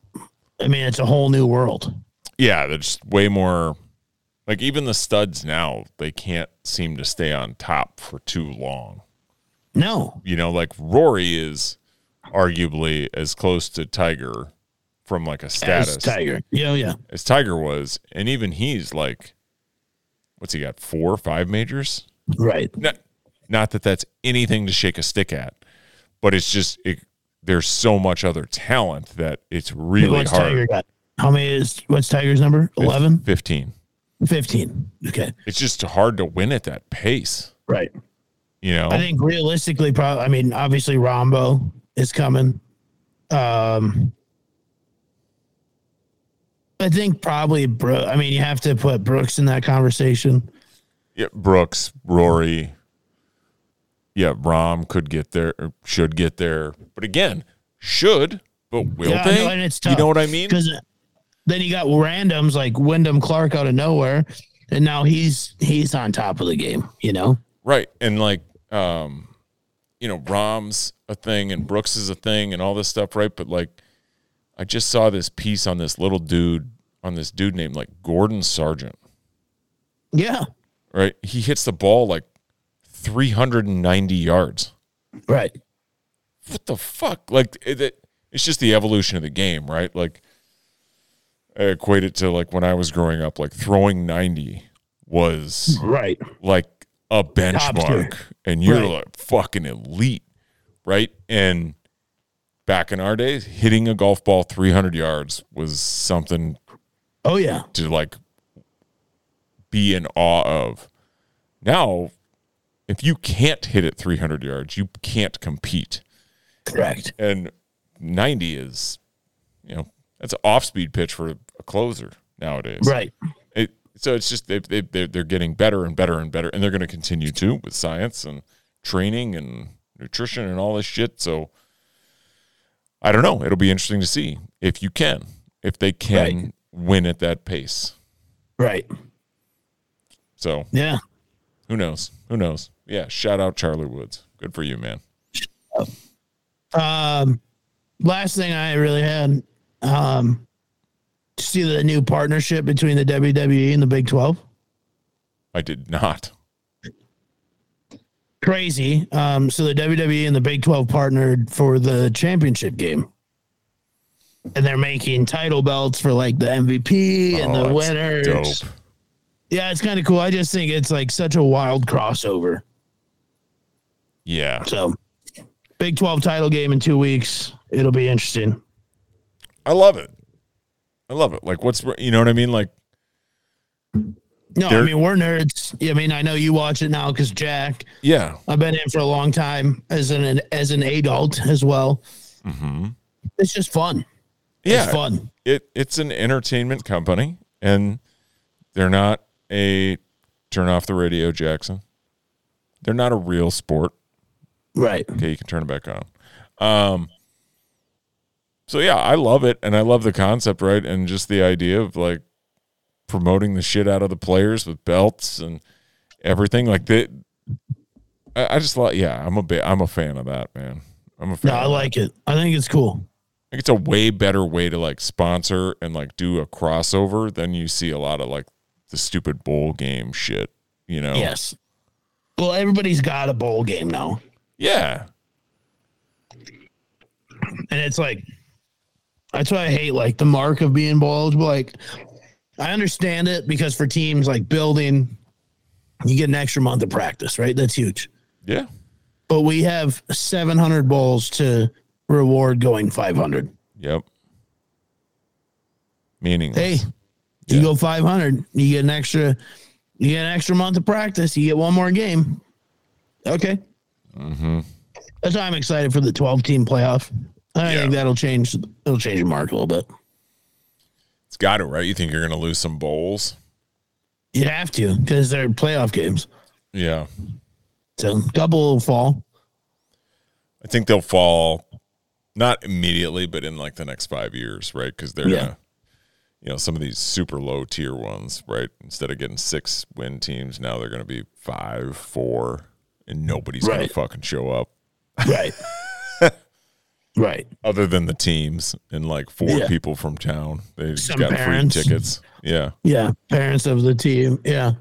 [SPEAKER 5] I mean, it's a whole new world.
[SPEAKER 2] yeah, they're just way more like even the studs now, they can't seem to stay on top for too long.
[SPEAKER 5] No,
[SPEAKER 2] You know, like Rory is arguably as close to Tiger from like a status
[SPEAKER 5] as Tiger. Yeah, yeah.
[SPEAKER 2] as Tiger was, and even he's like what's he got? 4 or 5 majors?
[SPEAKER 5] Right.
[SPEAKER 2] Not, not that that's anything to shake a stick at, but it's just it, there's so much other talent that it's really
[SPEAKER 5] what's
[SPEAKER 2] hard.
[SPEAKER 5] Tiger got? How many is, what's Tiger's number? 11?
[SPEAKER 2] 15.
[SPEAKER 5] 15. Okay.
[SPEAKER 2] It's just hard to win at that pace,
[SPEAKER 5] Right.
[SPEAKER 2] you know.
[SPEAKER 5] I think realistically, probably. I mean, obviously, Rombo is coming. Um, I think probably. Bro- I mean, you have to put Brooks in that conversation.
[SPEAKER 2] Yeah, Brooks, Rory. Yeah, Rom could get there, or should get there. But again, should, but will
[SPEAKER 5] Yeah, I
[SPEAKER 2] they?
[SPEAKER 5] know, and it's
[SPEAKER 2] You
[SPEAKER 5] tough.
[SPEAKER 2] know what I mean?
[SPEAKER 5] Because then you got randoms like Wyndham Clark out of nowhere, and now he's he's on top of the game. You know,
[SPEAKER 2] Right. And like um you know, Rom's a thing and Brooks is a thing and all this stuff, right? But like I just saw this piece on this little dude on this dude named like Gordon Sargent,
[SPEAKER 5] yeah,
[SPEAKER 2] right? He hits the ball like 390 yards.
[SPEAKER 5] right,
[SPEAKER 2] what the fuck? Like it, it- it's just the evolution of the game, right? Like I equate it to like when I was growing up, like throwing ninety was
[SPEAKER 5] right,
[SPEAKER 2] like a
[SPEAKER 5] Top tier.
[SPEAKER 2] benchmark, and you're
[SPEAKER 5] Right.
[SPEAKER 2] like fucking elite, right? And back in our days, hitting a golf ball three hundred yards was something
[SPEAKER 5] oh yeah,
[SPEAKER 2] to like be in awe of. Now, if you can't hit it three hundred yards, you can't compete
[SPEAKER 5] correct,
[SPEAKER 2] and 90 is you know that's an off-speed pitch for a closer nowadays
[SPEAKER 5] right,
[SPEAKER 2] it, so it's just they, they, they're, they're getting better and better and better and they're going to continue to with science and training and nutrition and all this shit so i don't know it'll be interesting to see if you can if they can
[SPEAKER 5] Right.
[SPEAKER 2] win at that pace
[SPEAKER 5] right,
[SPEAKER 2] so
[SPEAKER 5] yeah.
[SPEAKER 2] who knows who knows yeah shout out charlie woods good for you man
[SPEAKER 5] Um, last thing I really had, um, to see the new partnership between the WWE and the Big Twelve.
[SPEAKER 2] i did not
[SPEAKER 5] Crazy. Um, so the WWE and the Big Twelve partnered for the championship game, and they're making title belts for like the MVP and
[SPEAKER 2] Oh,
[SPEAKER 5] the
[SPEAKER 2] that's
[SPEAKER 5] winners.
[SPEAKER 2] dope
[SPEAKER 5] Yeah, it's kind of cool. I just think it's like such a wild crossover.
[SPEAKER 2] yeah
[SPEAKER 5] So, Big Twelve title game in two weeks. It'll be interesting.
[SPEAKER 2] I love it. I love it. Like, what's you know what I mean? Like,
[SPEAKER 5] No,
[SPEAKER 2] There-
[SPEAKER 5] I mean we're nerds. I mean I know you watch it now because Jack.
[SPEAKER 2] Yeah.
[SPEAKER 5] I've been in for a long time as an as an adult as well. It's just fun.
[SPEAKER 2] Mm-hmm. Yeah.
[SPEAKER 5] It's fun.
[SPEAKER 2] It it's an entertainment company and they're not a turn off the radio Jackson. They're not a real sport.
[SPEAKER 5] Right.
[SPEAKER 2] Okay, you can turn it back on. Um so yeah, I love it and I love the concept, right? And just the idea of like promoting the shit out of the players with belts and everything. Like they I, I just like yeah, I'm a bit I'm a fan of that, man. I'm a fan.
[SPEAKER 5] No, I
[SPEAKER 2] of that.
[SPEAKER 5] like it. I think it's cool.
[SPEAKER 2] I think it's a way better way to like sponsor and like do a crossover than you see a lot of like the stupid bowl game shit, you know?
[SPEAKER 5] Yes. Well, everybody's got a bowl game now.
[SPEAKER 2] Yeah.
[SPEAKER 5] And it's like that's why I hate like the mark of being bowl eligible. Like I understand it because for teams like building, you get an extra month of practice, right? That's huge.
[SPEAKER 2] Yeah.
[SPEAKER 5] But we have seven hundred bowls to reward going five hundred.
[SPEAKER 2] Yep. Meaningless.
[SPEAKER 5] Hey, you go five hundred, you get an extra you get an extra month of practice, you get one more game. Okay. That's why I'm excited for the twelve team playoff. I
[SPEAKER 2] Yeah.
[SPEAKER 5] think that'll change it'll change the mark a little bit.
[SPEAKER 2] It's got it, right? You think you're going to lose some bowls?
[SPEAKER 5] You'd have to because they're playoff games.
[SPEAKER 2] Yeah.
[SPEAKER 5] So double fall.
[SPEAKER 2] I think they'll fall not immediately, but in like the next five years, right? Because they're
[SPEAKER 5] Yeah.
[SPEAKER 2] gonna, you know, some of these super low tier ones, right? Instead of getting six win teams, now they're gonna be five, four, and nobody's gonna
[SPEAKER 5] Right.
[SPEAKER 2] fucking show up
[SPEAKER 5] Right. right.
[SPEAKER 2] other than the teams and like four
[SPEAKER 5] Yeah.
[SPEAKER 2] people from town. They just
[SPEAKER 5] Some
[SPEAKER 2] got
[SPEAKER 5] parents.
[SPEAKER 2] free tickets. Yeah.
[SPEAKER 5] Yeah. Parents of the team. Yeah.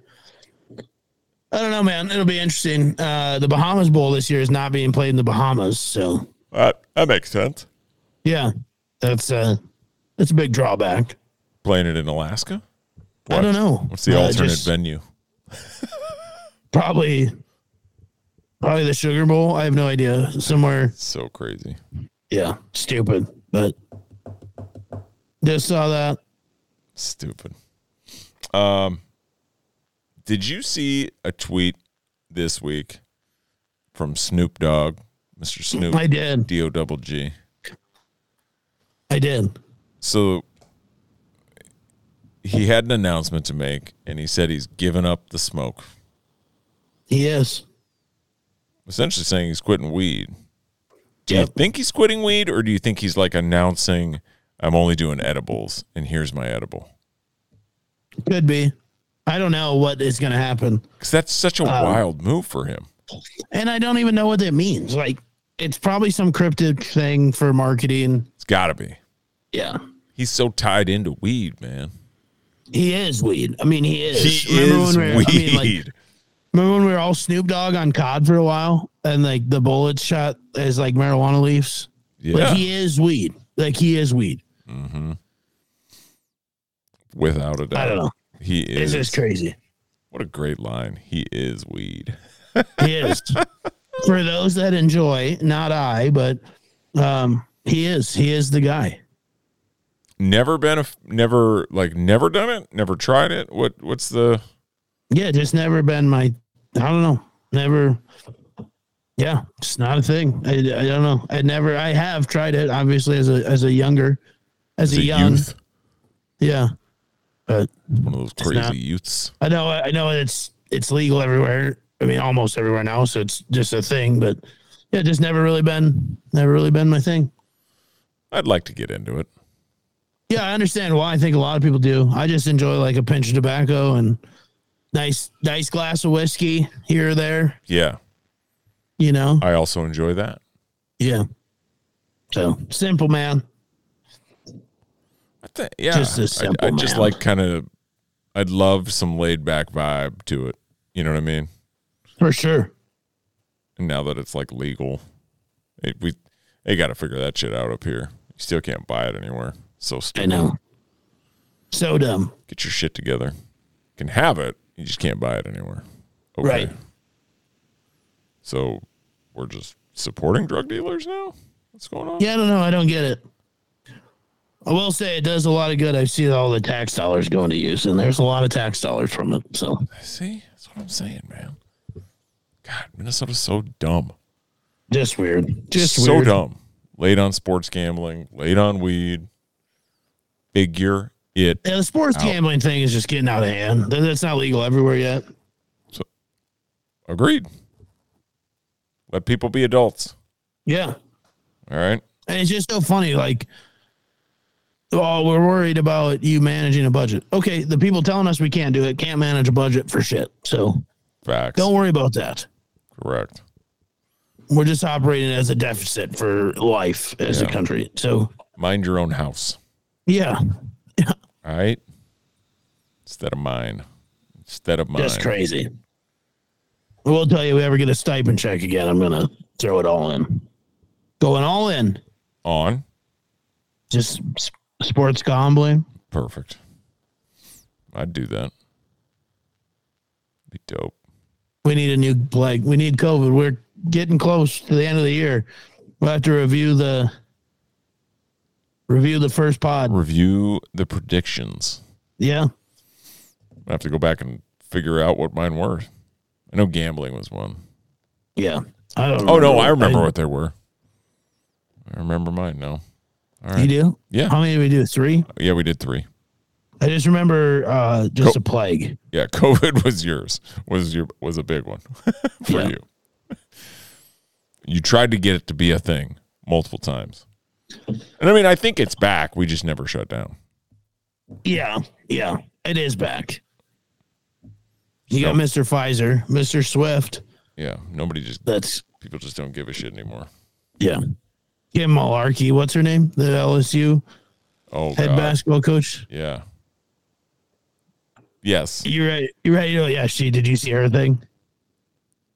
[SPEAKER 5] I don't know, man. It'll be interesting. Uh, the Bahamas Bowl this year is not being played in the Bahamas, so
[SPEAKER 2] Uh, that makes sense.
[SPEAKER 5] Yeah, that's a that's a big drawback.
[SPEAKER 2] Playing it in Alaska?
[SPEAKER 5] I don't know.
[SPEAKER 2] What's the
[SPEAKER 5] Uh,
[SPEAKER 2] alternate
[SPEAKER 5] just
[SPEAKER 2] venue?
[SPEAKER 5] Probably, probably the Sugar Bowl. I have no idea. Somewhere,
[SPEAKER 2] So crazy.
[SPEAKER 5] yeah, stupid. But just saw that.
[SPEAKER 2] Stupid. Um, did you see a tweet this week from Snoop Dogg, Mr. Snoop
[SPEAKER 5] I did.
[SPEAKER 2] D O double G?
[SPEAKER 5] I did.
[SPEAKER 2] So he had an announcement to make, and he said he's given up the smoke,
[SPEAKER 5] He is.
[SPEAKER 2] essentially saying he's quitting weed. Do you
[SPEAKER 5] Yep.
[SPEAKER 2] think he's quitting weed, or do you think he's like announcing, "I'm only doing edibles, and here's my edible"?
[SPEAKER 5] Could be. I don't know what is going to happen,
[SPEAKER 2] Because that's such a
[SPEAKER 5] Um,
[SPEAKER 2] wild move for him.
[SPEAKER 5] and I don't even know what that means. Like, it's probably some cryptic thing for marketing.
[SPEAKER 2] It's got to be.
[SPEAKER 5] Yeah,
[SPEAKER 2] He's so tied into weed, man.
[SPEAKER 5] he is weed. I mean, he is.
[SPEAKER 2] He
[SPEAKER 5] Remember
[SPEAKER 2] is
[SPEAKER 5] when we were-
[SPEAKER 2] weed.
[SPEAKER 5] I mean, like, Remember when we were all Snoop Dogg on COD for a while, and like the bullets shot as like marijuana leaves?
[SPEAKER 2] yeah,
[SPEAKER 5] Like he is weed. Like he is weed.
[SPEAKER 2] without a doubt.
[SPEAKER 5] I don't know.
[SPEAKER 2] He is.
[SPEAKER 5] It's just crazy.
[SPEAKER 2] what a great line. He is weed.
[SPEAKER 5] He is. for those that enjoy, not I, but um, he is. He is the guy.
[SPEAKER 2] Never been a, f- never like never done it. Never tried it. What what's the?
[SPEAKER 5] Yeah, just never been my. I don't know. Never. Yeah, it's not a thing. I, I don't know. I never. I have tried it, obviously, as a as a younger, as,
[SPEAKER 2] Is
[SPEAKER 5] a
[SPEAKER 2] it
[SPEAKER 5] young.
[SPEAKER 2] youth?
[SPEAKER 5] Yeah, but
[SPEAKER 2] It's one of those crazy
[SPEAKER 5] not-
[SPEAKER 2] youths.
[SPEAKER 5] I know, I know it's it's legal everywhere. I mean, almost everywhere now, so it's just a thing. But yeah, just never really been, never really been my thing.
[SPEAKER 2] I'd like to get into it.
[SPEAKER 5] Yeah, I understand why. I think a lot of people do. I just enjoy like a pinch of tobacco and nice, nice glass of whiskey here or there.
[SPEAKER 2] Yeah,
[SPEAKER 5] You know,
[SPEAKER 2] I also enjoy that.
[SPEAKER 5] yeah. So simple, man.
[SPEAKER 2] I thi- yeah,
[SPEAKER 5] Just a
[SPEAKER 2] I,
[SPEAKER 5] simple
[SPEAKER 2] I just
[SPEAKER 5] man.
[SPEAKER 2] like kind of. I'd love some laid back vibe to it. You know what I mean?
[SPEAKER 5] For sure.
[SPEAKER 2] And now that it's like legal, it, we they got to figure that shit out up here. You still can't buy it anywhere. So
[SPEAKER 5] I
[SPEAKER 2] stupid.
[SPEAKER 5] know. So dumb.
[SPEAKER 2] Get your shit together. You can have it. You just can't buy it anywhere. Okay.
[SPEAKER 5] Right.
[SPEAKER 2] So we're just supporting drug dealers now. What's going on?
[SPEAKER 5] Yeah, I don't know. I don't get it. I will say it does a lot of good. I see all the tax dollars going to use, and there's a lot of tax dollars from it. So
[SPEAKER 2] See, that's what I'm saying, man. God, Minnesota's so dumb.
[SPEAKER 5] just weird, just
[SPEAKER 2] so
[SPEAKER 5] weird.
[SPEAKER 2] dumb. Late on sports gambling, late on weed. Figure it.
[SPEAKER 5] Yeah, the sports gambling thing is just getting out of hand. That- That's not legal everywhere yet.
[SPEAKER 2] Agreed. Let people be adults.
[SPEAKER 5] Yeah,
[SPEAKER 2] All right.
[SPEAKER 5] and it's just so funny. Like, oh, we're worried about you managing a budget. Okay, the people telling us we can't do it can't manage a budget for shit. So
[SPEAKER 2] Facts.
[SPEAKER 5] don't worry about that.
[SPEAKER 2] Correct.
[SPEAKER 5] We're just operating as a deficit for life as a country. So
[SPEAKER 2] Mind your own house.
[SPEAKER 5] yeah,
[SPEAKER 2] All right. Instead of mine. Instead of mine.
[SPEAKER 5] That's crazy. We'll tell you if we ever get a stipend check again. I'm gonna throw it all in. Going all in.
[SPEAKER 2] On.
[SPEAKER 5] Just s- sports gambling.
[SPEAKER 2] Perfect. I'd do that. Be dope.
[SPEAKER 5] We need a new like we need COVID. We're getting close to the end of the year. We'll have to review the review the first pod.
[SPEAKER 2] Review the predictions.
[SPEAKER 5] Yeah.
[SPEAKER 2] I have to go back and figure out what mine were. I know gambling was one.
[SPEAKER 5] Yeah. I don't
[SPEAKER 2] Oh no, I remember what they were. I remember mine now.
[SPEAKER 5] you do?
[SPEAKER 2] Yeah.
[SPEAKER 5] How many did we do? Three?
[SPEAKER 2] Yeah, we did three.
[SPEAKER 5] I just remember uh just a plague.
[SPEAKER 2] Yeah, COVID was yours. Was your was a big one for
[SPEAKER 5] Yeah.
[SPEAKER 2] you. You tried to get it to be a thing multiple times. And I mean, I think it's back. We just never shut down.
[SPEAKER 5] Yeah, yeah, it is back. You got
[SPEAKER 2] So-
[SPEAKER 5] Mr. Pfizer, Mr. Swift.
[SPEAKER 2] Yeah, nobody just
[SPEAKER 5] That's
[SPEAKER 2] people just don't give a shit anymore.
[SPEAKER 5] yeah. Kim Malarkey, what's her name? The LSU
[SPEAKER 2] Oh
[SPEAKER 5] head
[SPEAKER 2] god.
[SPEAKER 5] basketball coach.
[SPEAKER 2] Yeah. Yes.
[SPEAKER 5] You right? You right? You know, yeah. She did you see her thing?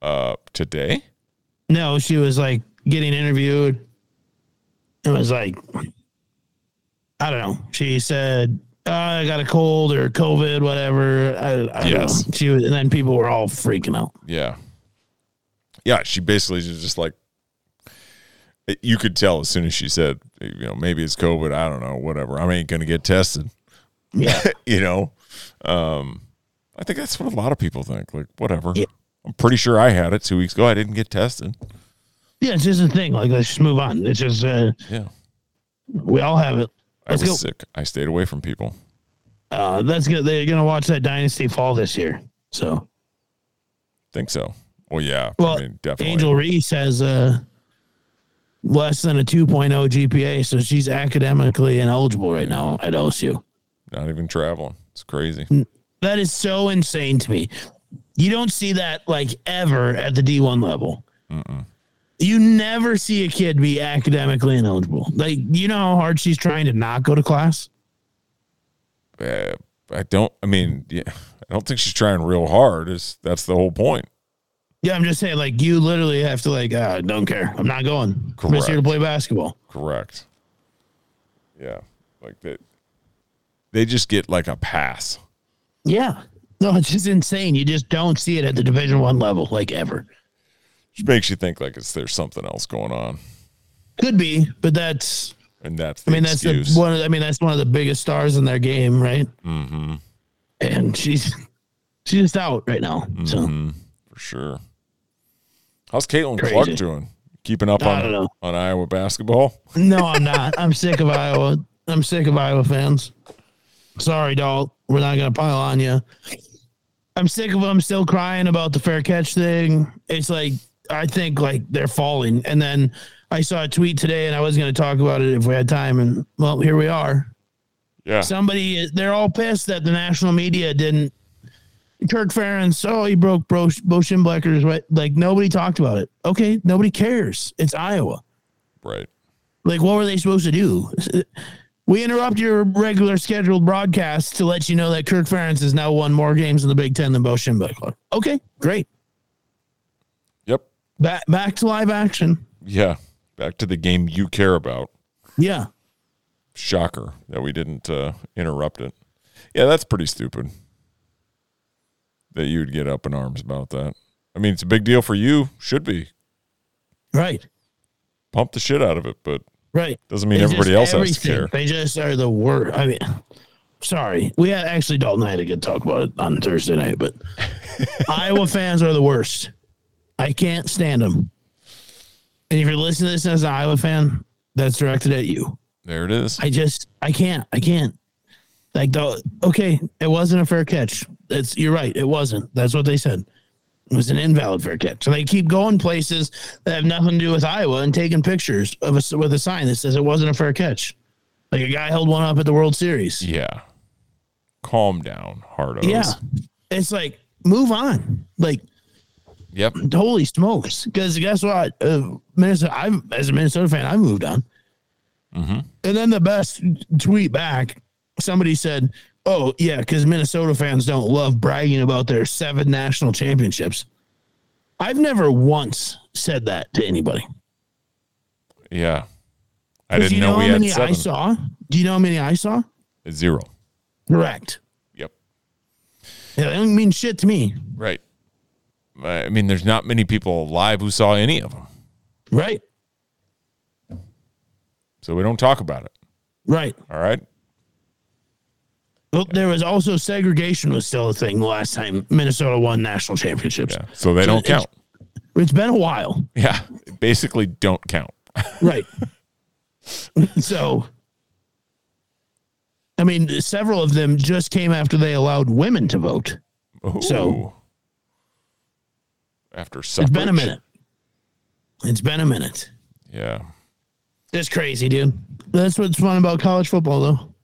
[SPEAKER 2] Uh today?
[SPEAKER 5] No, she was like getting interviewed. It was like, I don't know. She said, oh, "I got a cold or COVID, whatever." I, I don't
[SPEAKER 2] Yes.
[SPEAKER 5] know. She was, and then people were all freaking out.
[SPEAKER 2] Yeah. Yeah, she basically is just like you could tell as soon as she said, you know, maybe it's COVID, I don't know, whatever. I ain't gonna get tested.
[SPEAKER 5] Yeah.
[SPEAKER 2] you know. Um I think that's what a lot of people think. Like, whatever.
[SPEAKER 5] Yeah.
[SPEAKER 2] I'm pretty sure I had it two weeks ago. I didn't get tested.
[SPEAKER 5] Yeah, it's just a thing. Like, let's just move on. It's just uh,
[SPEAKER 2] Yeah.
[SPEAKER 5] we all have it.
[SPEAKER 2] I was
[SPEAKER 5] Let's go.
[SPEAKER 2] sick. I stayed away from people.
[SPEAKER 5] Uh, that's good. They're gonna watch that dynasty fall this year. So,
[SPEAKER 2] Think so. Well, yeah.
[SPEAKER 5] well,
[SPEAKER 2] I mean, definitely.
[SPEAKER 5] Angel Reese has uh, less than a 2.0 GPA, so she's academically ineligible right now at LSU.
[SPEAKER 2] Not even traveling. It's crazy.
[SPEAKER 5] Mm. That is so insane to me. You don't see that like ever at the D1 level. You never see a kid be academically ineligible. Like, you know how hard she's trying to not go to class?
[SPEAKER 2] Uh, I don't. I mean, yeah. I don't think she's trying real hard. Is that's the whole point.
[SPEAKER 5] Yeah, I'm just saying, like, you literally have to, like, uh, don't care. I'm not going. I'm just here to
[SPEAKER 2] Correct.
[SPEAKER 5] play basketball.
[SPEAKER 2] Correct. Yeah, like that. They just get like a pass.
[SPEAKER 5] Yeah. No, it's just insane. You just don't see it at the Division One level, like, ever.
[SPEAKER 2] Just makes you think like it's there's something else going on,
[SPEAKER 5] Could be, but that's,
[SPEAKER 2] and that's the
[SPEAKER 5] I mean, that's the,
[SPEAKER 2] excuse.
[SPEAKER 5] one, of- I mean, that's one of the biggest stars in their game, right? Mm-hmm. And she's, she's just out right now. So,
[SPEAKER 2] for sure. How's Caitlin
[SPEAKER 5] Crazy.
[SPEAKER 2] Clark doing? Keeping up
[SPEAKER 5] I
[SPEAKER 2] on
[SPEAKER 5] don't know.
[SPEAKER 2] on Iowa basketball?
[SPEAKER 5] no, I'm not. I'm sick of Iowa. I'm sick of Iowa fans. Sorry, Dalt. We're not going to pile on you. I'm sick of them still crying about the fair catch thing. It's like, I think like they're falling. And then I saw a tweet today and I was going to talk about it if we had time. And well, here we are.
[SPEAKER 2] Yeah,
[SPEAKER 5] Somebody, they're all pissed that the national media didn't. Kirk Ferentz, oh, he broke Bro, Bo Schembechler's right. Like nobody talked about it. Okay, nobody cares. It's Iowa.
[SPEAKER 2] right.
[SPEAKER 5] Like, what were they supposed to do? We interrupt your regular scheduled broadcast to let you know that Kirk Ferentz has now won more games in the Big Ten than Bo Schembechler. Okay, great.
[SPEAKER 2] Yep.
[SPEAKER 5] Back back to live action.
[SPEAKER 2] Yeah. Back to the game you care about.
[SPEAKER 5] Yeah,
[SPEAKER 2] Shocker that we didn't uh, interrupt it. Yeah, that's pretty stupid. That you would get up in arms about that. I mean, it's a big deal for you. Should be
[SPEAKER 5] right,
[SPEAKER 2] pump the shit out of it, but
[SPEAKER 5] Right.
[SPEAKER 2] Doesn't mean
[SPEAKER 5] It's
[SPEAKER 2] everybody
[SPEAKER 5] just
[SPEAKER 2] else has to care.
[SPEAKER 5] everything. They just are the worst. I mean, sorry. We had, actually, Dalton and I had a good talk about it on Thursday night, but Iowa fans are the worst. I can't stand them. And if you're listening to this as an Iowa fan, that's directed at you.
[SPEAKER 2] There it is.
[SPEAKER 5] I just, I can't, I can't. Like, the, okay, it wasn't a fair catch. That's you're right. It wasn't. That's what they said. It was an invalid fair catch. So they keep going places that have nothing to do with Iowa and taking pictures of us with a sign that says it wasn't a fair catch. Like a guy held one up at the World Series.
[SPEAKER 2] yeah. Calm down, hardos.
[SPEAKER 5] Yeah. It's like, move on. Like,
[SPEAKER 2] Yep.
[SPEAKER 5] holy smokes. Because guess what? Uh, Minnesota, I've, as a Minnesota fan, I moved on.
[SPEAKER 2] Mm-hmm.
[SPEAKER 5] And then the best tweet back, somebody said, Oh, yeah, because Minnesota fans don't love bragging about their seven national championships. I've never once said that to anybody.
[SPEAKER 2] Yeah. I
[SPEAKER 5] 'Cause
[SPEAKER 2] didn't
[SPEAKER 5] you
[SPEAKER 2] know,
[SPEAKER 5] know,
[SPEAKER 2] we
[SPEAKER 5] how
[SPEAKER 2] had
[SPEAKER 5] many I
[SPEAKER 2] seven.
[SPEAKER 5] saw? Do you know how many I saw?
[SPEAKER 2] Zero.
[SPEAKER 5] Correct.
[SPEAKER 2] Yep.
[SPEAKER 5] Yeah, they don't mean shit to me.
[SPEAKER 2] Right. I mean, there's not many people alive who saw any of them,
[SPEAKER 5] Right.
[SPEAKER 2] so we don't talk about it.
[SPEAKER 5] Right.
[SPEAKER 2] All right.
[SPEAKER 5] Well, there was also segregation was still a thing the last time Minnesota won national championships.
[SPEAKER 2] Yeah. So they don't
[SPEAKER 5] it's-
[SPEAKER 2] count.
[SPEAKER 5] It's been a while,
[SPEAKER 2] Yeah. Basically, don't count.
[SPEAKER 5] right? so, I mean, several of them just came after they allowed women to vote. So-
[SPEAKER 2] Ooh. after
[SPEAKER 5] It's
[SPEAKER 2] suffrage.
[SPEAKER 5] been a minute. It's been a minute.
[SPEAKER 2] Yeah.
[SPEAKER 5] That's crazy, dude. That's what's fun about college football, though.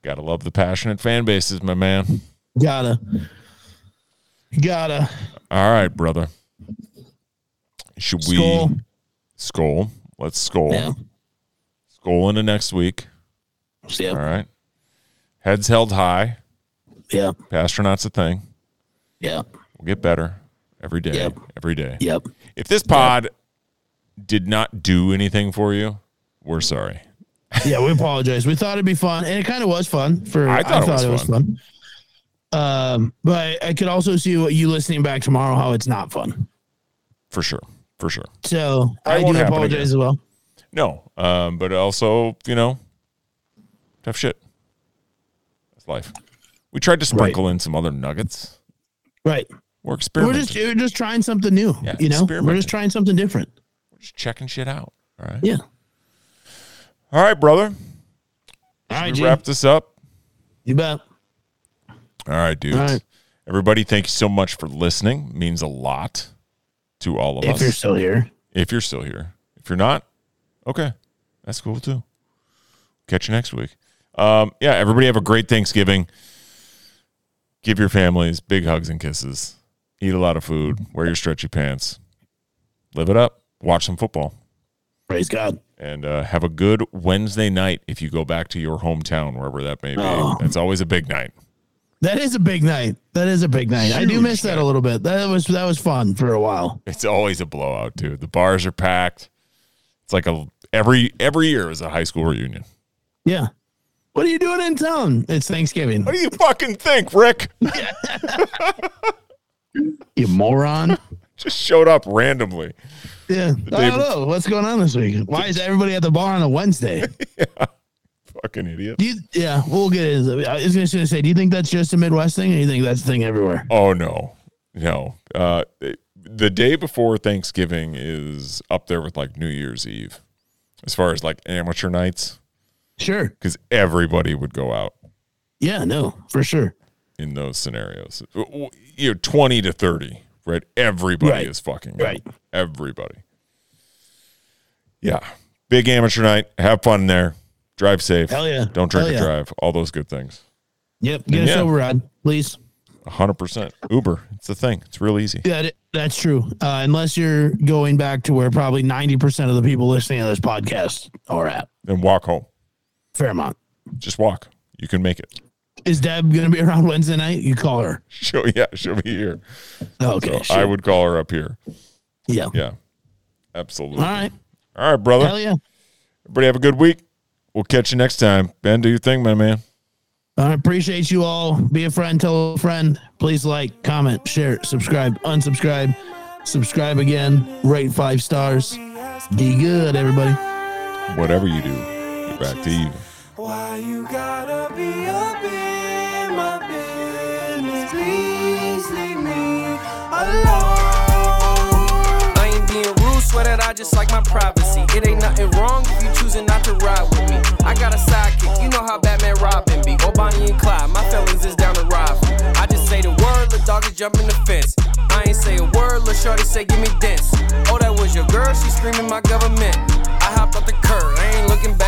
[SPEAKER 2] Gotta love the passionate fan bases, my man.
[SPEAKER 5] Gotta, gotta.
[SPEAKER 2] All right, brother. Should
[SPEAKER 5] Skull.
[SPEAKER 2] we skull? Let's skull.
[SPEAKER 5] Yeah.
[SPEAKER 2] Skull into next week.
[SPEAKER 5] Yeah.
[SPEAKER 2] All right. Heads held high.
[SPEAKER 5] Yep.
[SPEAKER 2] Pastronaut's a thing.
[SPEAKER 5] Yep.
[SPEAKER 2] We'll get better every day.
[SPEAKER 5] Yep.
[SPEAKER 2] Every day.
[SPEAKER 5] Yep.
[SPEAKER 2] If this pod did not do anything for you, we're sorry.
[SPEAKER 5] yeah, we apologize. We thought it'd be fun, and it kind of was fun. For I thought, it, was fun. Um, but I could also see what you listening back tomorrow how it's not fun.
[SPEAKER 2] For sure. For sure.
[SPEAKER 5] So
[SPEAKER 2] That
[SPEAKER 5] I do
[SPEAKER 2] won't happen again.
[SPEAKER 5] apologize as well.
[SPEAKER 2] No. Um, but also, you know, tough shit. That's life. We tried to sprinkle in some other nuggets.
[SPEAKER 5] Right,
[SPEAKER 2] We're
[SPEAKER 5] we're
[SPEAKER 2] experimenting.
[SPEAKER 5] just we're just trying something new.
[SPEAKER 2] Yeah,
[SPEAKER 5] you know, we're
[SPEAKER 2] experimenting.
[SPEAKER 5] just trying something different.
[SPEAKER 2] just checking shit out. All right.
[SPEAKER 5] Yeah.
[SPEAKER 2] All right, brother.
[SPEAKER 5] All
[SPEAKER 2] We
[SPEAKER 5] right, G,
[SPEAKER 2] wrap this up.
[SPEAKER 5] you bet.
[SPEAKER 2] All right, dudes.
[SPEAKER 5] All right.
[SPEAKER 2] Everybody, thank you so much for listening. It means a lot to all of
[SPEAKER 5] If
[SPEAKER 2] us.
[SPEAKER 5] you're still here,
[SPEAKER 2] if you're still here. If you're not, okay. That's cool too. Catch you next week. Um, yeah, everybody have a great Thanksgiving. Give your families big hugs and kisses. Eat a lot of food. Wear your stretchy pants. Live it up. Watch some football.
[SPEAKER 5] praise God.
[SPEAKER 2] and uh, have a good Wednesday night if you go back to your hometown, wherever that may be.
[SPEAKER 5] Oh.
[SPEAKER 2] That's always a big night.
[SPEAKER 5] That is a big night. That is a big night. I do
[SPEAKER 2] Huge
[SPEAKER 5] miss that
[SPEAKER 2] night.
[SPEAKER 5] a little bit. That was that was fun for a while.
[SPEAKER 2] It's always a blowout, dude. The bars are packed. It's like a every every year is a high school reunion.
[SPEAKER 5] Yeah. What are you doing in town? It's Thanksgiving.
[SPEAKER 2] What do you fucking think, Rick?
[SPEAKER 5] You moron.
[SPEAKER 2] Just showed up randomly.
[SPEAKER 5] Yeah.
[SPEAKER 2] day
[SPEAKER 5] I don't know. What's going on this week? Why is everybody at the bar on a Wednesday?
[SPEAKER 2] Fucking idiot.
[SPEAKER 5] Do you, yeah, we'll get into it. I was just going to say, do you think that's just a Midwest thing or do you think that's a thing everywhere?
[SPEAKER 2] Oh no, no. Uh, it- the day before Thanksgiving is up there with like New Year's Eve, as far as like amateur nights,
[SPEAKER 5] Sure.
[SPEAKER 2] because everybody would go out.
[SPEAKER 5] Yeah, no, for sure.
[SPEAKER 2] in those scenarios. W- w- You know, twenty to thirty, right? Everybody
[SPEAKER 5] Right.
[SPEAKER 2] is fucking out.
[SPEAKER 5] Right.
[SPEAKER 2] Everybody. Yeah, big amateur night. Have fun there. Drive safe.
[SPEAKER 5] Hell yeah.
[SPEAKER 2] Don't drink
[SPEAKER 5] Hell
[SPEAKER 2] and
[SPEAKER 5] yeah.
[SPEAKER 2] drive. All those good things.
[SPEAKER 5] Yep. Get
[SPEAKER 2] Yeah.
[SPEAKER 5] a sober rod, please.
[SPEAKER 2] hundred percent. Uber. It's the thing. It's real easy.
[SPEAKER 5] Yeah, that- that's true. Uh, unless you're going back to where probably 90% of the people listening to this podcast are at
[SPEAKER 2] Then walk home.
[SPEAKER 5] Fairmont.
[SPEAKER 2] Just walk. You can make it.
[SPEAKER 5] Is Deb going to be around Wednesday night? You call her.
[SPEAKER 2] Show yeah. She'll be here.
[SPEAKER 5] Okay.
[SPEAKER 2] So I
[SPEAKER 5] sure.
[SPEAKER 2] would call her up here.
[SPEAKER 5] yeah.
[SPEAKER 2] Yeah. Absolutely.
[SPEAKER 5] All right.
[SPEAKER 2] All right, brother.
[SPEAKER 5] Hell yeah.
[SPEAKER 2] Everybody have a good week. We'll catch you next time. Ben, do your thing, my man.
[SPEAKER 5] I appreciate you all. Be a friend, tell a friend. Please like, comment, share, subscribe, unsubscribe, subscribe again, rate five stars. Be good, everybody.
[SPEAKER 2] whatever you do, get back to you.
[SPEAKER 1] Why you gotta be up in my business? Please leave me alone. I ain't being rude, swear that I just like my privacy. It ain't nothing wrong if you choosing not to ride with me. I got a sidekick, you know how Batman Robin be. Or Bonnie and Clyde, my fellas is down to ride for me. I just say the word, the dog is jumping the fence. I ain't say a word, lil' shorty say give me dance. Oh, that was your girl, she screaming my government. I hopped off the curb, I ain't looking back.